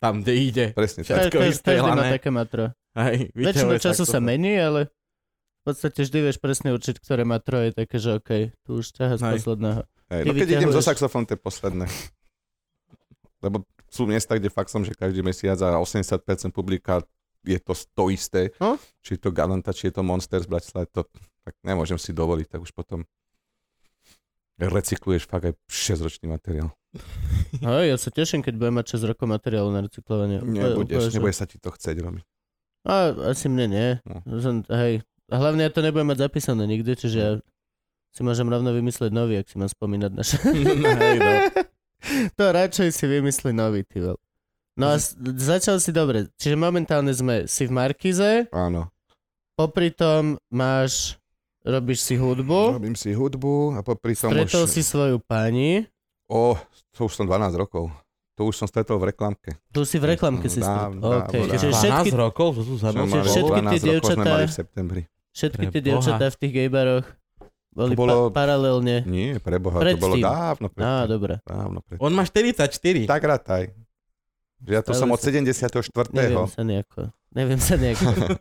S3: Tam, kde ide.
S2: presne tak.
S3: Všetko
S1: Ka- ka-
S3: isté,
S1: Každý má
S3: lané.
S1: také matro.
S3: Aj,
S1: Väčšinu
S3: vyťahuje
S1: času sa
S3: saxofón.
S1: mení, ale v podstate vždy vieš presne určiť, ktoré má troje, také, že okej, tu už ťaha z
S3: Hej.
S1: posledného.
S2: Hej,
S1: Ty
S2: no keď idem zo
S1: vyťahuješ-
S2: saxofón, to je posledné. Lebo sú miesta, kde fakt som, že každý mesiac a 80% publika je to to isté.
S1: No.
S2: Či je to Galanta, či je to Monster z Bratislava, to tak nemôžem si dovoliť, tak už potom recykluješ fakt aj 6-ročný materiál.
S1: Hej, ja sa teším, keď budem mať 6 rokov materiálu na recyklovanie. Úplne- úplne,
S2: Nebudeš,
S1: že-
S2: nebude sa ti to chcieť robiť.
S1: A, asi mne nie.
S2: No. No.
S1: Som, hej. A hlavne ja to nebudem mať zapísané nikdy, čiže ja si môžem rovno vymyslieť nový, ak si mám spomínať naše.
S3: Hej, no.
S1: to radšej si vymyslí nový, ty veľ. No a s- začal si dobre. Čiže momentálne sme si v Markize,
S2: Áno.
S1: popri tom máš, robíš si hudbu,
S2: Robím si hudbu a popri tom
S1: stretol
S2: už...
S1: si svoju pani,
S2: O, to už som 12 rokov. To už som stretol v reklamke.
S1: tu si v reklamke si
S2: Dávno,
S1: stretol.
S2: dávno,
S1: Okay.
S2: dávno.
S1: Čiže
S3: 12
S1: všetky,
S3: rokov, to sú za
S2: Čo
S3: mnou.
S1: Čiže
S2: mali,
S1: všetky tie
S2: 12 rokov sme
S1: dievčatá-
S2: mali v septembri.
S1: všetky tie
S3: Preboha.
S1: dievčatá v tých gejbaroch boli
S2: To bolo-
S1: pa- paralelne.
S2: Nie, preboha, to
S1: Predtým.
S2: bolo dávno pred.
S1: Á, dobre.
S2: Dávno pred.
S3: On má 44.
S2: Tak rátaj. Že ja tu
S1: Stále
S2: som od
S1: sa-
S2: 74.
S1: Neviem sa nejako. Neviem sa nejako.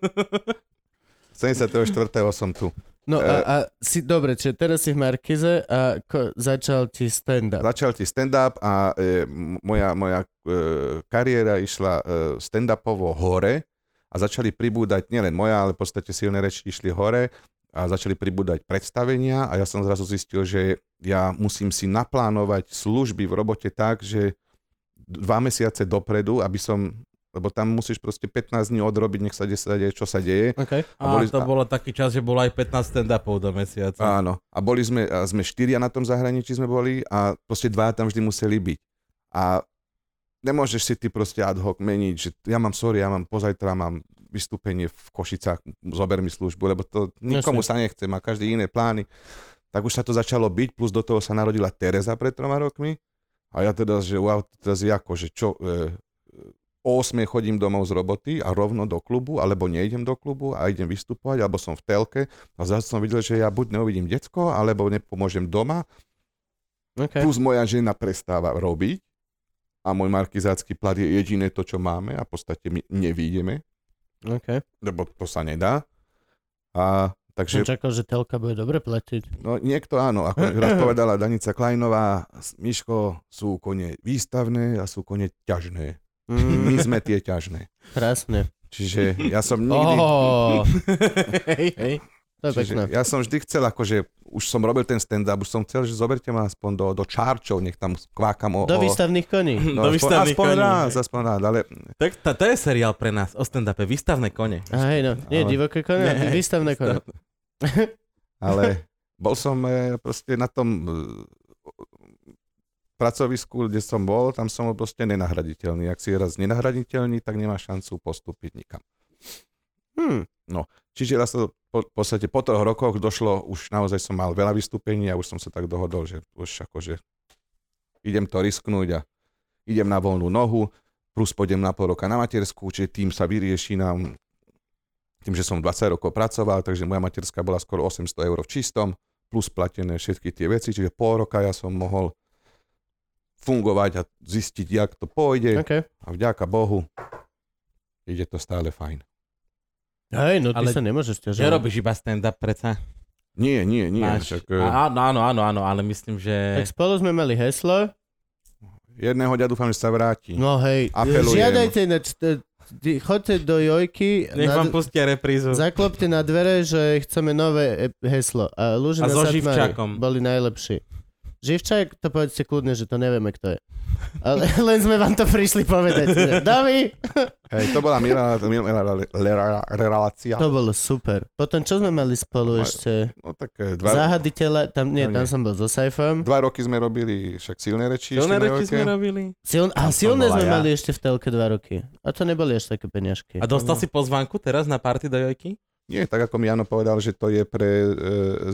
S2: 74. som tu.
S1: No
S2: Eh.
S1: a, a si, dobre, čiže teraz si v Markize a ko, začal ti stand-up.
S2: Začal ti stand-up a e, m- moja, moja e, kariéra išla e, stand-upovo hore a začali pribúdať, nielen moja, ale v podstate silné reči išli hore a začali pribúdať predstavenia a ja som zrazu zistil, že ja musím si naplánovať služby v robote tak, že dva mesiace dopredu, aby som, lebo tam musíš proste 15 dní odrobiť, nech sa de- sa deje, čo sa deje.
S1: Okay.
S3: A,
S2: A boli-
S3: to
S2: a-
S3: bolo taký čas, že bolo aj 15 stand-upov do mesiaca.
S2: Áno. A boli sme, a sme štyria na tom zahraničí sme boli a proste dva tam vždy museli byť. A nemôžeš si ty proste ad hoc meniť, že ja mám sorry, ja mám pozajtra, mám vystúpenie v Košicách, zober mi službu, lebo to nikomu
S1: Jasne.
S2: sa nechce, má každý iné plány. Tak už sa to začalo byť, plus do toho sa narodila Tereza pred troma rokmi. A ja teda, že wow, teraz je ako, že čo, e, o 8 chodím domov z roboty a rovno do klubu, alebo nejdem do klubu a idem vystupovať, alebo som v telke a zase som videl, že ja buď neuvidím detsko, alebo nepomôžem doma,
S1: Okay.
S2: plus moja žena prestáva robiť a môj markizácky plat je jediné to, čo máme a v podstate my nevídeme,
S1: Okay.
S2: lebo to sa nedá. A takže
S1: Som čakal, že telka bude dobre platiť.
S2: No niekto áno, ako raz povedala Danica Kleinová, Miško, sú kone výstavné a sú kone ťažné. My
S1: Mm,
S2: sme tie ťažné.
S1: krásne.
S2: Čiže ja som nikdy...
S1: Oh,
S3: Hej, hej.
S1: to je pekné.
S2: Čiže ja som vždy chcel, akože už som robil ten stand-up, už som chcel, že zoberte ma aspoň do, do čárčov, nech tam kvákam o...
S1: Do
S2: o-
S1: výstavných koní.
S2: no,
S3: Do
S2: aspoň,
S3: výstavných
S2: aspoň
S3: koní.
S2: rád, aspoň rád, ale
S3: Tak to, to je seriál pre nás o stand-upe. Výstavné kone.
S1: A hej, no. Nie
S2: Ale-
S1: divoké kone,
S3: Ne,
S1: ale výstavné kone.
S2: Ale bol som eh, proste na tom eh, pracovisku, kde som bol, tam som bol proste nenahraditeľný. Ak si raz nenahraditeľný, tak nemá šancu postúpiť nikam.
S1: Hm.
S2: Čiže raz to po, v podstate po troch rokoch došlo, už naozaj som mal veľa vystúpení a už som sa tak dohodol, že už akože idem to risknúť a idem na voľnú nohu, plus pôjdem na pol roka na matersku, čiže tým sa vyrieši nám tým, že som 20 rokov pracoval, takže moja materská bola skoro 800 eur v čistom, plus platené všetky tie veci, čiže pol roka ja som mohol fungovať a zistiť, jak to pôjde
S1: Okay.
S2: a vďaka Bohu ide to stále fajn.
S1: Hej, no ty
S3: Ale-
S1: sa nemôžeš
S3: Že
S1: ťažovať.
S3: robíš iba stand-up preca.
S2: Nie, nie, nie.
S3: Máš-
S2: však, eh,
S3: Á- no, Áno, áno, áno, áno, ale myslím, že...
S1: Tak spolu sme mali heslo.
S2: Jedného dňa dúfam, že sa vráti. No.
S1: No hej,
S2: Apelujem.
S1: žiadajte na... č- t- t- Chodte do Jojky.
S3: Nech
S1: na-
S3: vám pustia reprízu.
S1: Zaklopte na dvere, že chceme nové e- heslo. A Lužina
S3: A so
S1: Satmári
S3: Živčákom.
S1: boli najlepší. Živčák, to povedzte kľudne, že to nevieme, kto je. Ale len sme vám to prišli povedať. že Davi,
S2: Hej, to bola milá, milá re- re- relácia.
S1: to bolo super. Potom, čo sme mali spolu ešte?
S2: No tak eh, dva,
S1: Zahaditeľa, tam, nie,
S2: No nie.
S1: tam som bol so Saifom.
S2: dva roky sme robili však silné reči. ešte na
S3: Silné reči
S2: Jojke.
S3: sme robili.
S1: Siln, a
S3: Tam som
S1: silné
S3: bola
S1: sme
S3: ja.
S1: mali ešte v telke dva roky. A to neboli až také peniažky.
S3: A dostal si pozvánku teraz na party do Jojky?
S2: Nie, tak ako mi Jano povedal, že to je pre e,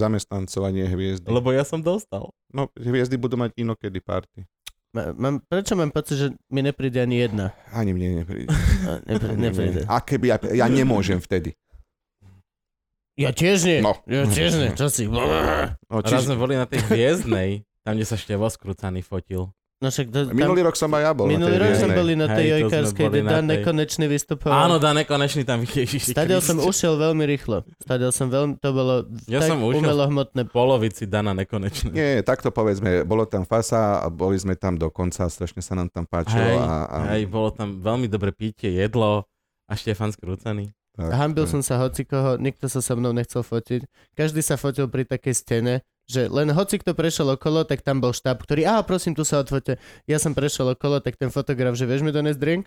S2: zamestnancovanie hviezdy.
S3: Lebo ja som dostal.
S2: No, hviezdy budú mať inokedy party.
S1: Ma- Mám, prečo mám pocit, že mi nepríde ani jedna?
S2: Ani mne nepríde.
S1: A Nepr-
S2: Ani mne.
S1: nepríde.
S2: A keby ja, ja nemôžem vtedy.
S1: Ja tiež nie.
S2: No.
S1: Ja tiež nie. Čo si?
S2: No,
S3: Raz
S2: čiže,
S3: sme boli na tej hviezdnej, tam, kde sa Števo skrúcaný fotil.
S1: No však to, tam,
S2: minulý rok som aj ja bol. na
S1: Minulý
S2: tej
S1: rok
S2: hviezdnej.
S1: sme boli na tej
S3: Hej, to sme
S1: jojkárskej,
S3: boli
S1: kde
S3: na
S1: Dan
S3: tej.
S1: nekonečne vystupoval.
S3: Áno, Dane, konečný tam ježiši
S1: Stadiel som
S3: Kriste.
S1: ušiel veľmi rýchlo. Stadiel som veľmi, to bolo
S3: Ja
S1: tak
S3: som ušiel.
S1: umelohmotné.
S3: polovici Dana nekonečné.
S2: Nie, takto povedzme, bolo tam fasa a boli sme tam dokonca, strašne sa nám tam páčilo.
S3: Hej,
S2: a, a
S3: Hej, bolo tam veľmi dobre pitie, jedlo a Štefan skrúcaný.
S2: to Tak,
S1: Hambil
S2: to je-
S1: som sa hocikoho, nikto sa so mnou nechcel fotiť. Každý sa fotil pri takej stene, že len hoci kto prešiel okolo, tak tam bol štáb, ktorý, a prosím, tu sa odfote. Ja som prešiel okolo, tak ten fotograf, že vieš mi doniesť drink?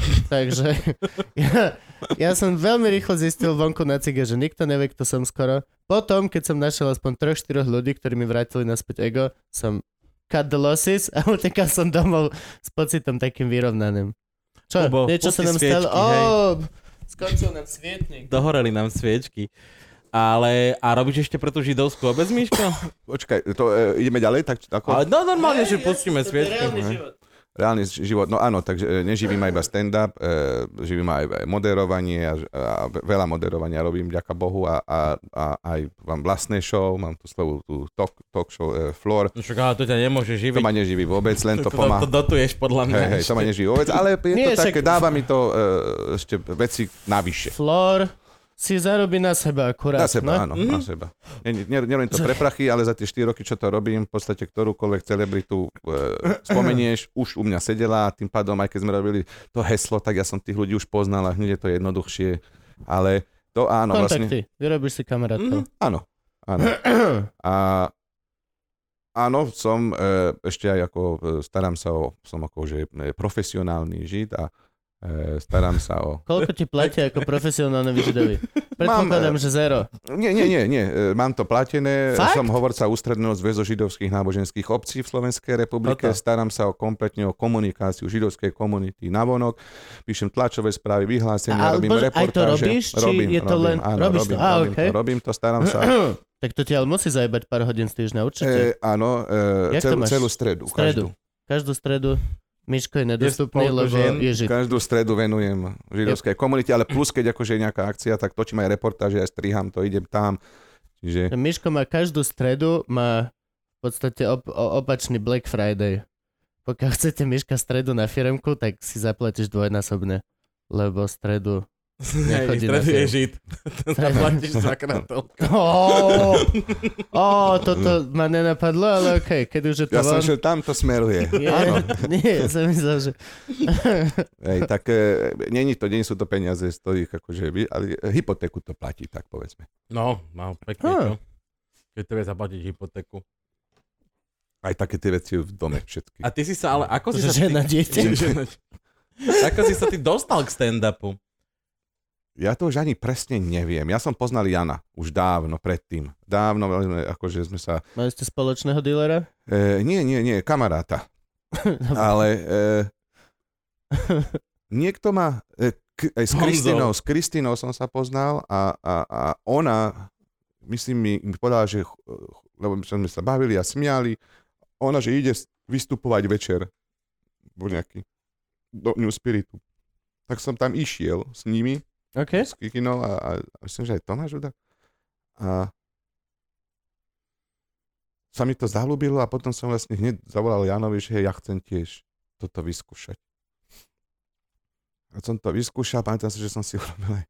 S1: Takže ja, ja som veľmi rýchlo zistil vonku na cige, že nikto nevie, kto som skoro. Potom, keď som našiel aspoň 3-4 ľudí, ktorí mi vrátili naspäť ego, som cut the losses a utekal som domov s pocitom takým vyrovnaným. Čo?
S3: Kubo,
S1: niečo sa
S3: pusti
S1: nám stalo?
S3: sviečky, hej.
S1: Ó, Skončil nám svietnik.
S3: Dohoreli nám sviečky. Ale, a robíš ešte pre tú židovskú obec, Miško?
S2: Počkaj, to, e, ideme ďalej? Tak, ako,
S3: Ale no normálne, že pustíme sviečky.
S2: Reálny ž- život, no áno, takže e, neživím ma iba stand-up, e, živím ma aj moderovanie a, ž- a veľa moderovania robím, ďaká Bohu, a, a, a aj mám vlastné show, mám tú svoju tú talk, talk show e, Floor,
S3: No však, ale to ťa nemôže
S2: to
S3: živiť.
S2: ma neživí vôbec, len to
S3: to, to, to
S2: pomáha.
S3: dotuješ podľa mňa.
S2: Hej, hej, to ma neživí vôbec, ale je
S1: Nie,
S2: to také,
S1: však-
S2: dáva mi to e, ešte veci navyše.
S1: Flor si zarobí na seba akurát.
S2: Na seba,
S1: no?
S2: áno, na seba. Ne- ne- Nerobím to pre prachy, ale za tie 4 roky, čo to robím, v podstate ktorúkoľvek celebritu e, spomenieš, už u mňa sedela a tým pádom, aj keď sme robili to heslo, tak ja som tých ľudí už poznal a hneď je to jednoduchšie. Ale to áno, vlastne. Mhm.
S1: Kontakty. Vyrobíš si kamarátov.
S2: Áno, áno. A áno, som e, ešte aj ako, e, starám sa o, som akože e, profesionálny žid a e, starám sa o...
S1: Koľko ti platia ako profesionálne vyžidovi? Predpokladám, že zero.
S2: Nie, nie, nie, nie. E, Mám to platené.
S1: Fakt?
S2: Som hovorca ústredného zväzu židovských náboženských obcí v Slovenskej republike.
S3: Toto.
S2: Starám sa o kompletne o komunikáciu židovskej komunity navonok. Píšem tlačové správy,
S1: A-
S2: vyhlásenia, robím
S1: alebo- aj to
S2: reportáže.
S1: robíš, či
S2: robím,
S1: je to
S2: robím,
S1: len-
S2: áno,
S1: robíš to?
S2: robím,
S1: Á,
S2: robím,
S1: okej.
S2: to, robím to, starám sa.
S1: tak to ti ale musí zajebať pár hodín z týždňa, určite.
S2: E, áno, e,
S1: Jak to
S2: celú,
S1: máš?
S2: celú stredu.
S1: Stredu.
S2: Každú,
S1: Každú stredu Miško je nedostupný,
S3: Je spolko
S1: lebo
S3: žien.
S1: je žid.
S2: každú stredu venujem židovskej komunite, ale plus, keď akože je nejaká akcia, tak točím aj reportáže, aj striham to, idem tam. Čiže
S1: Miško má každú stredu, má v podstate op- o- opačný Black Friday. Pokiaľ chcete Miška stredu na firemku, tak si zaplatíš dvojnásobne. Lebo stredu...
S3: Hej,
S1: Nechodí na
S3: stredu je
S1: film.
S3: žid. Ten zaplatíš dvakrát toľko.
S1: Oh, oh, toto ma nenapadlo, ale okej, keď už je to
S2: ja
S1: von...
S2: som šiel tam, to smeruje.
S1: Nie,
S2: Áno.
S1: nie, som myslel, že...
S2: Hej, tak e, není to, nie sú to peniaze, z ktorých akože, vy- ale hypotéku to platí, tak povedzme.
S3: No, mal pekne
S1: Hm.
S3: to. Keď to vie zaplatiť hypotéku.
S2: Aj také tie veci v dome všetky.
S3: A ty si sa, ale ako si
S1: Že
S3: sa...
S1: žena
S3: ty...
S1: dieťa?
S3: Že žena dieťa. Ako si sa ty dostal k stand-upu?
S2: Ja to už ani presne neviem. Ja som poznal Jana už dávno predtým. Dávno, veľmi sme, akože sme sa...
S1: Mali ste spoločného dealera?
S2: E, nie, nie, nie, kamaráta. Ale e, niekto ma... E, k, aj s
S3: Honzo.
S2: Kristinou, s Kristinou som sa poznal a, a, a ona, myslím, mi, mi povedala, že... ch- Lebo sme sa bavili a smiali. Ona, že ide s- vystupovať večer bol nejaký do New Spiritu. Tak som tam išiel s nimi
S1: OK.
S2: s Kikinou a, a, a myslím, že aj Tomáš Uda. A sa mi to zalúbilo a potom som vlastne hneď zavolal Janovi, že ja chcem tiež toto vyskúšať. A som to vyskúšal, pamätám si, že som si urobil aj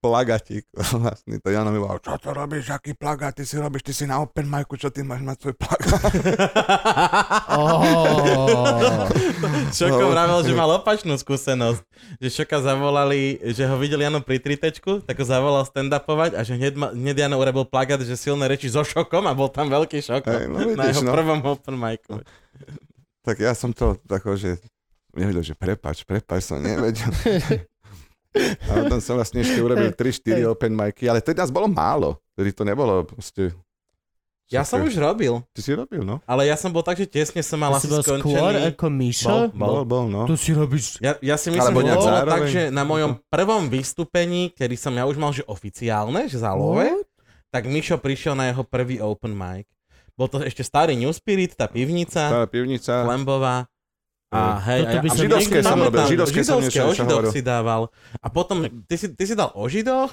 S2: plagatík vlastne. To Jano mi volal, čo to robíš, aký plagát, ty si robíš, ty si na open micu, čo ty máš mať svoj plagát.
S1: Oh.
S3: Šoko
S2: No.
S3: vravel, že mal opačnú skúsenosť. Že Šoka zavolali, že ho videl Jano pri tritečku, tak ho zavolal stand-upovať a že hneď, ma, hneď Jano urobil plagát, že silné reči so Šokom a bol tam veľký šok
S2: Hej, no
S3: na
S2: vidíš,
S3: jeho
S2: no.
S3: prvom open micu.
S2: Tak ja som to akože nevedel, že prepač, prepač, som nevedel. A potom som vlastne ešte urobil 3-4 open micy, ale teda nás bolo málo, tedy to nebolo proste...
S3: Ja som už robil,
S2: Ty si robil, no?
S3: ale ja som bol tak, že tesne som mal
S1: Ty
S3: asi
S1: si bol skôr
S3: skončený.
S1: ako Mišo?
S2: Bol, bol, no.
S1: Tu si robíš...
S3: Ja, ja si myslím,
S2: Alebo
S3: že
S2: nejak
S3: to bolo
S2: zároveň.
S3: tak, že na mojom prvom vystúpení, kedy som ja už mal, že oficiálne, že za love, tak Mišo prišiel na jeho prvý open mic. Bol to ešte starý New Spirit, tá
S2: Tá
S3: pivnica,
S2: pivnica.
S3: Lembová. A hej,
S1: Toto
S3: a,
S1: by
S3: ja- a
S1: som
S2: Židovské
S1: nikdy
S2: som
S1: nemal.
S2: robil, židovské som
S3: židovské
S2: niečo-
S3: o
S2: niečo
S3: židoch
S2: hovoril.
S3: si dával. A potom, ty si, ty si dal o židoch,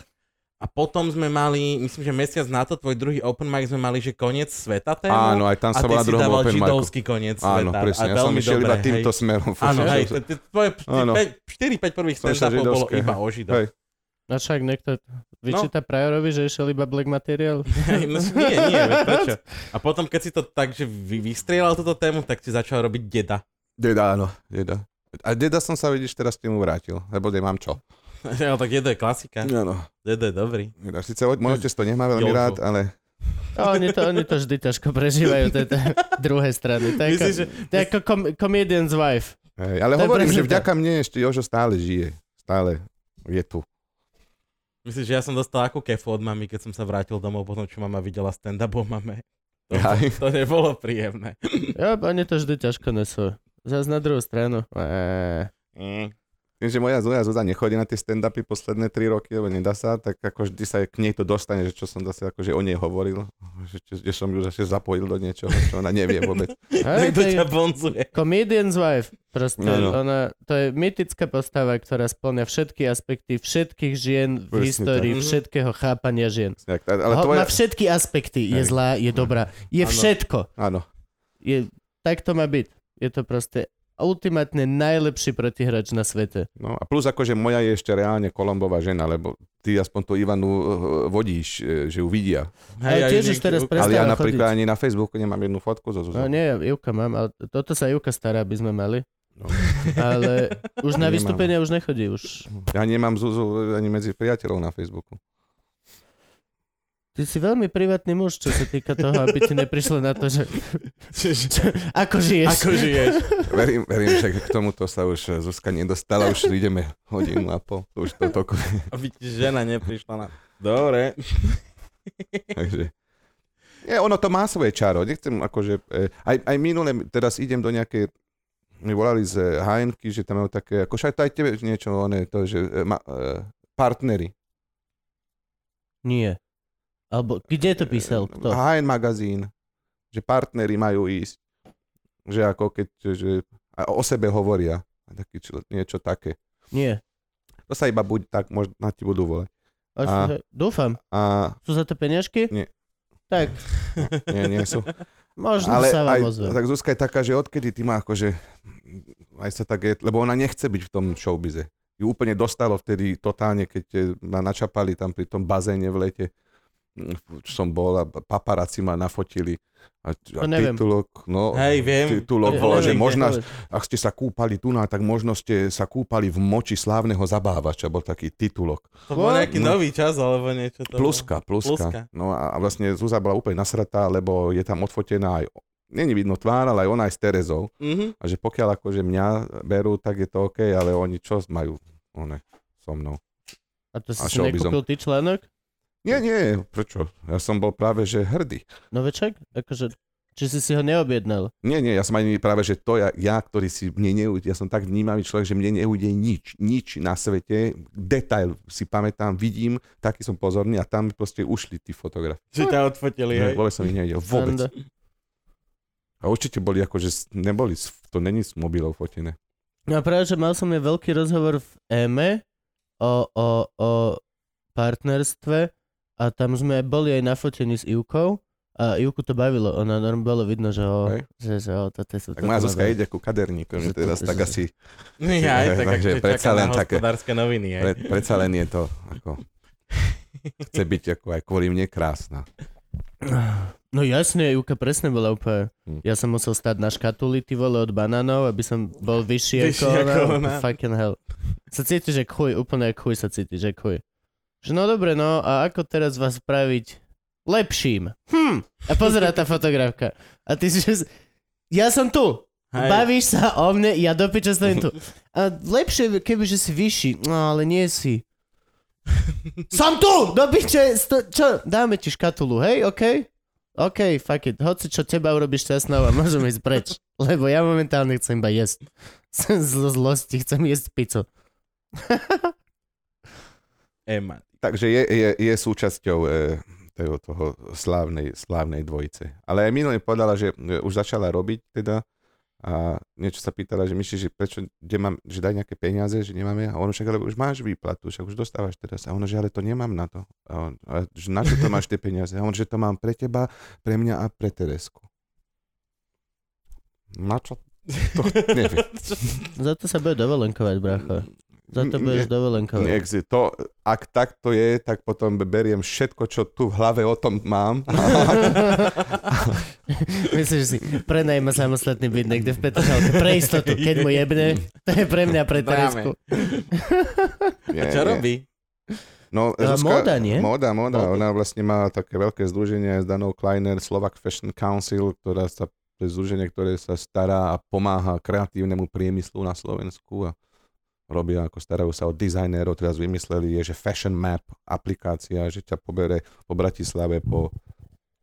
S3: a potom sme mali, myslím, že mesiac na to, tvoj druhý open mic sme mali, že koniec sveta téma.
S2: Áno, aj tam
S3: a
S2: sa
S3: ty
S2: bola
S3: si
S2: druhom
S3: dával
S2: open micu.
S3: židovský koniec
S2: Áno,
S3: sveta.
S2: presne,
S3: a
S2: ja som
S3: veľmi
S2: išiel
S3: dobre,
S2: iba
S3: hej.
S2: týmto smerom.
S3: Áno,
S2: Fú,
S3: hej,
S2: som-
S3: t- t- tvoje
S2: Áno.
S3: 4-5 prvých
S2: Som sa
S3: stand-upov bolo
S2: židovské,
S3: iba
S2: hej.
S3: o
S2: Hej.
S3: židoch.
S1: No však niekto vyčíta
S2: No.
S1: Prajorovi, že išiel iba Black Material.
S3: Hej, no, nie, nie, veď prečo? A potom, keď si to tak, že vy, vystrieľal túto tému, tak si začal robiť deda.
S2: Deda, áno, deda. A deda som sa, vidíš, teraz k tomu vrátil, lebo nemám čo.
S3: Ja, tak jedo je klasika.
S2: Áno.
S3: Jedo je dobrý.
S2: Ja Sice môj otec to nemá veľmi
S3: Jožo.
S2: rád, ale
S1: A Oni to, oni to vždy ťažko prežívajú, to je tá druhé strany. To je ako,
S3: Myslíš, že...
S1: to je ako com- comedian's wife.
S2: Hej, ale
S1: To je
S2: hovorím, že
S1: presne
S2: vďaka mne ešte Jožo stále žije. Stále je tu.
S3: Myslíš, že ja som dostal akú kefu od mami, keď som sa vrátil domov, potom čo mama videla stand-up o mame. To,
S2: Aj.
S3: to nebolo príjemné.
S1: Jo, oni to vždy ťažko nesú. Zas na druhú stranu. Eee.
S3: Mm.
S2: Tým, že moja Zoja Zuza nechodí na tie stand-upy posledné 3 roky, lebo nedá sa, tak ako vždy sa k nej to dostane, že čo som zase akože o nej hovoril, že, čo, že som ju zase zapojil do niečoho, čo ona nevie vôbec.
S1: Hej,
S3: Niekto
S1: to je
S3: ťa bonzuje.
S1: comedian's wife. Proste
S2: Áno.
S1: ona, to je mytická postava, ktorá splňa všetky aspekty všetkých žien v
S2: Presne
S1: histórii,
S3: tak. Mhm.
S1: všetkého chápania žien.
S2: Tak,
S1: Ho,
S2: ale
S1: Má
S2: tvoja...
S1: všetky aspekty. Je
S2: Hej.
S1: zlá, je dobrá. Je
S3: Áno.
S1: všetko.
S2: Áno.
S1: Je, tak to má byť. Je to proste ultimátne najlepší protihrač na svete.
S2: No a plus akože moja je ešte reálne Kolombová žena, lebo ty aspoň tú Ivanu eh, vodíš, eh, že ju vidia.
S1: Ale
S3: aj
S1: tiež
S3: Nick-
S1: už teraz
S2: ale ja
S1: Prestala
S2: napríklad
S1: chodiť.
S2: ani na Facebooku nemám jednu fotku zo
S1: No
S2: Zuzou.
S1: nie, Juka mám, ale toto sa Juka stará, aby sme mali.
S2: No.
S1: Ale už na
S2: Nemám.
S1: vystúpenia už nechodí. Už.
S2: Ja nemám Zuzu ani medzi priateľov na Facebooku.
S1: Ty si veľmi privátny muž, čo sa týka toho, aby ti neprišlo na to, že čo, ako žiješ.
S3: Ako žiješ?
S2: Verím, verím, že k tomuto sa už eh, Zuzka nedostala, už ideme hodinu a pol, to už to toku.
S3: Aby ti žena neprišla na... Dobre.
S2: Takže... Nie, ono to má svoje čaro. Nechcem akože... eh, Aj, aj minule, teraz idem do nejakej... Mi volali z hn že tam majú také... Ako však to aj tebe niečo, one, to, že... eh, Ma, eh, partnery.
S1: Nie. Alebo kde to písal? Kto?
S2: HN magazín. Že partnery majú ísť. Že ako keď... Že, a o sebe hovoria. A taký, člo- niečo také.
S1: Nie.
S2: To sa iba buď tak, možno na ti budú volať.
S1: Až,
S2: A-
S1: Dúfam.
S2: A
S1: Sú za to peniažky?
S2: Nie.
S1: Tak,
S2: nie, nie sú.
S1: možno
S2: Ale
S1: sa
S2: aj,
S1: vám ozve.
S2: tak Zuzka je taká, že odkedy ty má akože, aj sa tak je, lebo ona nechce byť v tom showbize. Ju úplne dostalo vtedy totálne, keď eh, ma načapali tam pri tom bazéne v lete, mm, čo som bol a paparáci ma nafotili. A, a
S1: To neviem.
S2: titulok, no,
S3: Hej, viem.
S2: titulok
S3: To
S2: bolo, že
S3: neviem,
S2: možno, ak ste sa kúpali tu, na, tak možno ste sa kúpali v moči slávneho zabávača, bol taký titulok.
S3: To bol nejaký
S2: No.
S3: nový čas alebo niečo. To bolo.
S2: Pluska, pluska.
S3: Pluska.
S2: pluska. No a, a vlastne Zúza bola úplne nasratá, lebo je tam odfotená aj, není vidno tvár, ale aj ona aj s Terezou.
S3: Mhm.
S2: A že pokiaľ akože mňa berú, tak je to OK, ale oni čo majú one so mnou?
S1: A to si
S2: A
S1: si
S2: showbizom.
S1: nekúpil ty článok?
S2: Nie, nie, prečo? Ja som bol práve že hrdý.
S1: Noveček? Akože, či si si ho neobjednal?
S2: Nie, nie, ja som ani práve, že to ja, ja ktorý si mne neujde, ja som tak vnímavý človek, že mne neujde nič, nič na svete, detail si pamätám, vidím, taký som pozorný a tam proste ušli tí fotografie.
S3: Že ťa odfotili, hej.
S2: Ne, vôbec som ich nevidel, vôbec.
S1: Sranda.
S2: A určite boli ako, že s- neboli, s- to není s mobilov fotené.
S1: No a práve, že mal som ja veľký rozhovor v EME o, o, o partnerstve a tam sme boli aj nafotení s Ivkou a Ivku to bavilo, ona norm bolo vidno, že o,
S2: Hej.
S1: že, že o, toto sú...
S2: Tak
S1: toto
S2: moja
S1: má
S2: Zuzka
S1: baviť.
S2: ide ku kaderníkovi
S1: Že to-
S2: teraz, tak
S1: že-
S2: asi,
S3: No, Ja, aj tak,
S2: Takže
S3: takže
S2: predsa
S3: predsa
S2: len
S3: len
S2: také-
S3: hospodárske noviny, hej.
S2: pre, predsa len je to, ako, chce byť ako aj kvôli mne krásna.
S1: No jasne, Ivka presne bola úplne...
S2: Hm.
S1: Ja som musel stať na škatuli, ty vole, od banánov, aby som bol vyšší, ako,
S3: Vyšší ako
S1: ona.
S3: ona.
S1: Fucking hell. Sa cítiš, že chuj, úplne ako chuj sa cítiš, že chuj. Že no dobre, no a ako teraz vás spraviť lepším? Hm. A pozerá tá fotografka. A ty si, že... Ja som tu.
S3: Hej.
S1: Bavíš sa o mne, ja do piče stojím tu. A lepšie, kebyže si vyšší, no ale nie si. Som tu! Do piče, sto, čo? Dáme ti škatulu, hej, okej? OK, fuck it. Hoci čo teba urobíš šťastnou a môžem ísť preč. Lebo ja momentálne chcem iba jesť. Som zlo zlosti, chcem jesť pizzu.
S3: Ema.
S2: Takže je, je, je súčasťou e, toho, toho slávnej, slávnej dvojice. Ale aj minulé povedala, že e, už začala robiť teda a niečo sa pýtala, že myslíš, že prečo, kde mám, že daj nejaké peniaze, že nemáme. A on však, ale už máš výplatu, však už dostávaš teraz. A ona, že ale to nemám na to. A on, a, že na čo to máš tie peniaze? A on, že to mám pre teba, pre mňa a pre Teresku. Na čo? To neviem.
S1: Za to sa bude dovolenkovať, bracho. Za to budeš dovolenkovať.
S2: Exit. To, ak tak to je, tak potom beriem všetko, čo tu v hlave o tom mám.
S1: Myslíš si, prenajme samostatný byt niekde v Petržalke. Pre istotu, keď mu jebne, to je pre mňa pre Teresku.
S3: A
S2: Nie,
S3: čo
S2: nie.
S3: robí?
S2: No,
S1: Ale
S2: Zuzka,
S1: móda, nie?
S2: Móda, móda.
S3: Móda.
S2: Ona vlastne má také veľké združenie s Danou Kleiner, Slovak Fashion Council, ktorá sa, to je združenie, ktoré sa stará a pomáha kreatívnemu priemyslu na Slovensku a robia, ako starajú sa o dizajnérov, teraz vymysleli je, že Fashion Map aplikácia, že ťa pobere po Bratislave, po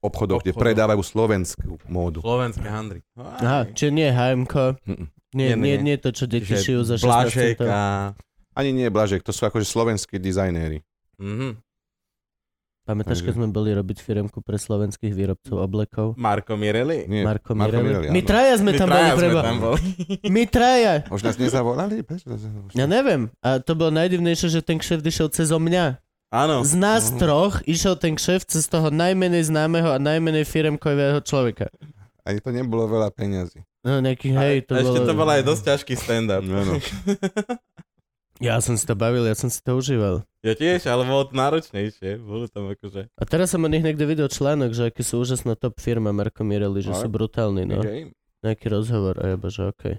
S2: obchodoch, kde
S3: Obchodoch.
S2: predávajú slovenskú módu.
S3: Slovenské handry.
S1: Aha, čiže nie HMK.
S2: Mm-mm.
S1: Nie,
S3: Nie,
S1: nie,
S3: nie.
S1: nie to, čo deti
S3: Čiže
S1: šijú za 16
S3: Blažek
S1: centov.
S3: a...
S2: Ani nie Blažek, to sú akože slovenskí dizajnéri.
S3: Mhm.
S1: Pamätáš, keď sme boli robiť firemku pre slovenských výrobcov oblekov?
S3: Marko Mireli.
S2: Nie,
S1: Marko
S2: Marko
S1: Mireli.
S2: Mireli,
S1: My
S2: áno.
S1: traja sme tam boli preba.
S3: tam boli.
S1: My traja.
S2: Už nás nezavolali? Prečo?
S1: Ja neviem. A to bolo najdivnejšie, že ten kšeft išiel cezo mňa.
S3: Áno. Mhm.
S1: Z nás troch išiel ten kšeft cez toho najmenej známeho a najmenej firemkového človeka.
S2: Ani to nebolo veľa peňazí.
S1: No nejaký hej, to
S3: a ešte to bol
S1: bolo...
S3: aj dosť ťažký stand-up.
S2: Áno.
S1: Ja som si to bavil, ja som si to užíval.
S3: ja tiež, ale bolo to náročnejšie. Bolo tam akože...
S1: A teraz som o nich niekde videl článok, že aký sú úžasná top firma Marko Mireli, že
S2: Ale-
S1: sú brutálni, no.
S2: Game.
S1: Nejaký rozhovor a jeba, že okej.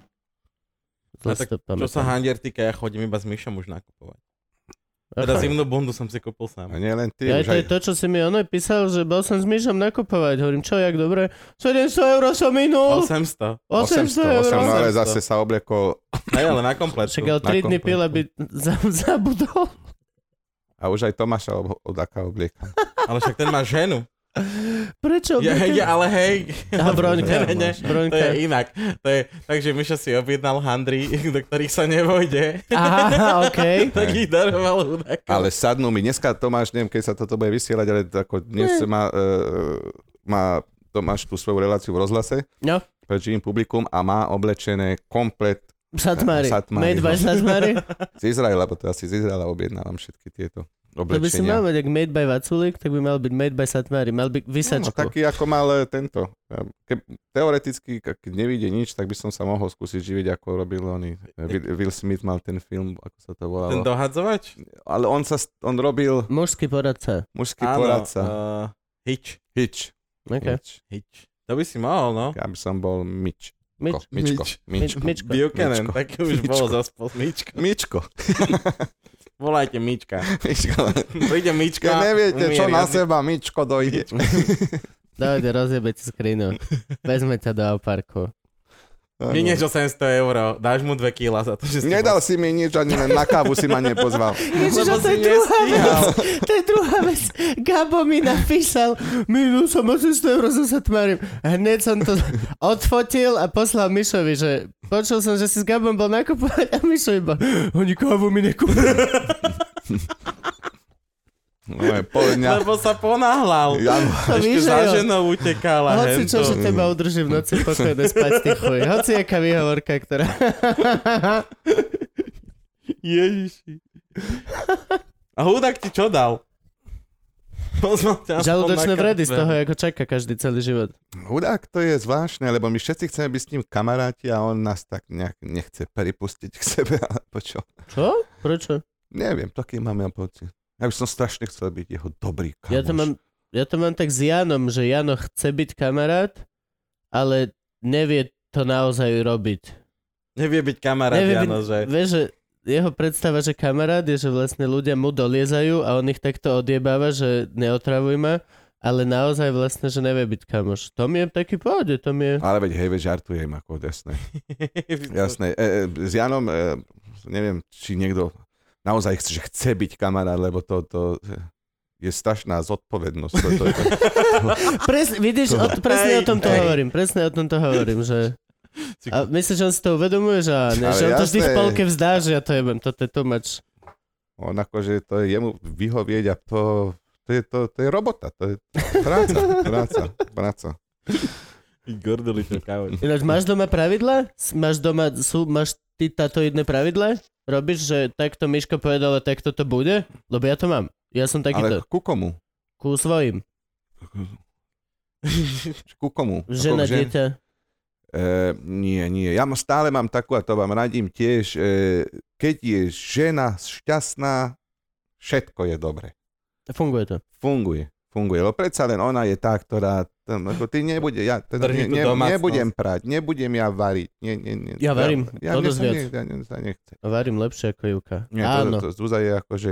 S1: Zle
S3: A
S1: si
S3: No tak
S1: to
S3: Čo
S1: pamätám.
S3: sa handier týka, ja chodím iba s Myšom už nakupovať.
S1: Aha.
S3: Teda zimnú bundu som si kúpil sám.
S2: A nie len ty,
S1: Ja
S2: už
S1: to
S2: aj,
S1: je to, čo si mi ono písal, že bol som s Myšom nakupovať. Hovorím, čo, jak dobre? 700 eur som minul!
S3: 800.
S1: 800 eur!
S2: 800, no, ale
S3: 800.
S2: zase sa obliekol
S3: Hej, ale na komplet.
S1: Však ale 3
S2: na
S1: dny
S2: kompletu.
S1: pil, aby za- zabudol.
S2: a už aj Tomáša ob, od aká oblieka.
S3: Ale však ten má ženu.
S1: Prečo?
S3: Ja, ja, ale hej.
S1: A Broňka.
S3: Ne, ne, ne, To
S1: Broňka.
S3: je inak. To je, takže Mišo si objednal handry, do ktorých sa nevojde.
S1: Aha, okej.
S3: tak ich daroval hudákom.
S2: Ale sadnú mi, dneska Tomáš, neviem, keď sa toto bude vysielať, ale ako dnes má, e, má Tomáš tú svoju reláciu v rozhlase
S1: No,
S2: pre živým publikum a má oblečené komplet
S1: Satmari.
S2: Satmari,
S1: Made by
S2: no.
S1: Satmari.
S2: z Izraela, lebo to asi z Izraela objednávam všetky tieto
S1: To by si mal
S2: oblečenia.
S1: mať, ak made by Vaculik, tak by mal byť made by Satmari. Mal by
S2: No,
S1: vysačku.
S2: taký ako mal e, tento. Ja, Ke, teoreticky, ke- keď nevidie nič, tak by som sa mohol skúsiť živiť, ako robil oný. e, Will, Will Smith mal ten film, ako sa to volalo.
S3: Ten dohadzovač?
S2: Ale on sa, st- on robil
S1: Mužský poradca.
S2: mužský poradca.
S3: Uh, hitch.
S2: eh, Hitch.
S1: Okay.
S2: Hitch.
S3: Hitch. To by si mohol, no.
S2: Ja by som bol Mič.
S1: Mič,
S2: Ko- Mičko.
S1: Mič,
S2: Mičko.
S1: Mičko.
S3: Buchanan,
S2: Mičko.
S3: tak už
S2: Mičko.
S3: bolo zase po Mičko.
S2: Mičko.
S3: Volajte Mička.
S2: Mičko.
S3: Príde Mička.
S2: Keď neviete, čo
S3: umierí.
S2: na seba, Mičko dojde.
S1: Dojde, rozjebe ti skrinu. Vezme ťa do oparku.
S3: Minieš 800 eur, dáš mu 2 kg za to, že si...
S2: Nedal si mi nič, ani len na kávu si ma nepozval.
S1: Ježiš,
S3: Lebo
S1: a to je
S3: si
S1: druhá
S3: nestíhal.
S1: vec. To je druhá vec. Gabo mi napísal, minul som 800 eur, som sa tmarím. Hneď som to odfotil a poslal Mišovi, že počul som, že si s Gabom bol nakupovať a Mišo iba, oni kávu mi nekúpili.
S2: No, je, pol dňa.
S3: Lebo sa ponáhľal.
S2: Ja,
S1: To
S3: Ešte
S1: víš, že
S3: za
S1: jo.
S3: ženou utekala.
S1: Hoci čo,
S3: hento.
S1: že teba udrží v noci pokojne spať, ty chuj. Hoci jaká výhovorka, ktorá...
S3: Ježiši. A hudák ti čo dal? Pozval ťa aspoň
S1: Žalúdočné
S3: na
S1: vredy z
S3: kafe.
S1: toho, ako čaká každý celý život.
S2: Hudák to je zvláštne, lebo my všetci chceme byť s ním kamaráti a on nás tak nejak nechce pripustiť k sebe, alebo čo.
S1: Čo? Prečo?
S2: Neviem, taký mám ja pocit. Ja by som strašne chcel byť jeho dobrý kamoš.
S1: Ja to, mám, ja to mám tak s Janom, že Jano chce byť kamarát, ale nevie to naozaj robiť.
S3: Nevie byť kamarát,
S1: nevie
S3: Jano, že...
S1: Vieš, že jeho predstava, že kamarát je, že vlastne ľudia mu doliezajú a on ich takto odjebáva, že neotravuj ma, ale naozaj vlastne, že nevie byť kamoš. To mi je taký pohode, to mi je...
S2: Ale veď hej, veď žartujem ako jasné. Jasné. E, e, s Janom, e, neviem, či niekto naozaj chce, že chce byť kamarát, lebo to, to je strašná zodpovednosť. To, to je,
S1: Presne, vidíš, o, presne
S3: Hej,
S1: o tom to
S3: hej.
S1: hovorím, presne o tom to hovorím, že... A myslíš, že on si to uvedomuje, že, áno,
S2: Ale
S1: že on to vždy v
S2: jasné.
S1: polke vzdá, že ja to jebem, toto je too much.
S2: on akože to je jemu vyhovieť a to, to, je, to, to je robota, to je práca, práca, práca.
S3: Gordeli to kávoč.
S1: Ináč, máš doma pravidla? S- Máš doma, sú, máš ty táto jedné pravidla? Robíš, že takto Miško povedal a takto to bude? Lebo ja to mám. Ja som
S2: Ale
S1: takýto.
S2: ku komu?
S1: Ku svojim.
S2: Ku komu? Ako
S1: Žena,
S2: k žen-
S1: dieťa.
S2: E, E, nie, nie. Ja mám- stále mám takú, a to vám radím tiež, e, keď je žena šťastná, všetko je dobre.
S1: Funguje to.
S2: Funguje. Funguje, lebo predsa len ona je tá, ktorá tam, ako ty nebude, ja teda ne,
S3: Drží tú
S2: ne,
S3: domácnosť.
S2: nebudem prať, nebudem ja variť. Nie, nie, nie,
S1: Ja varím, to
S2: ja, mne
S1: dosť
S2: sa
S1: viac.
S2: ne- ja, mne sa nechce.
S1: Varím lepšie ako Juka.
S2: Nie,
S1: Áno.
S2: To, to, Zúza je akože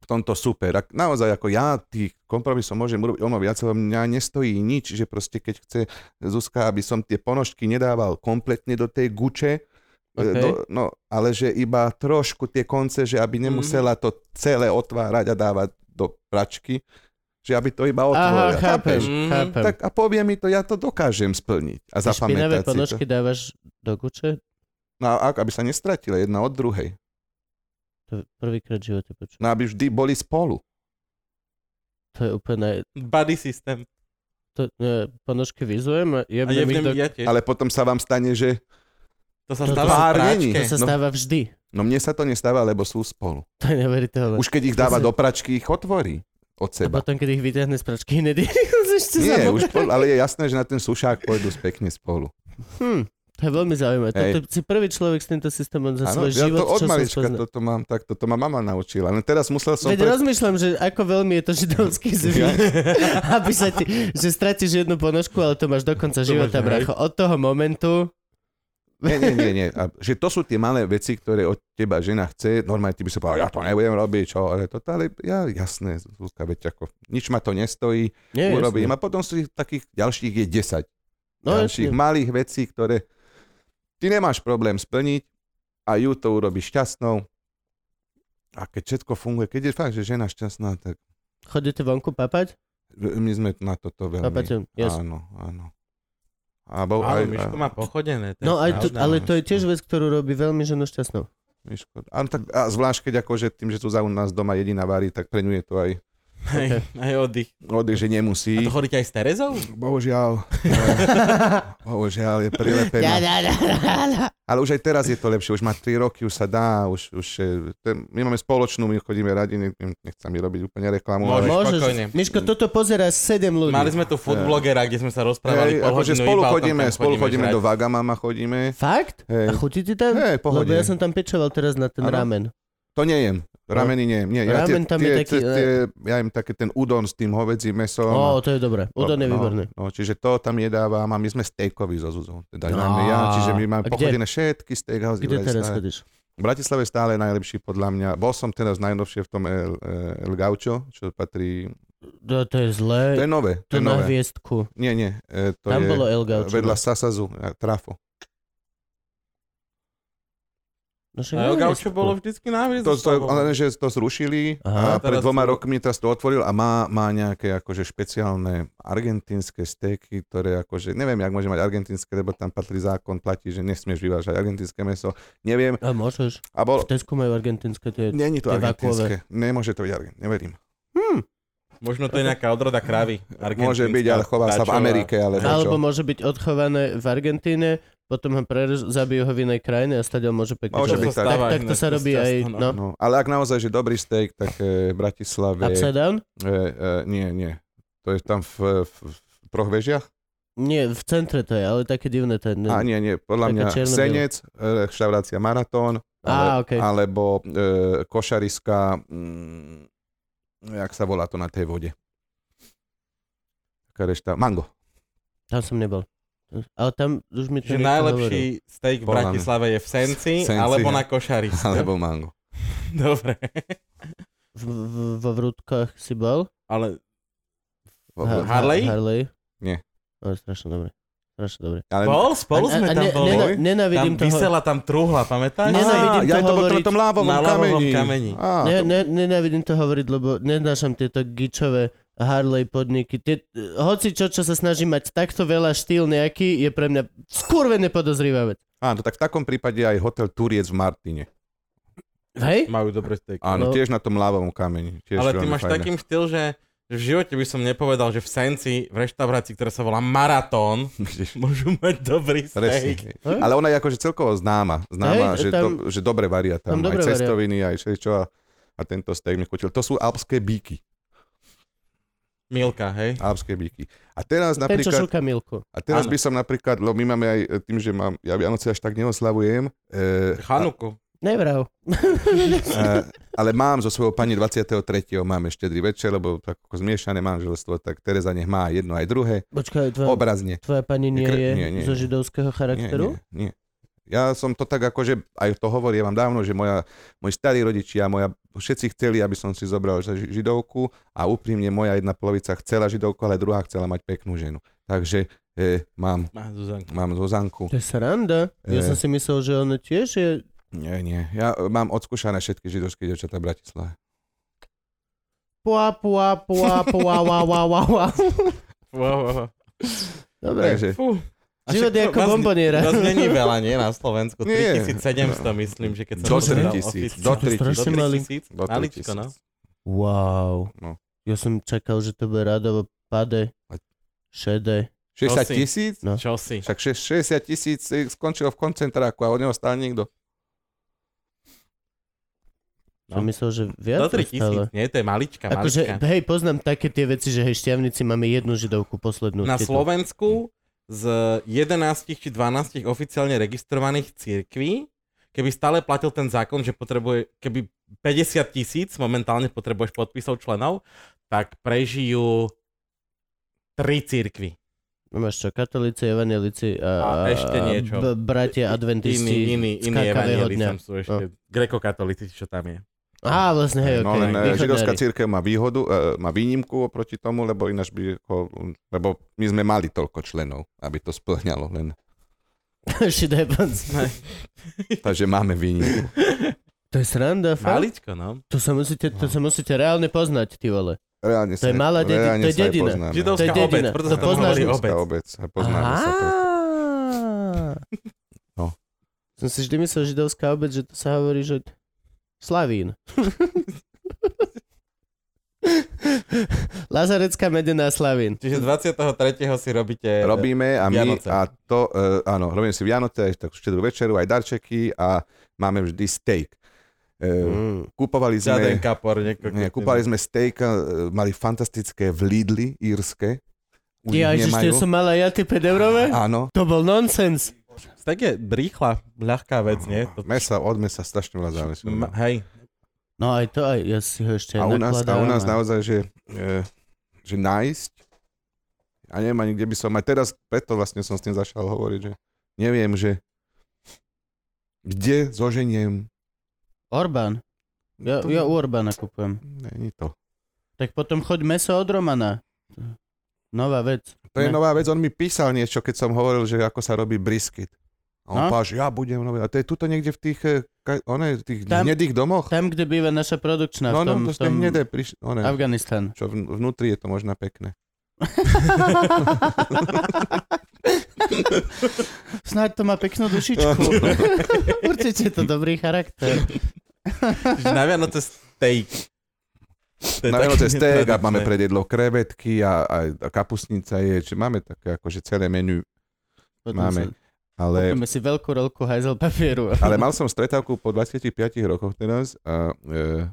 S2: v tomto super. Ak, naozaj ako ja tých kompromisov môžem urobiť o mnoho viac, lebo mňa nestojí nič, že proste keď chce Zuzka, aby som tie ponožky nedával kompletne do tej guče, e,
S1: Okej.
S2: do, no, ale že iba trošku tie konce, že aby nemusela
S1: Mhm.
S2: to celé otvárať a dávať do pračky, že aby to iba
S1: Aha,
S2: otvorila.
S1: chápem,
S2: chápeš? Mm-hmm.
S3: Mm.
S1: chápem.
S2: Tak a povie mi to, ja to dokážem splniť a
S1: Ty špinavé
S2: zapamätať si to.
S1: ponožky dávaš do guče?
S2: No, a aby sa nestratila jedna od druhej.
S1: To prvýkrát v živote počujem.
S2: No, aby vždy boli spolu.
S1: To je úplne...
S3: Body systém.
S1: To, ne, ponožky vyzujem a
S3: A
S1: jebnem ich do...
S3: jebnem ja tiež.
S2: Ale potom sa vám stane, že
S3: To sa
S1: To
S3: stáva v
S2: tvár není.
S3: práčke.
S1: To sa
S2: No.
S1: stáva vždy.
S2: no mne sa to nestáva, lebo sú spolu.
S1: To je neveriteľné.
S2: Už keď ich dáva
S1: Zase-
S2: do pračky, ich otvorí od
S1: a
S2: seba.
S1: potom, keď ich vyťahne z pračky, hneď ešte
S2: Nie,
S1: za
S2: už, po- ale je jasné, že na ten sušák pôjdu pekne spolu.
S1: Hm, to je veľmi zaujímavé.
S2: Hej.
S1: Toto si prvý človek s týmto systémom za
S2: Áno,
S1: svoj
S2: ja
S1: život,
S2: to od
S1: čo som
S2: malička
S1: spoznal.
S2: toto mám, tak toto ma mama naučila. Len teraz musel som...
S1: Veď
S2: pre-
S1: rozmýšľam, že ako veľmi je to židovský zvyk, aby sa ti, že stratíš jednu ponožku, ale to máš do konca
S3: To
S1: života,
S3: máš, hej.
S1: bracho. Od toho momentu
S2: Nie, nie, nie, nie. A, že to sú tie malé veci, ktoré od teba žena chce. Normálne ty by si povedal, ja to nebudem robiť, čo, ale toto, ale ja, jasné, Zuzka, veď ako, nič ma to nestojí,
S1: nie,
S2: urobím. A potom sú ich takých ďalších je 10.
S1: jasne. no,
S2: ďalších
S1: jasne.
S2: malých vecí, ktoré ty nemáš problém splniť a ju to urobí šťastnou. A keď všetko funguje, keď je fakt, že žena šťastná, tak
S1: Chodíte vonku papať?
S2: my sme na toto veľmi...
S1: Papať, jasne.
S2: áno, áno. A bo,
S3: Áno,
S2: aj,
S3: Myško má pochodené. to je
S1: No, aj to,
S3: pravda.
S1: ale to je tiež vec, ktorú robí veľmi ženu šťastnou.
S2: Myško, áno, tak, a zvlášť keď akože tým, že tu za u nás doma jediná varí, tak pre ňu je to aj
S3: Aj, aj oddych.
S2: oddych, že
S3: A
S2: nemusí.
S3: to chodíte aj s Terezou?
S2: Bohužiaľ. Bohužiaľ, je prilepená. Ale už aj teraz je to lepšie, už má 3 roky, už sa dá, už, už e, ten, my máme spoločnú, my chodíme radi, ne- ne- nechcem mi robiť úplne reklamu, ale...
S3: Môžeš.
S1: Môžeš,
S3: spokojne.
S1: Miško, toto pozera 7 ľudí.
S3: Mali sme tu food blogera, kde sme sa rozprávali
S2: Hej,
S3: pol
S2: akože
S3: hodinu
S2: spolu
S3: iba o tom,
S2: chodíme,
S3: kam
S2: spolu chodíme
S3: žrať.
S2: do Vagamama, chodíme.
S1: Fakt?
S2: Hej.
S1: A chutí ti tam?
S2: Hej, pohode.
S1: Lebo ja som tam pečoval teraz na ten
S2: Áno.
S1: ramen.
S2: To nejem, rameny nejem. Nie, ja,
S1: Ramen tam je taký, eh,
S2: tie, ja im také ten udon s tým hovedzím mesom.
S1: Ó,
S2: a-
S1: to je dobré. Udon je
S2: no,
S1: výborný.
S2: No, čiže to tam jedávam a my sme stejkoví so Zuzou. Teda
S1: No.
S2: najmä ja, čiže my máme
S1: A kde?
S2: pochodené všetky steakhouse.
S1: Kde teraz
S2: stále.
S1: chodíš?
S2: V Bratislave stále najlepší podľa mňa. Bol som teraz najnovšie v tom El, eh, El Gaucho, čo patrí...
S1: To, to je zlé.
S2: To je nové.
S1: To
S2: To je
S1: na
S2: nové.
S1: hviezdku.
S2: Nie, nie. E, to
S1: Tam
S2: je
S1: bolo El
S2: e,
S1: Gaucho.
S2: vedľa Sasazu, e, trafo.
S1: No, však
S3: A
S1: na
S3: El Gaucho
S1: Hviezdku.
S3: bolo vždycky na hviezdu.
S2: To, to, ale že to zrušili
S1: Aha.
S2: a pred
S3: Teraz
S2: dvoma
S3: to-
S2: rokmi teraz to otvoril a má, má nejaké akože špeciálne argentínske steky, ktoré akože, neviem, jak môže mať argentínske, lebo tam patrí zákon, platí, že nesmieš vyvážať argentínske meso, neviem.
S1: A môžeš.
S2: A
S1: V
S2: bol,
S1: Tesku majú argentinské tie...
S2: Není to
S1: tie
S2: argentínske. Nemôže to byť argentínske, neverím.
S1: Hm.
S3: Možno to je nejaká odroda kravy.
S2: Môže byť, ale chová sa v
S3: dačová.
S2: Amerike, ale
S1: Alebo
S2: Alebo... čo?
S1: môže byť odchované v Argentíne, potom ho prerez, zabijú ho v inej krajine a stadiaľ môže pekne
S2: Môže
S1: žiť.
S3: Čo
S2: byť tak.
S3: sa
S1: Tak,
S3: stáva
S1: tak to
S3: inak
S1: sa robí aj...
S3: často,
S1: No.
S2: No, ale ak naozaj, že dobrý steak, tak e, v Bratislave...
S1: Upside down?
S2: E, e, nie, nie. To je tam v, v, v troch vežiach?
S1: Nie, v centre to je, ale také divné to je.
S2: A nie, nie.
S1: Také
S2: Podľa mňa
S1: čierno-biele.
S2: Senec, e, reštaurácia Maratón,
S1: Á, okej.
S2: alebo e, košariska, mm, jak sa volá to na tej vode? Taká rešta, Mango.
S1: Tam som nebol. Ale tam už mi to
S3: Že
S1: niekto
S3: najlepší steak v
S2: Podľa mňa.
S3: Bratislave je v Senci,
S2: V Senci,
S3: alebo
S2: hej.
S3: na košari.
S2: Alebo Mango.
S3: Dobre.
S1: hovoril. V, v, vo Vrútkach si bol?
S3: Ale
S1: Ha-
S2: Alebo-
S3: Aha. Harley?
S1: Ha- Harley?
S2: Nie.
S1: Ale strašne dobre. Strašne dobre.
S2: Ale,
S3: bol, spolu sme
S2: nena-
S3: tam boli. Tam
S1: nenávidím toho.
S3: vysela tam truhla,
S2: Á,
S3: pamätáš?
S1: nenávidím to
S2: ja to bol to na tom lávovom
S3: Na lávovom
S2: kameni.
S3: kameni.
S2: Á,
S1: Ne,
S2: to-
S1: ne, nenávidím to hovoriť, lebo nenášam tieto gičové Harley podniky. Tie, hoci čo, čo sa snaží mať takto veľa štýl nejaký, je pre mňa skurvené podozrivá vec.
S2: Áno, tak v takom prípade aj hotel Turiec v Martine.
S1: Hej?
S3: Majú dobré steak.
S2: Áno,
S1: No.
S2: tiež na tom lávovom kameni. Tiež
S3: Ale ty
S2: veľmi
S3: máš
S2: fajné.
S3: takým štýl, že že v živote by som nepovedal, že v Senci, v reštaurácii, ktorá sa volá Maratón, môžu mať dobrý
S2: Presne.
S3: steak.
S1: Hej?
S2: Ale ona je akože celkovo známa. Známa,
S1: Hej,
S2: že,
S1: tam-
S2: to, že dobre varia tam.
S1: tam dobre
S2: aj
S1: varia.
S2: cestoviny, aj všetko. A, a tento steak mi chutil. To sú alpské bíky.
S3: Milka, hej?
S2: Alpské bíky. A teraz
S1: Ten, čo
S2: napríklad...
S1: šúka Milku.
S2: A teraz
S3: Áno.
S2: by som napríklad, lebo my máme aj e, tým, že mám, ja Vianoce až tak neoslavujem, e,
S3: Chanuku.
S1: Nevrav.
S2: a, e, ale mám zo svojho pani 23. máme štedrý večer, lebo tak ako zmiešané manželstvo, tak Tereza nech má jedno aj druhé,
S1: Počkaj, tvoja,
S2: obrazne.
S1: tvoja pani nie
S2: Kr-
S1: je
S2: nie, nie,
S1: zo
S2: nie.
S1: židovského
S2: Nie,
S1: charakteru?
S2: nie, nie. Ja som to tak akože, aj to hovorím vám dávno, že moja, moji starí rodičia, moja, všetci chceli, aby som si zobral ži- židovku a úprimne moja jedna polovica chcela židovku, ale druhá chcela mať peknú ženu. Takže e, mám,
S3: Má Zuzanku.
S2: mám Zuzanku.
S1: To je sranda. Ja
S2: Eh.
S1: som si myslel, že ono tiež je...
S2: Nie, nie. Ja e, mám odskúšané všetky židovské dievčatá v Bratislave.
S1: Pua, pua, pua, pua, wa, wa, wa, wa.
S3: Wow, wow, wow.
S1: Dobre.
S2: Takže
S3: Fú. A
S1: Život
S3: však
S1: je ako
S3: vás-
S1: bomboniera.
S3: Vás není veľa, nie? Na Slovensku.
S2: Nie. No.
S3: 3700 myslím, že keď som...
S2: Do
S3: pozeral
S2: 3000,
S3: oficiálne.
S2: do
S1: To je
S2: 3000.
S1: strašne malý.
S2: do
S3: Do 3000. Maličko, no.
S2: 3000.
S1: Wow.
S2: No.
S1: Ja som čakal, že to bude radovo pade,
S2: A-
S1: šede.
S2: 60
S3: Prosím.
S2: tisíc?
S1: No.
S3: Čo si?
S2: Však šes- 60 tisíc ich skončilo v koncentráku a od neho stál nikto.
S1: Som
S3: No.
S1: myslel, že
S3: Do
S1: viac dostalo.
S3: 3000, nie? To je malička,
S1: Akože,
S3: malička.
S1: hej, poznám také tie veci, že hej, šťavnici máme jednu židovku poslednú.
S3: Na
S1: tieto.
S3: Slovensku z 11 či 12 oficiálne registrovaných církví, keby stále platil ten zákon, že potrebuje, keby 50 tisíc momentálne potrebuješ podpisov členov, tak prežijú tri církvy.
S1: No máš čo, katolíci, evanielici a,
S3: A ešte niečo.
S1: b- bratia adventisti.
S3: Iný, iný, iný
S1: skákavého
S3: evangelii
S1: dňa. No.
S3: tam sú ešte. Grekokatolíci, čo tam je.
S1: Á, vlastne, hej,
S2: no
S1: okej,
S2: len e,
S1: východňari.
S2: židovská církev má výhodu, e, má výnimku oproti tomu, lebo ináč by, ho, lebo my sme mali toľko členov, aby to splňalo len.
S1: Šidé pánstvo.
S2: Takže máme výnimku.
S1: To je sranda, fakt.
S3: Maličko, no.
S1: To sa musíte, to
S2: No.
S1: sa musíte reálne poznať, ty vole.
S2: Reálne
S1: To je
S2: sa,
S1: malá dedi-
S2: reálne
S1: to je
S2: sa aj
S1: dedina.
S2: poznáme.
S3: Židovská
S1: To je
S3: obec,
S1: dedina.
S3: preto sa
S1: To
S3: to
S1: poznáš
S3: hovorí
S2: Židovská
S3: obec.
S2: obec. a Poznáme sa to. No.
S1: No. Som si vždy myslel, že židovská obec, že to sa hovorí, že Slavín. Lazarecká medená Slavín.
S3: Čiže 23. si robíte...
S2: Robíme a my,
S3: Vianoce.
S2: a to, e, áno, robíme si Vianoce, aj takú štedrú večeru, aj darčeky a máme vždy steak. E,
S1: Mm.
S2: Kupovali sme...
S3: Žiaden kapor, nieko,
S2: Nie, kúpali sme steak, e, mali fantastické v Lidli, írske. Už
S1: Ja,
S2: ich
S1: že
S2: nemajú.
S1: Mm. ešte som mala ja tie 5 eurové?
S2: Áno,
S1: To bol nonsens.
S3: Tak je rýchla, ľahká vec, nie? To...
S2: No, mesa, od mesa strašne veľa závisí.
S3: Ma- Hej,
S1: No aj to, aj ja si ho ešte
S2: A
S1: aj
S2: u nás, a
S1: nakladám
S2: u nás naozaj, že, e, že nájsť, a neviem ani, kde by som, aj teraz, preto vlastne som s tým začal hovoriť, že neviem, že kde zoženiem,
S1: Orbán. Ja, ja u Orbána kupujem.
S2: není to.
S1: Tak potom choď meso od Romana. Nová vec.
S2: To
S1: Ne.
S2: je nová vec, on mi písal niečo, keď som hovoril, že ako sa robí brisket. A
S1: No.
S2: on povedal, že ja budem robiť. A to je tuto niekde v tých, e, ka- one, v tých
S1: Tam-
S2: hnedých domoch.
S1: Tam, kde býva naša produkčná. v
S2: No,
S1: tom,
S2: no,
S1: v
S2: to ste
S1: tom
S2: hnedé prišli. One,
S1: Afganistan.
S2: čo vn- vnútri je to možno pekné.
S1: Snáď to má peknú dušičku. Určite je to dobrý charakter.
S3: čiže na Vianoce steak. To je
S2: Na
S3: také
S2: Vianoce steak a
S3: netradičné.
S2: máme pred jedlo krevetky a, a, a kapusnica je. Čiže máme také akože celé menu.
S1: Potom
S2: Máme.
S1: sa-
S2: Ale,
S1: Kúpime si veľkú rolku hajzel papieru.
S2: ale mal som stretávku po 25 rokoch teraz a e,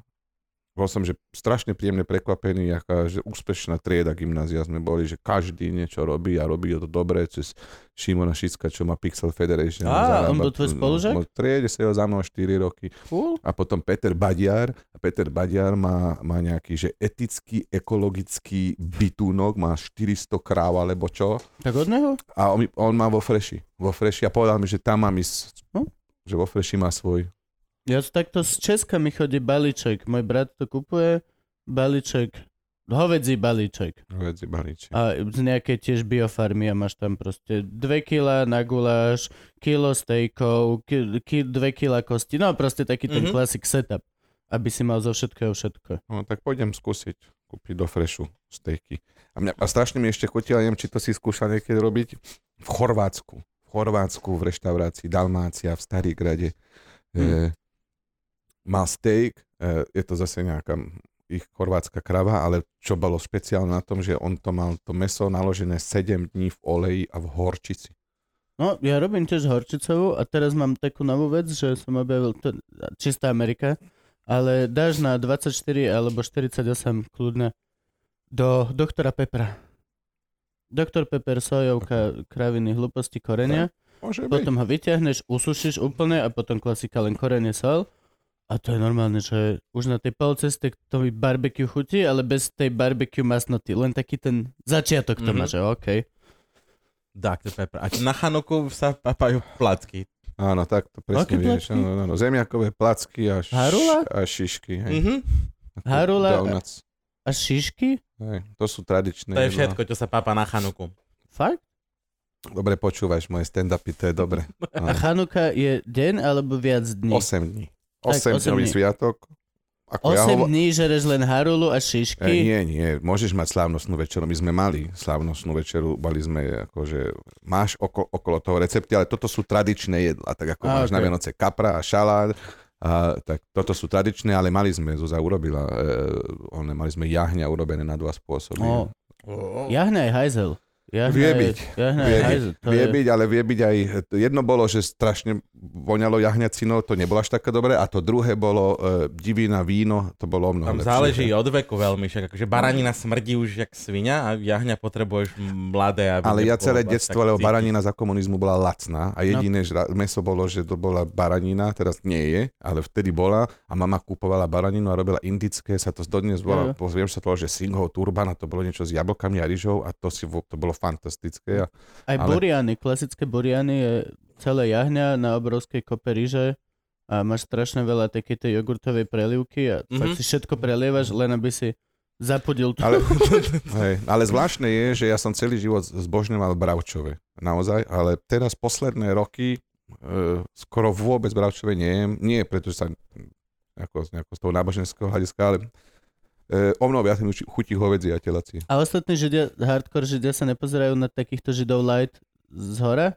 S2: bol som že strašne príjemne prekvapený, aká že úspešná trieda gymnázia sme boli, že každý niečo robí a robí to dobre cez Šimona Šicka, čo má Pixel Federation.
S1: Á,
S2: zarába-
S1: on bol tvoj spolužiak?
S2: No, Triede sedel za mnou 4 roky.
S1: Cool.
S2: A potom Peter Badiar. A Peter Badiar má, má nejaký, že etický, ekologický bytúnok, má 400 kráv alebo čo.
S1: Tak od neho?
S2: A on, mi- on má vo Freši. Vo Freši. A povedal mi, že tam mám ísť.
S1: Hm?
S2: Že vo Freši má svoj.
S1: Ja to takto z Česka mi chodí balíček. Môj brat to kupuje. Balíček. Hovedzí balíček.
S2: Vedzi balíček.
S1: A z nejakej tiež biofarmy a máš tam proste 2 kg na guláš, kilo stejkov, 2 ki, kg kosti, no proste taký ten
S3: Mhm.
S1: mm-hmm. klasik setup, aby si mal zo všetkého všetko.
S2: No tak pôjdem skúsiť kúpiť do Frešu stejky. A, mňa, a strašne mi ešte chutila, neviem, či to si skúšal niekedy robiť, v Chorvátsku. V Chorvátsku, v reštaurácii Dalmácia, v Starýgrade.
S1: Hm.
S2: E, má steak, e, je to zase nejaká ich chorvátska krava, ale čo bolo špeciálne na tom, že on to mal to meso naložené 7 dní v oleji a v horčici.
S1: No, ja robím tiež horčicovú a teraz mám takú novú vec, že som objavil, to je čistá Amerika, ale dáš na 24 alebo 48 kľudne do doktora Pepra. Doktor Pepper, sojovka, kraviny, hluposti, korenia.
S2: Môže byť.
S1: Potom ho vyťahneš, usušíš úplne a potom klasika len korene sol. A to je normálne, že už na tej polceste k tomu barbecue chutí, ale bez tej barbecue masnoty. Len taký ten začiatok to má,
S3: Mhm.
S1: že OK.
S3: Dr. Pepper. A na Chanoku sa papajú placky.
S2: Áno, tak to presne
S1: Aké
S2: vieš.
S1: placky?
S2: Áno, áno, zemiakové placky a, š-
S1: Harula? Hm.
S2: a šišky. Hej.
S3: Mhm.
S2: Ako
S1: Harula a-
S2: Donuts.
S1: A šišky?
S2: Hej. To sú tradičné. no.
S3: To je
S2: jedlá.
S3: všetko, čo sa papa na Chanuku.
S1: Fakt?
S2: Dobre počúvaš moje stand-upy, to je dobre.
S1: A
S2: Áno.
S1: Chanuka je deň alebo viac dní?
S2: 8 dní.
S1: Tak,
S2: 8
S1: osem
S2: dňový
S1: dní.
S2: sviatok. Ako ja
S1: 8
S2: hovo-
S1: dní žereš len harulu a
S2: E,
S1: šišky?
S2: nie, nie, môžeš mať slávnostnú večeru. My sme mali slávnostnú večeru, mali sme, akože, máš oko, okolo toho recepty, ale toto sú tradičné jedlá, tak ako
S1: Á,
S2: máš na
S1: ok.
S2: Vianoce kapra a šalát, a, tak toto sú tradičné, ale mali sme, Zuzá urobila, e, one, mali sme jahňa urobené na dva spôsoby.
S1: O, jahňa je hajzel. Jahňa
S2: Vie
S1: je-
S2: byť.
S1: Jahňa je
S2: Vie byť.
S1: hajzel. To
S2: Vie
S1: je-
S2: byť, ale vie byť aj... Jedno bolo, že strašne voňalo jahňacinou, to nebolo až také dobré, a to druhé bolo e, divina víno, to bolo o mnoho
S3: Tam
S2: No, lepšie.
S3: záleží od veku veľmi, však akože baranina smrdí už jak svinia a jahňa potrebuješ mladé, aby
S2: Ale ja
S3: nebolo
S2: celé
S3: až
S2: detstvo,
S3: tak
S2: lebo
S3: cítiť.
S2: baranina za komunizmu bola lacná a jediné žra- meso bolo, že to bola baranina, teraz nie je, ale vtedy bola a mama kupovala baraninu a robila indické, sa to dodnes
S1: Jo,
S2: bola,
S1: jo.
S2: viem, že sa to bolo, že Singho turban a to bolo niečo s jablkami a ryžou a to, si, vo- to bolo fantastické. A,
S1: Aj
S2: Ale-
S1: buriany, klasické buriany je celé jahňa na obrovskej kope ryže a máš strašne veľa takej tej jogurtovej prelievky a mm-hmm. fakt
S3: Mhm.
S1: si všetko prelievaš, len aby si zapudil tú...
S2: ale, hej, ale zvláštne je, že ja som celý život zbožňoval bravčové, naozaj, ale teraz posledné roky e, skoro vôbec bravčové nejem, nie preto, že sa ako, ako z toho náboženského hľadiska, ale e, o mnoho viac mi uči- chutí hovedzie a telacie.
S1: A ostatní židia, hardcore židia sa nepozerajú na takýchto židov light z hora?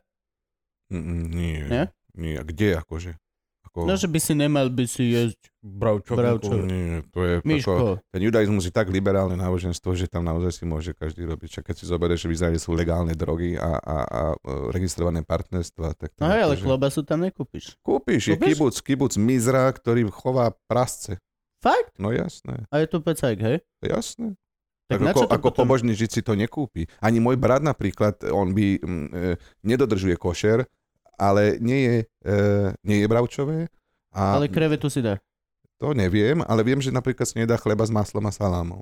S2: Mm, nie.
S1: Nie?
S2: Nie, a kde akože? Ako,
S1: No, že by si nemal by si jesť
S3: Bravčovku.
S1: Bravčovku.
S2: nie, to je ako,
S1: myško.
S2: ten judaizmus je tak liberálne náboženstvo, že tam naozaj si môže každý robiť. Čak keď si zoberieš, že v Izraeli sú legálne drogy a, a, a e, registrované partnerstva, tak
S1: No
S2: tam
S1: hej, ale
S2: akože-
S1: klobasu tam nekúpiš.
S2: Kúpiš, je
S1: Kúpiš?
S2: kibuc, kibuc Mizra, ktorý chová prasce.
S1: Fakt?
S2: No jasné,
S1: A je to pecajk, hej?
S2: jasné.
S1: Tak
S2: Tak
S1: na
S2: ako,
S1: čo to
S2: ako
S1: potom?
S2: pobožný žid si to nekúpi. Ani môj brat napríklad, on by mm, e, nedodržuje košer, ale nie je, e, nie je bravčové. A
S1: Ale krevetu si dá.
S2: to neviem, ale viem, že napríklad si nedá chleba s maslom a salámou.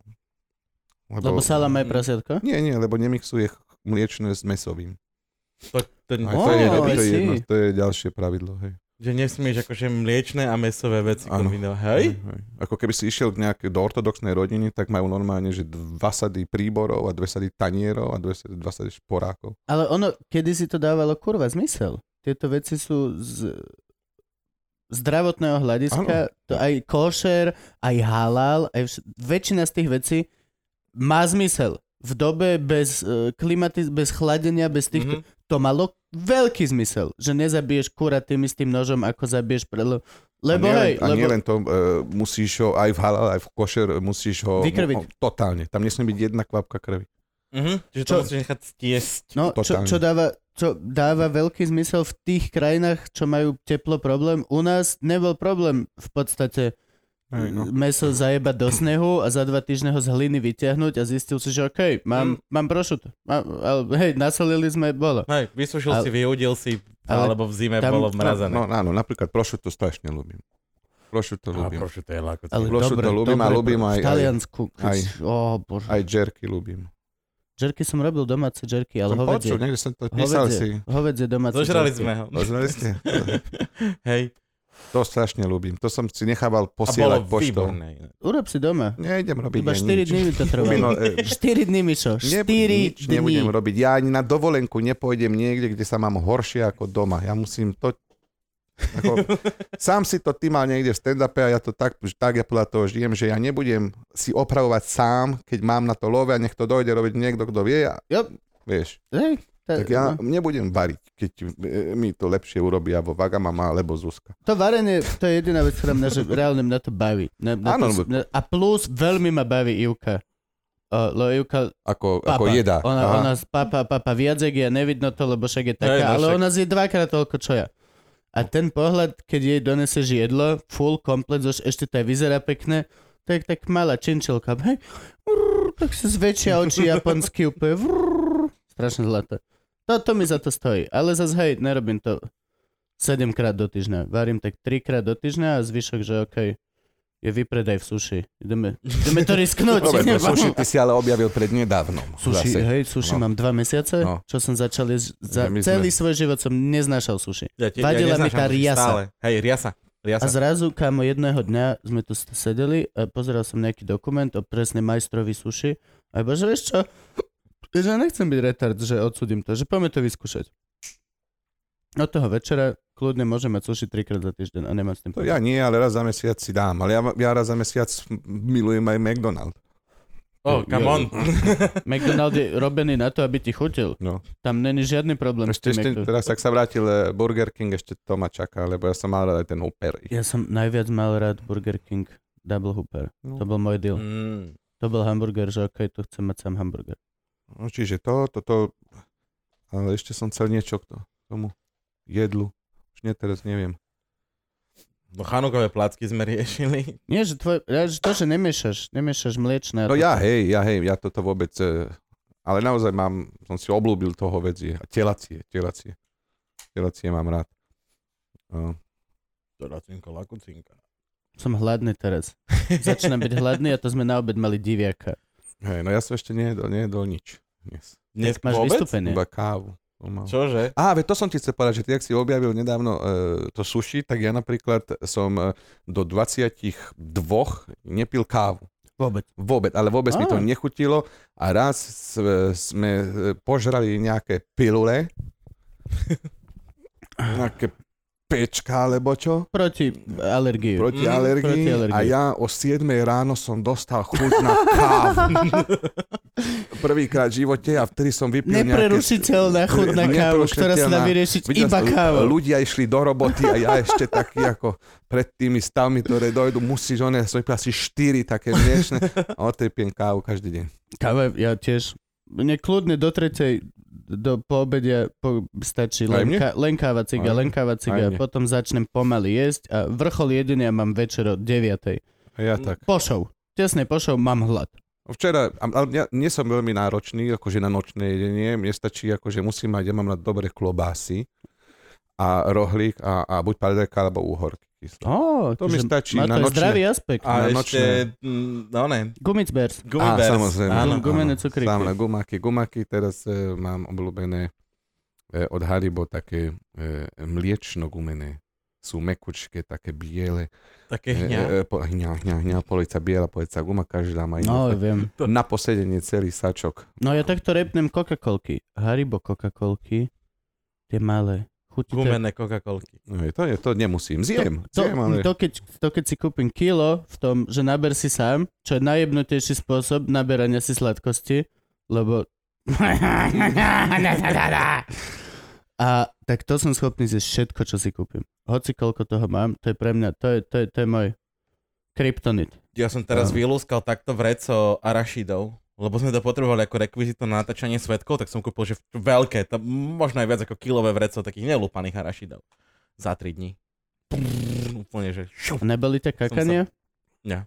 S1: Lebo salama je prasiatko.
S2: Nie, nie, lebo nemixuje ch- mliečne s mesovým.
S3: To, to,
S2: Aj
S1: Ó,
S2: to, je, to,
S1: I
S2: je
S1: see.
S2: jedno, to je ďalšie pravidlo. Hej.
S3: že nesmieš akože mliečne a mesové veci
S2: Áno.
S3: kombinovať. Hej?
S2: Hej. Ako keby si išiel k nejakej do ortodoxnej rodiny, tak majú normálne, že dva sady príborov a dve sady tanierov a dve sady, dva sady šporákov.
S1: Ale ono, kedy si to dávalo kurva zmysel. Tieto veci sú z zdravotného hľadiska, to aj košer, aj halal, aj vš- väčšina z tých vecí má zmysel. V dobe bez uh, klimatiz- bez chladenia, bez týchto,
S3: Mhm.
S1: mm-hmm. to malo veľký zmysel, že nezabiješ kura tým istým nožom, ako zabiješ pre... le- Lebo
S2: a nie,
S1: hej,
S2: len, a nie
S1: lebo...
S2: len to, e, musíš ho aj v halal, aj v košer, musíš ho...
S1: Vykrviť.
S2: Mu, totálne, tam nesmie byť jedna kvapka krvi.
S3: Mhm. Čiže to
S1: Čo-
S3: musíš nechať stiesť.
S1: No, čo,
S2: Totálne.
S1: čo, dáva, čo dáva veľký zmysel v tých krajinách, čo majú teplo problém. U nás nebol problém v podstate
S2: Hej, no.
S1: meso zajebať do snehu a za dva týždne ho z hliny vyťahnuť a zistil si, že OK, mám,
S2: Mm.
S1: mám prošuto. Mám, ale hej, nasolili sme, bolo.
S3: Hej, vysúšil
S1: Ale-
S3: si, vyudil si,
S1: ale
S3: alebo v zime
S1: tam-
S3: bolo mrazené.
S2: No, no áno, napríklad prošuto strašne ľúbim. Prošuto
S3: A
S2: ľúbim.
S3: prošu, to je lako.
S1: Ale
S2: Prosciutto
S1: dobre,
S2: ľúbim a
S1: dobre,
S2: ľúbim aj-
S1: v Taliansku. Aj,
S2: aj-
S1: oh, bože.
S2: Aj jerky ľúbim.
S1: Jerky som robil domáce jerky, ale
S2: Som počul,
S1: hovedzie.
S2: niekde som to písal si.
S1: Hovedzie, hovedzie domáce
S3: Zožrali
S1: jerky.
S3: sme ho.
S2: Poznali ste?
S3: Hej,
S2: To strašne ľúbim. To som si nechával
S3: a bolo
S2: posielať poštou.
S3: výborné.
S1: Urob si doma.
S2: Nejdem robiť
S1: Iba
S2: ja
S1: 4
S2: nič.
S1: dní mi to trvalo.
S2: Mino, e,
S1: 4 dny, Mišo. 4
S2: Nebudem, nič
S1: dní.
S2: nebudem robiť. Ja ani na dovolenku nepôjdem niekde, kde sa mám horšie ako doma. Ja musím to... Ako, sám si to ty mal niekde v stand-upe a ja to tak, tak ja podľa toho žijem, že ja nebudem si opravovať sám, keď mám na to love a nech to dojde robiť niekto, kto vie. A,
S1: Jo.
S2: Vieš,
S1: Hej, tá-
S2: tak ja nebudem variť, keď e, mi to lepšie urobia vo Vagamama alebo Zuzka.
S1: To varenie, to je jediná vec, ktorá mňa že reálne mňa to baví. Na, na to,
S2: Áno, lebo-
S1: na, a plus veľmi ma baví Ivka. Uh, lebo Ivka,
S2: Ako,
S1: papa.
S2: ako jedá.
S1: Ona,
S2: Aha.
S1: ona z papa, papa viac, jak ja, nevidno to, lebo však je
S3: Hej, no
S1: taká, ale
S3: však.
S1: ona zje dvakrát toľko, čo ja. A ten pohľad, keď jej doneseš jedlo, full, komplet, zož, ešte to aj vyzerá pekné, to je tak malá činčilka. Hej, Urr, tak si zväčšia oči japonský úplne. Vrrr. Strašne zlaté. To, to mi za to stojí. Ale zase hej, nerobím to 7 krát do týždňa. Varím tak 3 krát do týždňa a zvyšok, že okej, je vypredaj v suši. Ideme, ideme to risknúť.
S2: Dobre, no
S1: Nebam.
S2: sushi ty si ale objavil pred nedávnom.
S1: Sushi, e,
S2: Zase.
S1: hej, sushi
S2: No.
S1: mám dva mesiace,
S2: No.
S1: čo som začal jesť, za
S2: Ja my sme-
S1: celý svoj život som neznášal sushi.
S3: Ja, tie-
S1: Vadila mi
S3: neznášam
S1: tá
S3: to
S1: riasa.
S3: Stále. Hej, riasa. riasa.
S1: A zrazu, kámo, jedného dňa sme tu st- sedeli a pozeral som nejaký dokument o presne majstrovi suši a iba, že vieš čo, že ja nechcem byť retard, že odsudím to, že poďme to vyskúšať. Od toho večera kľudne môžem mať suši trikrát za týždeň a nemám s tým
S2: To ja nie, ale raz za mesiac si dám. Ale ja, ja raz za mesiac milujem aj McDonald's.
S3: Oh, come on.
S1: McDonald je robený na to, aby ti chutil.
S2: No.
S1: Tam není žiadny problém s tým.
S2: Ešte, ešte,
S1: jak to-
S2: teraz, ak sa vrátil eh, Burger King, ešte to ma čaká, lebo ja som mal rád aj ten Hooper.
S1: Ja som najviac mal rád Burger King Double Hooper.
S2: No.
S1: To bol môj deal.
S3: Mm.
S1: To bol hamburger, že okej, to chcem mať sám hamburger.
S2: No, čiže to, to, to, ale ešte som chcel niečo k to- tomu jedlu. Už nie, teraz neviem.
S3: No chanukové placky sme riešili.
S1: Nie, že, tvoj, ja, že to, že nemiešaš, nemiešaš mliečne. a
S2: No
S1: to-
S2: ja, hej, ja, hej, ja toto vôbec, eh, ale naozaj mám, som si oblúbil to hovedzie. A telacie, telacie. Telacie mám rád. No.
S3: To lacinko, lakucinka.
S1: Som hladný teraz. Začínam byť hladný a to sme na obed mali diviaka.
S2: Hej, no ja som ešte nejedol, nejedol nič. Dnes.
S3: Dnes
S1: Máš
S3: vôbec?
S1: vystúpenie.
S2: Iba kávu. som mal.
S3: Čože?
S2: Á, veď to som ti chcel povedať, že ty, ak si objavil nedávno e, to sushi, tak ja napríklad som e, do 22 nepil kávu.
S1: Vôbec.
S2: Vôbec, ale vôbec mi
S1: Á.
S2: to nechutilo. A raz s- e, sme e, požrali nejaké pilule, nejaké pečka alebo čo,
S1: Proti alergii.
S2: proti
S3: Mm,
S2: alergii.
S1: proti alergii.
S2: A ja o 7 ráno som dostal chuť na kávu. Prvýkrát v živote a vtedy som vypil nejaké
S1: Neprerušiteľná chudná káva, ktorá sa dá
S2: Neprerušiteľná.
S1: vyriešiť
S2: Videl
S1: iba
S2: som,
S1: kávou.
S2: Ľudia išli do roboty a ja ešte taký ako pred tými stavmi, ktoré dojdu, musíš, one, som vypil asi štyri také dnešné a odtedy pijem kávu každý deň.
S1: Káva, ja tiež. Mne kľudne do tretej, do po obedia po, stačí
S2: Aj
S1: len,
S2: mne?
S1: ka, len káva ciga,
S2: Aj
S1: len káva ciga.
S2: mne.
S1: Potom začnem pomaly jesť a vrchol jedenia mám večer o 9.
S2: A ja tak.
S1: Pošov. Tesne pošov, mám hlad.
S2: Včera, a- ale ja nie som veľmi náročný, akože na nočné jedenie, mne stačí, akože musím mať, ja mám na dobré klobásy a rohlík a, a buď paradajka alebo úhorky. kyslé.
S1: Ó,
S2: To mi
S1: čiže
S2: stačí
S1: Má
S2: na
S1: to aj
S2: nočné.
S1: zdravý aspekt.
S3: A
S2: Na
S3: ešte, mm, no ne,
S1: Gumicbers.
S2: Á,
S3: gumibers.
S2: samozrejme.
S3: Áno.
S1: Gum- gumené cukríky.
S2: Sám na gumáky, gumáky. Teraz e, mám obľúbené e, od Haribo také e, mliečno-gumené. Sú mekučké, také biele.
S3: Také
S2: E, e,
S3: hňa.
S2: po, hňa, hňa, hňa, polica biela, polica guma, každá má
S1: No,
S2: inú.
S1: viem.
S2: No, na posedenie celý sačok.
S1: No ja takto repnem Coca-Colky. Haribo Coca-Colky. Tie malé. Chutí to-
S3: Gumené Coca-Colky.
S2: No, je to, je to nemusím, zjem.
S1: to,
S2: zjem ale...
S1: to, keď, to keď si kúpim kilo v tom, že naber si sám, čo je najjednotejší spôsob naberania si sladkosti, lebo... A tak to som schopný zjesť všetko, čo si kúpim. Hoci koľko toho mám, to je pre mňa, to je, to je, to je môj kryptonit.
S3: Ja som teraz
S1: Áno.
S3: vylúskal takto vreco arašidov, lebo sme to potrebovali ako rekvizito na natáčanie svetkov, tak som kúpil, že veľké, to možno aj viac ako kilové vreco takých nelúpaných arašidov. Za 3 dní. Prrr, úplne, že
S1: A
S3: šup.
S1: neboli tie kakania?
S2: Nie,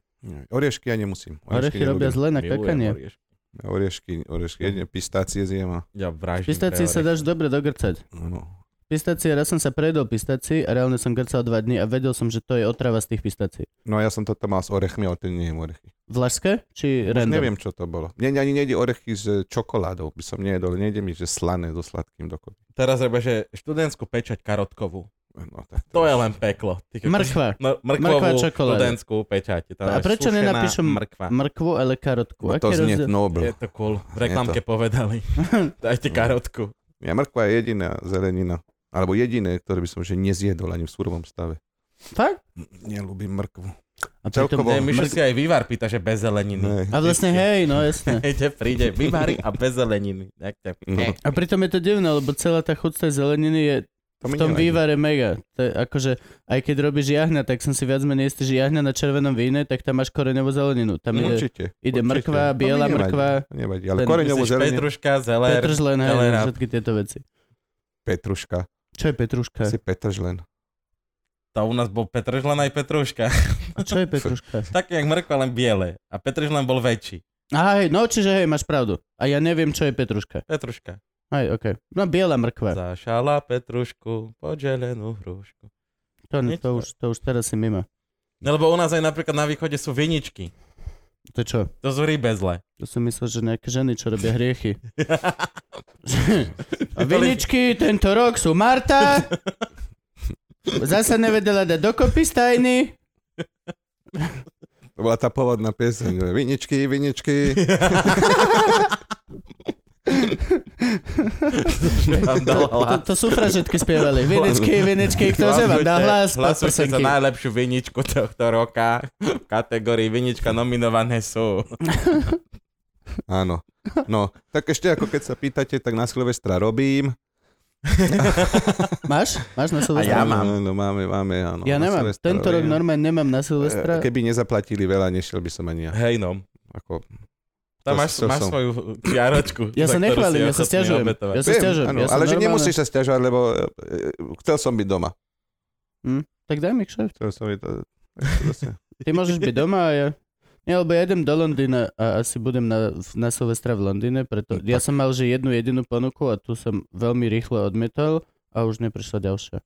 S2: Oriešky ja nemusím.
S1: Orechy
S2: neľúbim.
S1: robia zle na
S3: Milujem
S1: kakanie.
S3: oriešky.
S2: Ja Oriešky, oriešky. Jedne pistácie zjem a...
S3: Ja vraždím.
S1: Pistácii
S3: tie
S1: sa
S3: orechy.
S1: dáš dobre dogrcať.
S2: No, no.
S1: Pistácie, raz som sa predol pistácii a reálne som grcal dva dny a vedel som, že to je otrava z tých pistácií.
S2: no ja som toto mal s orechmi, ale to nie je orechy.
S1: Vlašské či
S2: Už
S1: random?
S2: neviem, čo to bolo. Mne ani nejde orechy s e, čokoládou, by som nejedol, nejde mi, že slané so sladkým dokopy.
S3: Teraz robia, že študentskú pečať karotkovú.
S2: No, tak
S3: To je len peklo. Ty kokos.
S1: Mrkva.
S3: No, mrkvovú
S1: Mrkva čokoláda.
S3: študentskú pečať. Je Tam
S1: A
S3: až
S1: prečo
S3: sušená
S1: nenapíšem-
S3: mrkva?
S1: Mrkvu, ale karotku.
S2: No, to
S1: Aký
S2: znie
S1: rozdiel?
S3: Je
S2: nobl.
S3: to cool. V reklamke povedali. Dajte karotku.
S2: Ja mrkva je jediná zelenina. Alebo jediné, ktoré by som že nezjedol ani v surovom stave.
S1: Fakt?
S2: Nelúbim mrkvu.
S1: A, pritom,
S2: Celkovo-
S3: Ne,
S1: Oh,
S3: Myšo
S1: mrk-
S3: si aj vývar pýta, že bez zeleniny.
S2: Ne.
S1: a vlastne hej, no jasne.
S3: Ide, príde, vyvári a bez zeleniny. Tak to-
S2: No.
S3: Eh.
S1: A pritom je to divné, lebo celá tá chuť z tej zeleniny je
S2: To
S1: v
S2: mi
S1: tom
S2: nevadí.
S1: vývare mega. To je akože, aj keď robíš jahňa, tak som si viac menej istý, že jahňa na červenom víne, tak tam máš koreňovú zeleninu. Tam ide,
S2: No, Určite.
S1: e, ide
S2: určite.
S1: mrkva,
S2: To mi
S1: biela
S2: nevadí,
S1: mrkva,
S2: Nevadí, ale
S1: ten-
S2: koreňovú
S3: Myslíš
S2: zeleninu.
S3: Petruška, zeler.
S1: petržlen, hej,
S3: telera.
S1: všetky tieto veci.
S2: Petruška.
S1: Čo je petruška?
S2: Asi petržlen.
S3: To u nás bol Petržlen aj Petruška.
S1: A čo je petruška?
S3: Také jak mrkva, len biele. A Petržlen bol väčší.
S1: Aha, hej, no čiže hej, máš pravdu. A ja neviem, čo je petruška.
S3: Petruška.
S1: Hej, okej. No biela mrkva.
S3: Zašala Petrušku, podželenú hrušku.
S1: To,
S3: nič
S1: to,
S3: tak.
S1: už, to už teraz si mimo.
S3: No lebo u nás aj napríklad na východe sú viničky.
S1: To čo?
S3: To sú rybezle.
S1: To som myslel, že nejaké ženy, čo robia hriechy. A viničky tento rok sú Marta. Zasa nevedela dať dokopy stajny.
S2: To bola tá pôvodná pieseň. že Viničky, viničky.
S3: Že vám dala
S1: To,
S3: hlas.
S1: to sú fražetky spievali. Viničky, viničky, kto sa vám dá hlas?
S3: Hlasujte za
S1: paprsenky.
S3: najlepšiu viničku tohto roka. V kategórii vinička nominované sú.
S2: Áno. No, tak ešte ako keď sa pýtate, tak na Silvestra robím.
S1: Máš? Máš na
S3: A
S1: Silvestra?
S3: ja mám.
S2: No, máme, máme, áno.
S1: Ja
S2: na
S1: nemám.
S2: Silvestra
S1: Tento rok
S2: robím.
S1: normálne nemám na Silvestra.
S2: E, Keby nezaplatili veľa, nešiel by som ani ja.
S3: Hej no.
S2: Ako...
S3: Tam
S2: To-
S3: máš,
S2: to
S3: máš
S2: som.
S3: svoju čiaročku.
S1: Ja
S3: za
S1: sa
S3: ktorú si
S1: nechválim, ja sa
S3: ochotný
S1: stiažujem.
S3: obetovať.
S1: Ja sa stiažujem.
S2: áno,
S1: ja som
S2: ale že
S1: normálne-
S2: nemusíš sa stiažovať, lebo e, e, chcel som byť doma.
S1: Tak daj mi kšeft.
S2: Chcel som byť...
S1: Ty môžeš byť doma a ja... Nie, lebo ja idem do Londýna a asi budem na, na Silvestra v Londýne, preto ja som mal že jednu jedinú ponuku a tu som veľmi rýchlo odmietol a už neprišla ďalšia.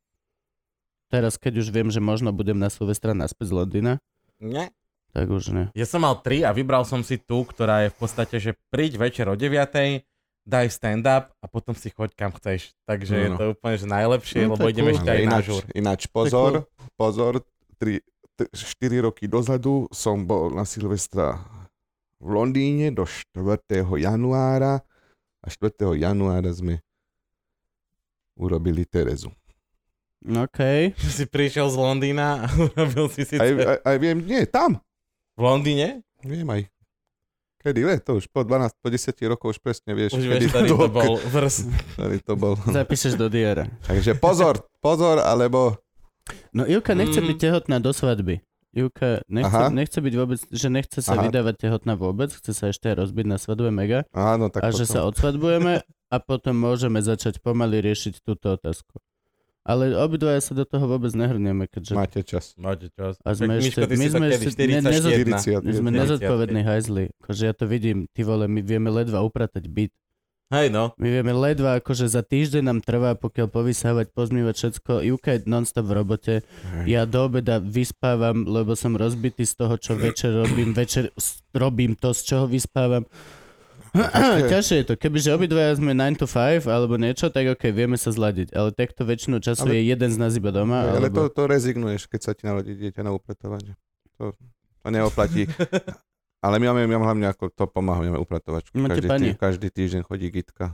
S1: Teraz, keď už viem, že možno budem na Silvestra naspäť z Londýna,
S3: Nie.
S1: tak už ne.
S3: Ja som mal tri a vybral som si tú, ktorá je v podstate, že príď večer o 9 daj stand-up a potom si choď kam chceš. Takže
S2: No,
S3: je
S2: no.
S3: to úplne že najlepšie,
S1: No, to
S3: lebo
S1: je
S3: ideme
S1: cool.
S3: ešte aj na
S2: ináč,
S3: žur.
S2: ináč, pozor, pozor, 3, 4 roky dozadu som bol na Silvestra v Londýne do 4. januára a 4. januára sme urobili Terezu.
S1: OK.
S3: Že si prišiel z Londýna a urobil si si...
S2: Aj,
S3: Aj,
S2: aj, aj viem, nie, tam,
S3: V Londýne?
S2: Viem aj. Kedy, vie, to už po 12, po 10 rokov už presne vieš,
S3: Už
S2: kedy
S3: vieš, ktorý to bol vrst.
S2: Ktorý to bol.
S1: Zapíšeš do diára.
S2: Takže pozor, pozor, alebo
S1: No Ivka nechce
S3: Mm.
S1: byť tehotná do svadby. Ivka nechce,
S2: Aha.
S1: nechce byť vôbec, že nechce sa
S2: Aha.
S1: vydávať tehotná vôbec, chce sa ešte rozbiť na svadbe mega
S2: áno, tak
S1: a že sa
S2: potom.
S1: odsvadbujeme a potom môžeme začať pomaly riešiť túto otázku. Ale obidvaja sa do toho vôbec nehrnieme, keďže
S2: máte čas.
S3: Máte čas.
S1: A sme
S3: Tak,
S1: ešte-
S3: Miško, ty
S1: my
S3: si to
S1: sme
S3: kedy?
S1: ešte- ne- nezod-
S3: 41.
S2: 40.
S1: sme
S3: Ježiš.
S1: nezodpovední hajzli. Akože ja to vidím, ty vole, my vieme ledva upratať byt.
S3: Hej no.
S1: My vieme ledva, akože za týždeň nám trvá, pokiaľ povysávať, pozmývať všetko. Ivka je nonstop v robote. Ja do obeda vyspávam, lebo som rozbitý z toho, čo večer robím. Večer s- robím to, z čoho vyspávam. Ťažšie je to. Kebyže obidvaja sme 9 to 5 alebo niečo, tak ok, vieme sa zladiť. Ale takto väčšinu času
S2: Ale-
S1: je jeden z nás iba doma.
S2: Ale
S1: alebo...
S2: to, to rezignuješ, keď sa ti narodí dieťa na upratovanie. To, to neoplatí. Ale my máme, my máme hlavne ako to pomáha, my máme upratovačku.
S1: Máte
S2: Každý,
S1: pani.
S2: tý, každý týždeň chodí gitka.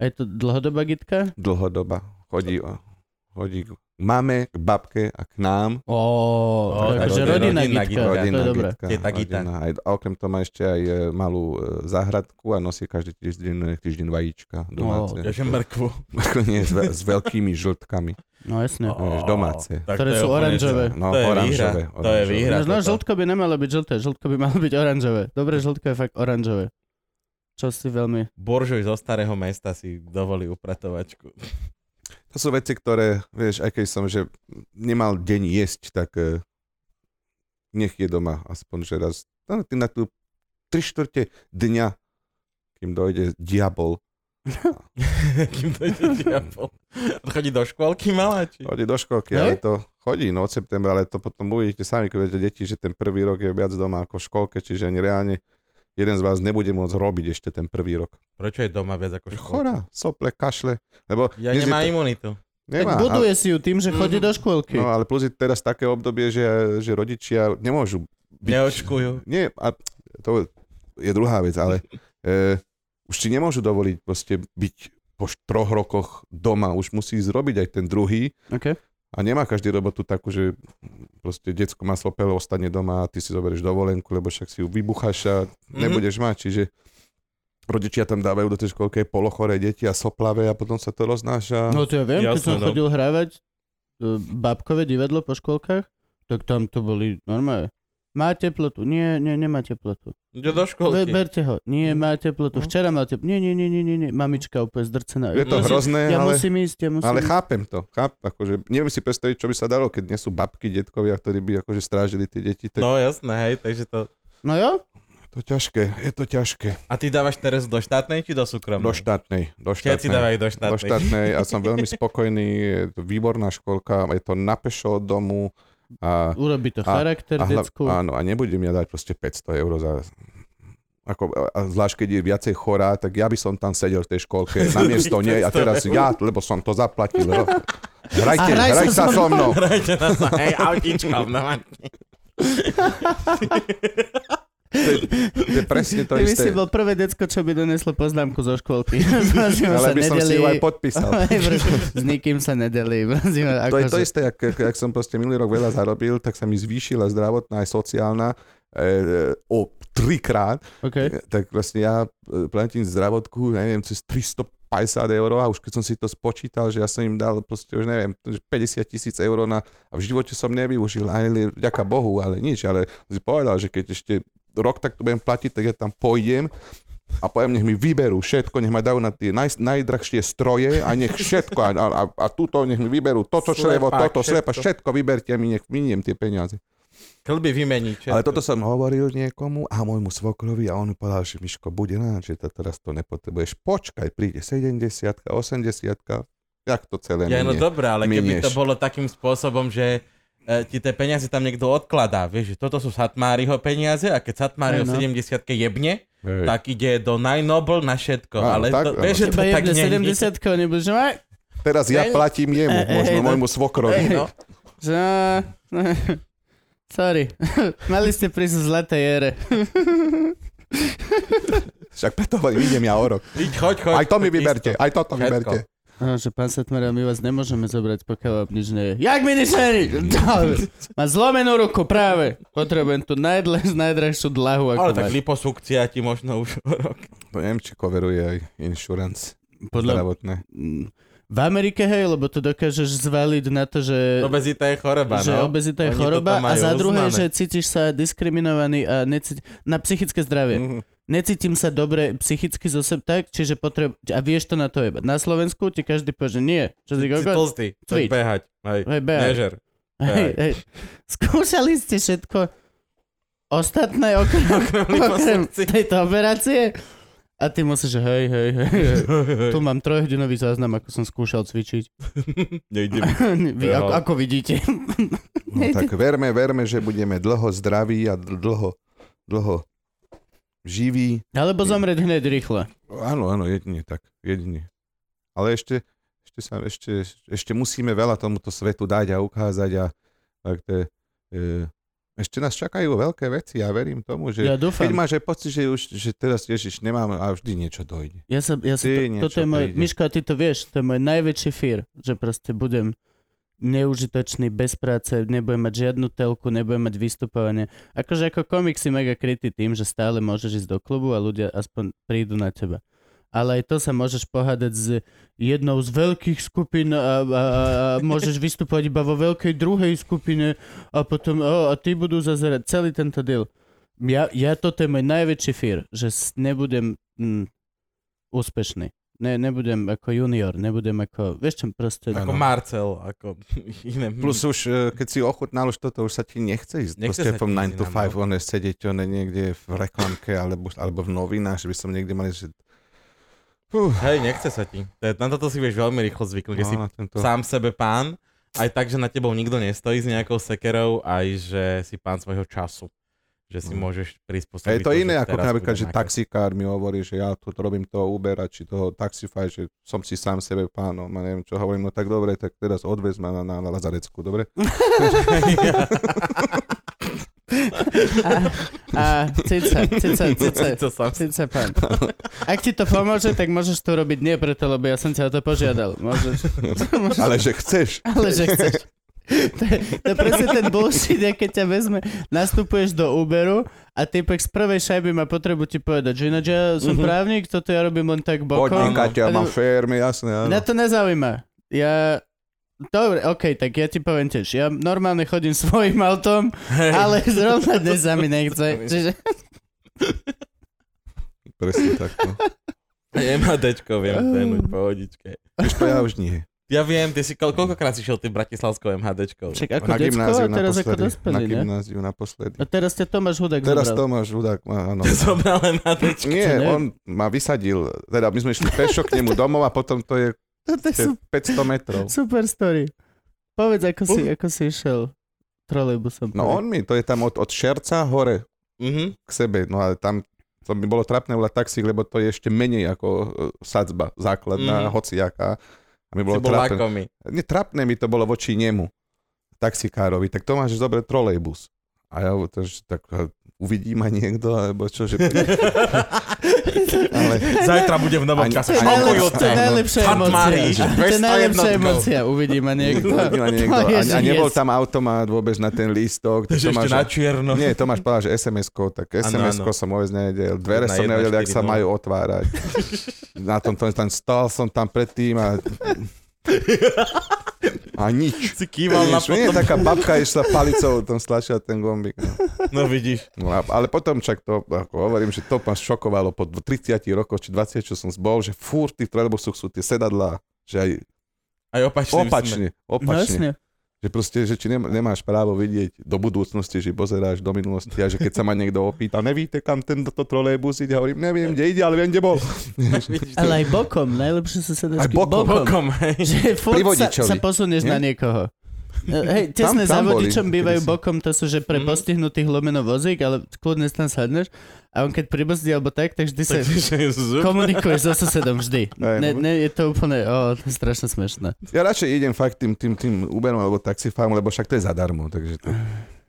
S1: A je to dlhodobá gitka?
S2: Dlhodoba. Chodí, o- chodí k mame, k babke a k nám.
S1: Ó, to je
S3: Ó,
S1: akože
S3: rodina-
S1: rodinná
S3: rodinná
S1: gitka.
S3: gitka.
S1: To
S2: Rodina,
S1: je dobré.
S2: Gitka,
S3: Teta Gita.
S2: rodina. Aj, a okrem toho má ešte aj e, malú e, záhradku a nosí každý týždeň, e, týždeň vajíčka domáce.
S3: Ja že mrkvu.
S2: Nie, s, ve- s veľkými žltkami.
S1: No jasne.
S2: Ó, Vieš, domáce.
S3: Tak
S1: Ktoré
S3: to je
S1: sú
S3: úplne,
S1: oranžové.
S3: že-
S2: No,
S3: to je výhra.
S2: oranžové,
S3: To je
S2: oranžové.
S3: výhra.
S1: No, no
S3: toto.
S1: žltko by nemalo byť žlté, žltko by malo byť oranžové. Dobre, žltko je fakt oranžové. Čo si veľmi...
S3: Buržuj zo starého mesta si dovolí upratovačku.
S2: To sú veci, ktoré, vieš, aj keď som, že nemal deň jesť, tak e, nech je doma aspoň, že raz. No, ty na tú tri štvrte dňa, kým dojde diabol,
S3: Kým to ide diabol. Chodí do škôlky maláči.
S2: Chodí do školky,
S1: Hej?
S2: ale to chodí, no od septembra, ale to potom uvidíte sami, keď budete deti, že ten prvý rok je viac doma ako v školke, čiže ani reálne jeden z vás nebude môcť robiť ešte ten prvý rok.
S3: Prečo je doma viac ako
S2: Že
S3: škôlka?
S2: Chorá, sople, kašle, lebo
S3: Ja
S2: dnes je
S3: nemá
S2: to-
S3: imunitu.
S1: Tak
S2: nemá,
S1: buduje si ju tým, že chodí
S3: Mhm.
S1: do škôlky.
S2: No ale plus je teraz také obdobie, že, že rodičia nemôžu byť...
S3: Neočkujú.
S2: Nie, a to je druhá vec, ale e, už si nemôžu dovoliť proste byť po št- troch rokoch doma, už musí zrobiť aj ten druhý,
S1: OK.
S2: A nemá každý robotu takú, že proste detsko má slopelo, ostane doma a ty si zoberieš dovolenku, lebo však si ju vybucháš a
S1: Mhm.
S2: nebudeš mať. Čiže rodičia tam dávajú do tej školky aj polochoré deti a soplavé a potom sa to roznáša.
S1: No to ja viem, keď
S3: Jasné,
S1: som
S3: no.
S1: chodil hrávať e, babkové divadlo po škôlkach, tak tam to boli normálne. Má teplotu? Nie, nie, nemá teplotu.
S3: Ide do
S1: Be,
S2: No,
S3: škôlky.
S1: berte ho.
S2: Mhm.
S1: Nie, má teplotu. Včera mal teplotu. Nie, nie, nie, nie, nie, nie. Mamička úplne zdrcená.
S2: je to
S1: Musím-
S2: hrozné,
S1: Ja
S2: ale,
S1: musím ísť, ja musím
S2: ale
S1: ísť.
S2: chápem to. Cháp, akože, neviem si predstaviť, čo by sa dalo, keď nie sú babky, detkovia, ktorí by akože strážili tie deti. Tak
S3: No jasné, hej, takže to...
S1: No jo?
S2: to To ťažké, je to ťažké.
S3: A ty dávaš teraz do štátnej či do súkromnej?
S2: Do štátnej, do
S3: Všetci
S2: štátnej.
S3: dávajú do
S2: Do
S3: štátnej.
S2: štátnej a som veľmi spokojný, je to výborná školka, je to na pešo od domu a,
S1: Urobí to
S2: A-
S1: charakter
S2: a, hla-
S1: decku.
S2: áno, a nebudem ja dať proste 500 eur za ako, a zvlášť keď je viacej chorá, tak ja by som tam sedel v tej školke na miesto nej a teraz ja, lebo som to zaplatil. No. Hrajte,
S1: A hraj
S2: hraj
S1: sa
S2: sa so mnou.
S3: Hrajte na sa, hej, autíčkom, no.
S2: To je, to je presne to
S1: Ty by si
S2: isté.
S1: bol prvé decko, čo by doneslo poznámku zo škôlky. Prosím vás,
S2: Ale
S1: sa
S2: by som si ju aj
S1: nedeli.
S2: podpísal.
S1: Hej, prosím, S nikým sa nedeli. Prosím, vás,
S2: To je to
S1: akože.
S2: isté, jak, jak- jak som proste minulý rok veľa zarobil, tak sa mi zvýšila zdravotná aj sociálna e, o trikrát,
S1: Okay.
S2: tak vlastne ja e, platím zdravotku, neviem, cez 350 eur a už keď som si to spočítal, že ja som im dal proste už neviem, že 50 tisíc eur na, a v živote som nevyužil, ani vďaka Bohu, ale nič, ale si povedal, že keď ešte rok tak to budem platiť, tak ja tam pôjdem a poviem, nech mi vyberú všetko, nech ma dajú na tie naj, najdrahšie stroje a nech všetko a, a, a- a túto nech mi vyberú toto črevo,
S3: Slepák,
S2: toto slepa,
S3: všetko.
S2: všetko vyberte mi, nech miniem tie peniaze.
S3: Klby vymení, čo?
S2: Ale toto som hovoril niekomu a môjmu svokrovi a on mi povedal, že Miško, buď rád, že to teraz to nepotrebuješ. Počkaj, príde 70 80 jak to celé
S3: Ja, no
S2: minie.
S3: dobré, ale keby
S2: minieš.
S3: to bolo takým spôsobom, že e, ti tie peniaze tam niekto odkladá, vieš, že toto sú Satmáriho peniaze a keď Satmáriho
S1: Áno.
S3: v 70 jebne,
S2: Hej.
S3: tak ide do najnobl na všetko.
S2: Áno,
S3: ale
S2: tak,
S3: to,
S2: áno.
S3: vieš, že to
S1: Teba
S3: tak
S1: jebne
S3: nie
S1: 70 ko nebudeš, že aj,
S2: Teraz ja
S3: Hej.
S2: platím jemu,
S1: Hej,
S2: možno
S1: hej, no.
S2: môjmu svokrovi.
S3: Hej, no.
S1: že... Sorry, mali ste prísť v zlaté ére.
S2: Však preto hovorím, idem ja o rok.
S3: Íď, choď, choď.
S2: Aj to mi
S3: choď,
S2: vyberte,
S3: isto.
S2: aj toto
S3: Všetko.
S2: vyberte.
S1: Áno, že pán Satmara, my vás nemôžeme zobrať, pokiaľ vám nič nie je. Jak mi nič nie je? Dobre. Mám zlomenú ruku práve. Potrebujem tú najdle, najdrahšiu dlahu. Ako
S3: Ale tak
S1: máš.
S3: liposukcia ti možno už o rok.
S2: To neviem, či coveruje aj insurance
S3: teda-
S1: Podľa,
S2: zdravotné.
S1: Mm, v Amerike, hej, lebo to dokážeš zvaliť na to, že...
S3: Obezita je choroba,
S1: E, že
S3: no.
S1: obezita je
S3: Oni to
S1: choroba
S3: tam
S1: a
S3: majú
S1: za druhé,
S3: uznané.
S1: že cítiš sa diskriminovaný a necíti... na psychické
S3: Mm.
S1: zdravie.
S2: Mhm.
S1: Necítim sa dobre psychicky zo seb tak, čiže potreb... A vieš to na to jeba. Na Slovensku ti každý povie, že nie. Čo si
S3: Si
S1: kokos?
S3: tlstý, choď
S1: Cvič.
S3: behať. Hej,
S1: Hej, behaj.
S3: nežer.
S1: Hej, hej. Skúšali ste všetko ostatné okrem, okrem
S3: Okrem liposukcie.
S1: tejto operácie? A ty musíš, že hej, hej, hej, hej. Tu mám trojhodinový záznam, ako som skúšal cvičiť.
S3: Nejde mi.
S1: Vy,
S3: Jo.
S1: ako, ako vidíte.
S2: No, tak verme, verme, že budeme dlho zdraví a dl- dlho, dlho živí.
S1: Alebo zomrieť hneď rýchlo.
S2: Áno, áno, jedine tak, jedine. Ale ešte, ešte, sa, ešte, ešte musíme veľa tomuto svetu dať a ukázať a tak to je, e, ešte nás čakajú veľké veci, ja verím tomu, že
S1: Ja
S2: ja
S1: dúfam.
S2: keď máš aj pocit, že už že teraz ježiš nemám a vždy niečo dojde.
S1: Ja sa, ja sa to, toto
S2: Ty niečo
S1: je môj,
S2: príde.
S1: Miško, a ty to vieš, to je môj najväčší fear, že proste budem neužitočný, bez práce, nebudem mať žiadnu telku, nebudem mať vystupovanie. Akože ako komik si mega krytý tým, že stále môžeš ísť do klubu a ľudia aspoň prídu na teba. Ale aj to sa môžeš pohádať s jednou z veľkých skupín a, a, a môžeš vystupovať iba vo veľkej druhej skupine a potom o, a tí budú zazerať celý tento deal. Ja, ja toto je môj najväčší fear, že s- nebudem mm, úspešný. Ne, nebudem ako junior, nebudem ako, vieš čo, proste...
S2: Áno.
S3: Ako Marcel, ako iné.
S2: Plus už, e, keď si ochutnal už toto, už sa ti nechce ísť.
S3: Mm. Nechce
S2: Proste
S3: sa
S2: po
S3: ti
S2: 9 to 5,
S3: ísť
S2: one sedieť one niekde v reklamke alebo, alebo v novinách, že by som niekde mal, že... Fú,
S3: Hej, nechce sa ti. To je- Na toto si vieš veľmi rýchlo zvyknúť, že si
S2: no, na tento...
S3: sám sebe pán, aj tak, že na tebou nikto nestojí s nejakou sekerou, aj že si pán svojho času. Že si
S2: Mm.
S3: môžeš prispôsobiť.
S2: Je to iné,
S3: že
S2: ako
S3: teraz
S2: napríklad,
S3: budem
S2: že
S3: aká-
S2: taxikár mi hovorí, že ja tu robím toho Ubera, či toho Taxify, že som si sám sebe pánom a neviem čo, hovorím, no tak dobre, tak teraz odvez ma na, na, na Lazarecku, dobre?
S1: No A, a cica, cica, cica,
S3: To sám si-
S1: cica, pán. Ak ti to pomôže, tak môžeš to robiť nie preto, lebo ja som ťa o to požiadal. Môžeš, môžeš
S2: Ale že chceš.
S1: ale že chceš. To je, to je presne ten bullshit, ja keď ťa vezme, nastupuješ do Uberu a typek z prvej šajby má potrebu ti povedať, že ináč ja som
S2: Mhm.
S1: právnik, toto ja robím len tak bokom.
S2: Podnikateľ,
S1: Ale-
S2: mám firmy, jasné, áno.
S1: Mňa to nezaujíma. Ja... Dobre, okej, tak ja ti poviem tiež. Ja normálne chodím svojim autom,
S3: Hej.
S1: ale zrovna dnes sa mi nechce. Čiže...
S2: Presne tak. No.
S3: MHDčko viem tenúť, pohodičke.
S2: Ehm. Vieš, to ja už nie.
S3: Ja viem, ty si, ko- koľkokrát si šiel tým bratislavskou MHDčkou?
S1: Však ako
S2: na
S1: decko a
S2: gymnáziu
S1: teraz ako
S2: naposledy. na
S1: dospelý, ne?
S2: gymnáziu naposledy.
S1: A teraz ťa Tomáš Hudák
S2: Teraz
S1: zobral.
S2: Tomáš Hudák, áno.
S3: Zobral MHDčku.
S1: to
S2: Nie,
S1: neviem.
S2: on ma vysadil, teda my sme išli pešo k nemu domov a potom to je
S1: Toto je
S2: to je 500 metrov.
S1: Super story. Povedz, ako si, ako si išiel trolejbusom.
S2: No on mi, to je tam od, od Šerca hore
S3: Mhm.
S2: k sebe, no ale tam to by bolo trapné volať taxík, lebo to je ešte menej ako e, sadzba základná,
S3: Mhm.
S2: hociaká. A mi
S3: Si
S2: bolo
S3: bol
S2: trapné.
S3: lakomý.
S2: Nie, trapné mi to bolo voči nemu, taxikárovi, tak to máš zobrať trolejbus. A ja to, že tak e, uvidí ma niekto, alebo čo, že... ale,
S3: Zajtra bude v novom
S2: Ani-
S1: To
S3: čase.
S1: je
S2: Ani-
S1: najlepš-
S2: Ani-
S1: to je
S2: Ani-
S1: najlepšia
S3: Fakt
S1: emócia.
S3: Mária, že
S1: To je
S3: 201
S1: najlepšia
S3: jednotkou.
S1: emócia. Uvidí ma niekto.
S2: Uvidí ma niekto.
S1: To
S2: A,
S1: je
S2: a nebol
S1: žec.
S2: tam automat vôbec na ten lístok.
S3: Takže ešte na
S2: Tomáš,
S3: čierno.
S2: nie, Tomáš povedal, že SMS-ko, tak SMS-ko som vôbec nevedel. Dvere
S3: Jedna,
S2: som
S3: jedna,
S2: nevedel, jak
S3: štyri, no.
S2: sa
S3: nula.
S2: majú otvárať. Na tom, tom tam stál som tam predtým a, a nič.
S3: Si kýval na
S2: Nič. Nie,
S3: potom.
S2: taká babka išla palicou, tam stlačila ten gombík.
S3: No vidíš.
S2: No, a- ale potom však to, ako hovorím, že to ma šokovalo po 30 rokoch, či 20, čo som bol, že fúr v tých trolejbusoch sú tie sedadlá, že aj
S3: Aj opačne.
S2: opačne,
S1: No
S2: opačne.
S1: jasne.
S2: Že proste, že či nemá- nemáš právo vidieť do budúcnosti, že pozeráš do minulosti a že keď sa ma niekto opýta, nevíte, kam tento trolejbus ide, hovorím, neviem, kde ide, ale viem, kde bol.
S3: Vidíš,
S1: Ale aj bokom. Najlepšie sú sedačky.
S2: Aj bokom.
S3: Bokom, hej.
S1: Že furt
S2: Pri
S1: sa,
S2: vodičovi,
S1: sa posunieš
S2: nie?
S1: na niekoho. E, Hej, tesne za
S2: tam boli,
S1: vodičom bývajú
S2: kedysi.
S1: bokom, to sú, že pre
S3: Mhm.
S1: postihnutých lomeno vozík, ale kľudne si tam sadneš a on keď pribrzdí alebo tak, tak vždy sa
S3: Takže zup.
S1: komunikuješ so susedom vždy.
S2: Hej,
S1: Ne,
S2: no.
S1: ne, je to úplne, o, to je strašne smiešné.
S2: Ja radšej idem fakt tým, tým, tým Uberom alebo taxifám, lebo však to je zadarmo, takže to,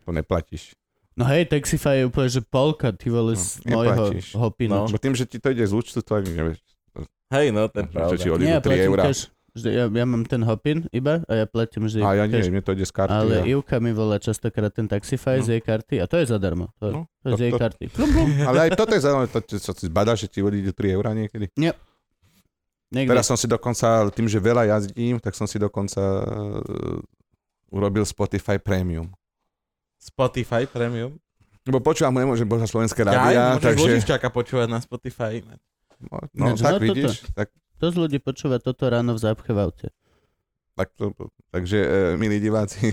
S2: to neplatíš.
S1: No hej, Taxify je úplne, že polka, ty vole, z
S2: No,
S1: mojho no.
S2: neplatíš.
S1: hopinu.
S2: Lebo tým, že ti to ide z účtu, to ani nevieš.
S3: Hej, no, to je
S2: Že či
S3: pravda.
S2: odídu
S1: Nie, ja
S2: 3
S1: platím
S2: eurá.
S1: cash. Vždy, ja, ja mám ten hopin iba a ja platím vždy
S2: A ja nie,
S1: cash.
S2: mne to ide z karty.
S1: Ale
S2: ja.
S1: Ivka mi volá častokrát ten Taxify z
S2: No.
S1: jej karty a to je zadarmo. To,
S2: No,
S1: to je z
S2: tak
S1: jej
S2: to-
S1: karty.
S2: ale aj toto je zaujímavé, to, čo si zbadaš, že ti odíde 3 eurá niekedy.
S1: Niekde.
S2: Teraz som si dokonca, tým, že veľa jazdím, tak som si dokonca eh, urobil Spotify Premium.
S3: Spotify Premium.
S2: Lebo počúvam, nemôžem bola slovenské
S3: Ja,
S2: rádia, ja,
S3: môžeš
S2: takže...
S3: Lužičáka počúvať na Spotify.
S2: No, no,
S1: Ináč,
S2: tak
S1: no,
S2: vidíš, tak,
S1: Dosť ľudí počúva toto ráno v zápche v aute.
S2: tak to, takže, e, milí diváci,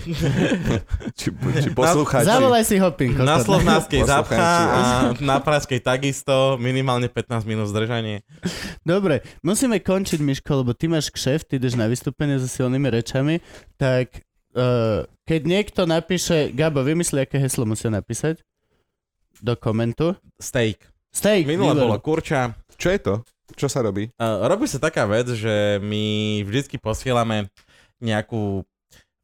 S2: či, či
S1: Kači.
S2: poslucháči,
S1: Zavolaj si Hopinko.
S3: Na Slovnáckej
S2: Poslucháči,
S3: zapcha a
S2: ja.
S3: na Pražskej takisto, minimálne 15 minút zdržanie.
S1: Dobre, musíme končiť, Miško, lebo ty máš kšeft, ty ideš na vystúpenie so silnými rečami, tak uh, keď niekto napíše, Gabo, vymyslí, aké heslo musia napísať do komentu.
S3: Steak.
S1: Steak,
S3: Minule
S1: výborne.
S3: bolo kurča.
S2: čo je to? Čo sa robí?
S3: Uh, robí sa taká vec, že my vždycky posielame nejakú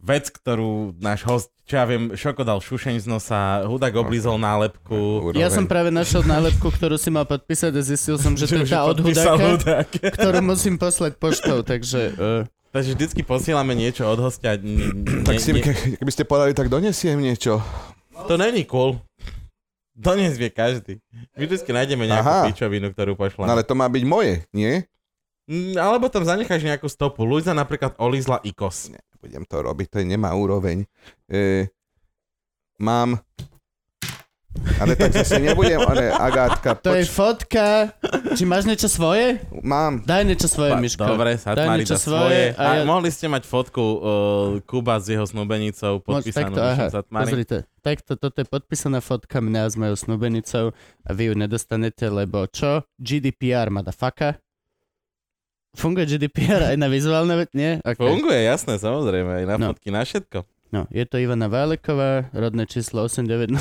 S3: vec, ktorú náš host, čo ja viem, Šoko dal šušeň z nosa, Hudak oblízol nálepku.
S1: Ja som práve našiel nálepku, ktorú si mal podpísať a zistil som, že to je tá od
S3: podpísal
S1: hudáka,
S3: Hudák.
S1: ktorú musím poslať poštou, takže... Uh,
S3: Takže vždycky posielame niečo od hostia. N- n-
S2: Tak si,
S3: nie-
S2: ke, keby ste povedali, tak donesiem niečo.
S3: To není cool. Dnes vie každý. My vždycky nájdeme nejakú
S2: Aha.
S3: pičovinu,
S2: No
S3: ktorú pošleme.
S2: ale
S3: Ale...
S2: to má byť moje, nie?
S3: Alebo tam zanecháš nejakú stopu. Luisa napríklad olízla ikos.
S2: Budem to robiť, to nemá úroveň. E, mám... Ale tak zase nebudem, ale Agátka,
S1: to je
S2: poč-
S1: fotka. Či máš niečo svoje?
S2: mám.
S1: Daj niečo svoje,
S3: Pa-
S1: Miško.
S3: Dobre, Satmari
S1: niečo
S3: dá svoje.
S1: svoje a
S3: A
S1: ja-
S3: mohli ste mať fotku uh, Kuba s jeho snúbenicou
S1: Moc
S3: podpísanú
S1: takto, aha,
S3: Mišom Satmari.
S1: Pozrite, takto, toto je podpísaná fotka mňa s mojou snúbenicou a vy ju nedostanete, lebo čo? GDPR, madafaka. Funguje GDPR aj na vizuálne, ve- nie? Okay.
S3: Funguje, jasné, samozrejme. Aj na
S1: No.
S3: fotky, na všetko.
S1: No, je to Ivana Váleková, rodné číslo 89.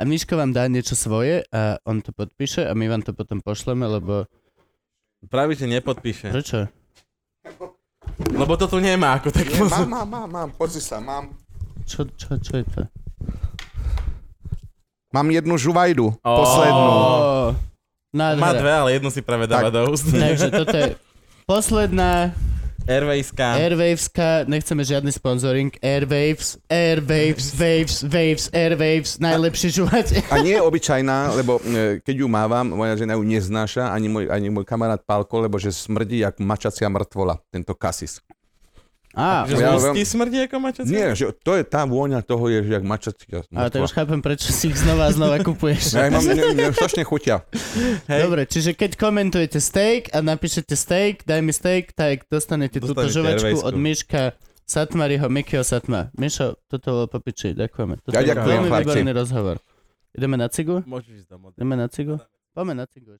S1: a Miško vám dá niečo svoje a on to podpíše a my vám to potom pošleme, lebo...
S3: Práve, že
S2: Hm.
S3: nepodpíše.
S1: Prečo?
S3: Lebo to tu nemá, ako tak
S2: Nie, mám, mám, mám, mám, pozri sa, mám.
S1: Čo, čo, čo je to?
S2: Mám jednu žuvajdu,
S3: Ó.
S2: poslednú.
S1: Ó,
S3: Má
S1: Nádhera.
S3: dve, ale jednu si práve dáva
S2: Tak.
S3: do úst.
S1: Takže toto je posledná
S3: Airwayska.
S1: Airwaveska, nechceme žiadny sponsoring. Airwaves, Airwaves, Waves, Waves, Airwaves, najlepšie žúvať.
S2: A nie je obyčajná, lebo e, keď ju mávam, moja žena ju neznáša, ani môj, ani môj kamarát Palko, lebo že smrdí jak mačacia mŕtvola, tento kasis.
S1: Á,
S3: Že
S2: Ja viem.
S3: ja, ústy smrdí ako mačacie?
S2: Nie, že to je tá vôňa toho je, že jak mačacia
S1: a to už
S2: mŕtva.
S1: chápem, prečo si ich znova a znova kupuješ.
S2: Ja ich mám, mne, mne strašne chutia.
S3: Hej.
S1: Dobre, čiže keď komentujete steak a napíšete steak, daj mi steak, tak dostanete, túto
S3: Dostanete
S1: žovečku
S3: hervejskú.
S1: od Miška Satmariho, Mikio Satma. Mišo, toto bolo popiči, ďakujeme. Toto
S2: Ja
S1: bol
S2: ďakujem,
S1: veľmi
S2: chlapci.
S1: výborný rozhovor. Ideme na cigu?
S3: Môžeš ísť domov.
S1: Ideme na cigu? Poďme na cigu.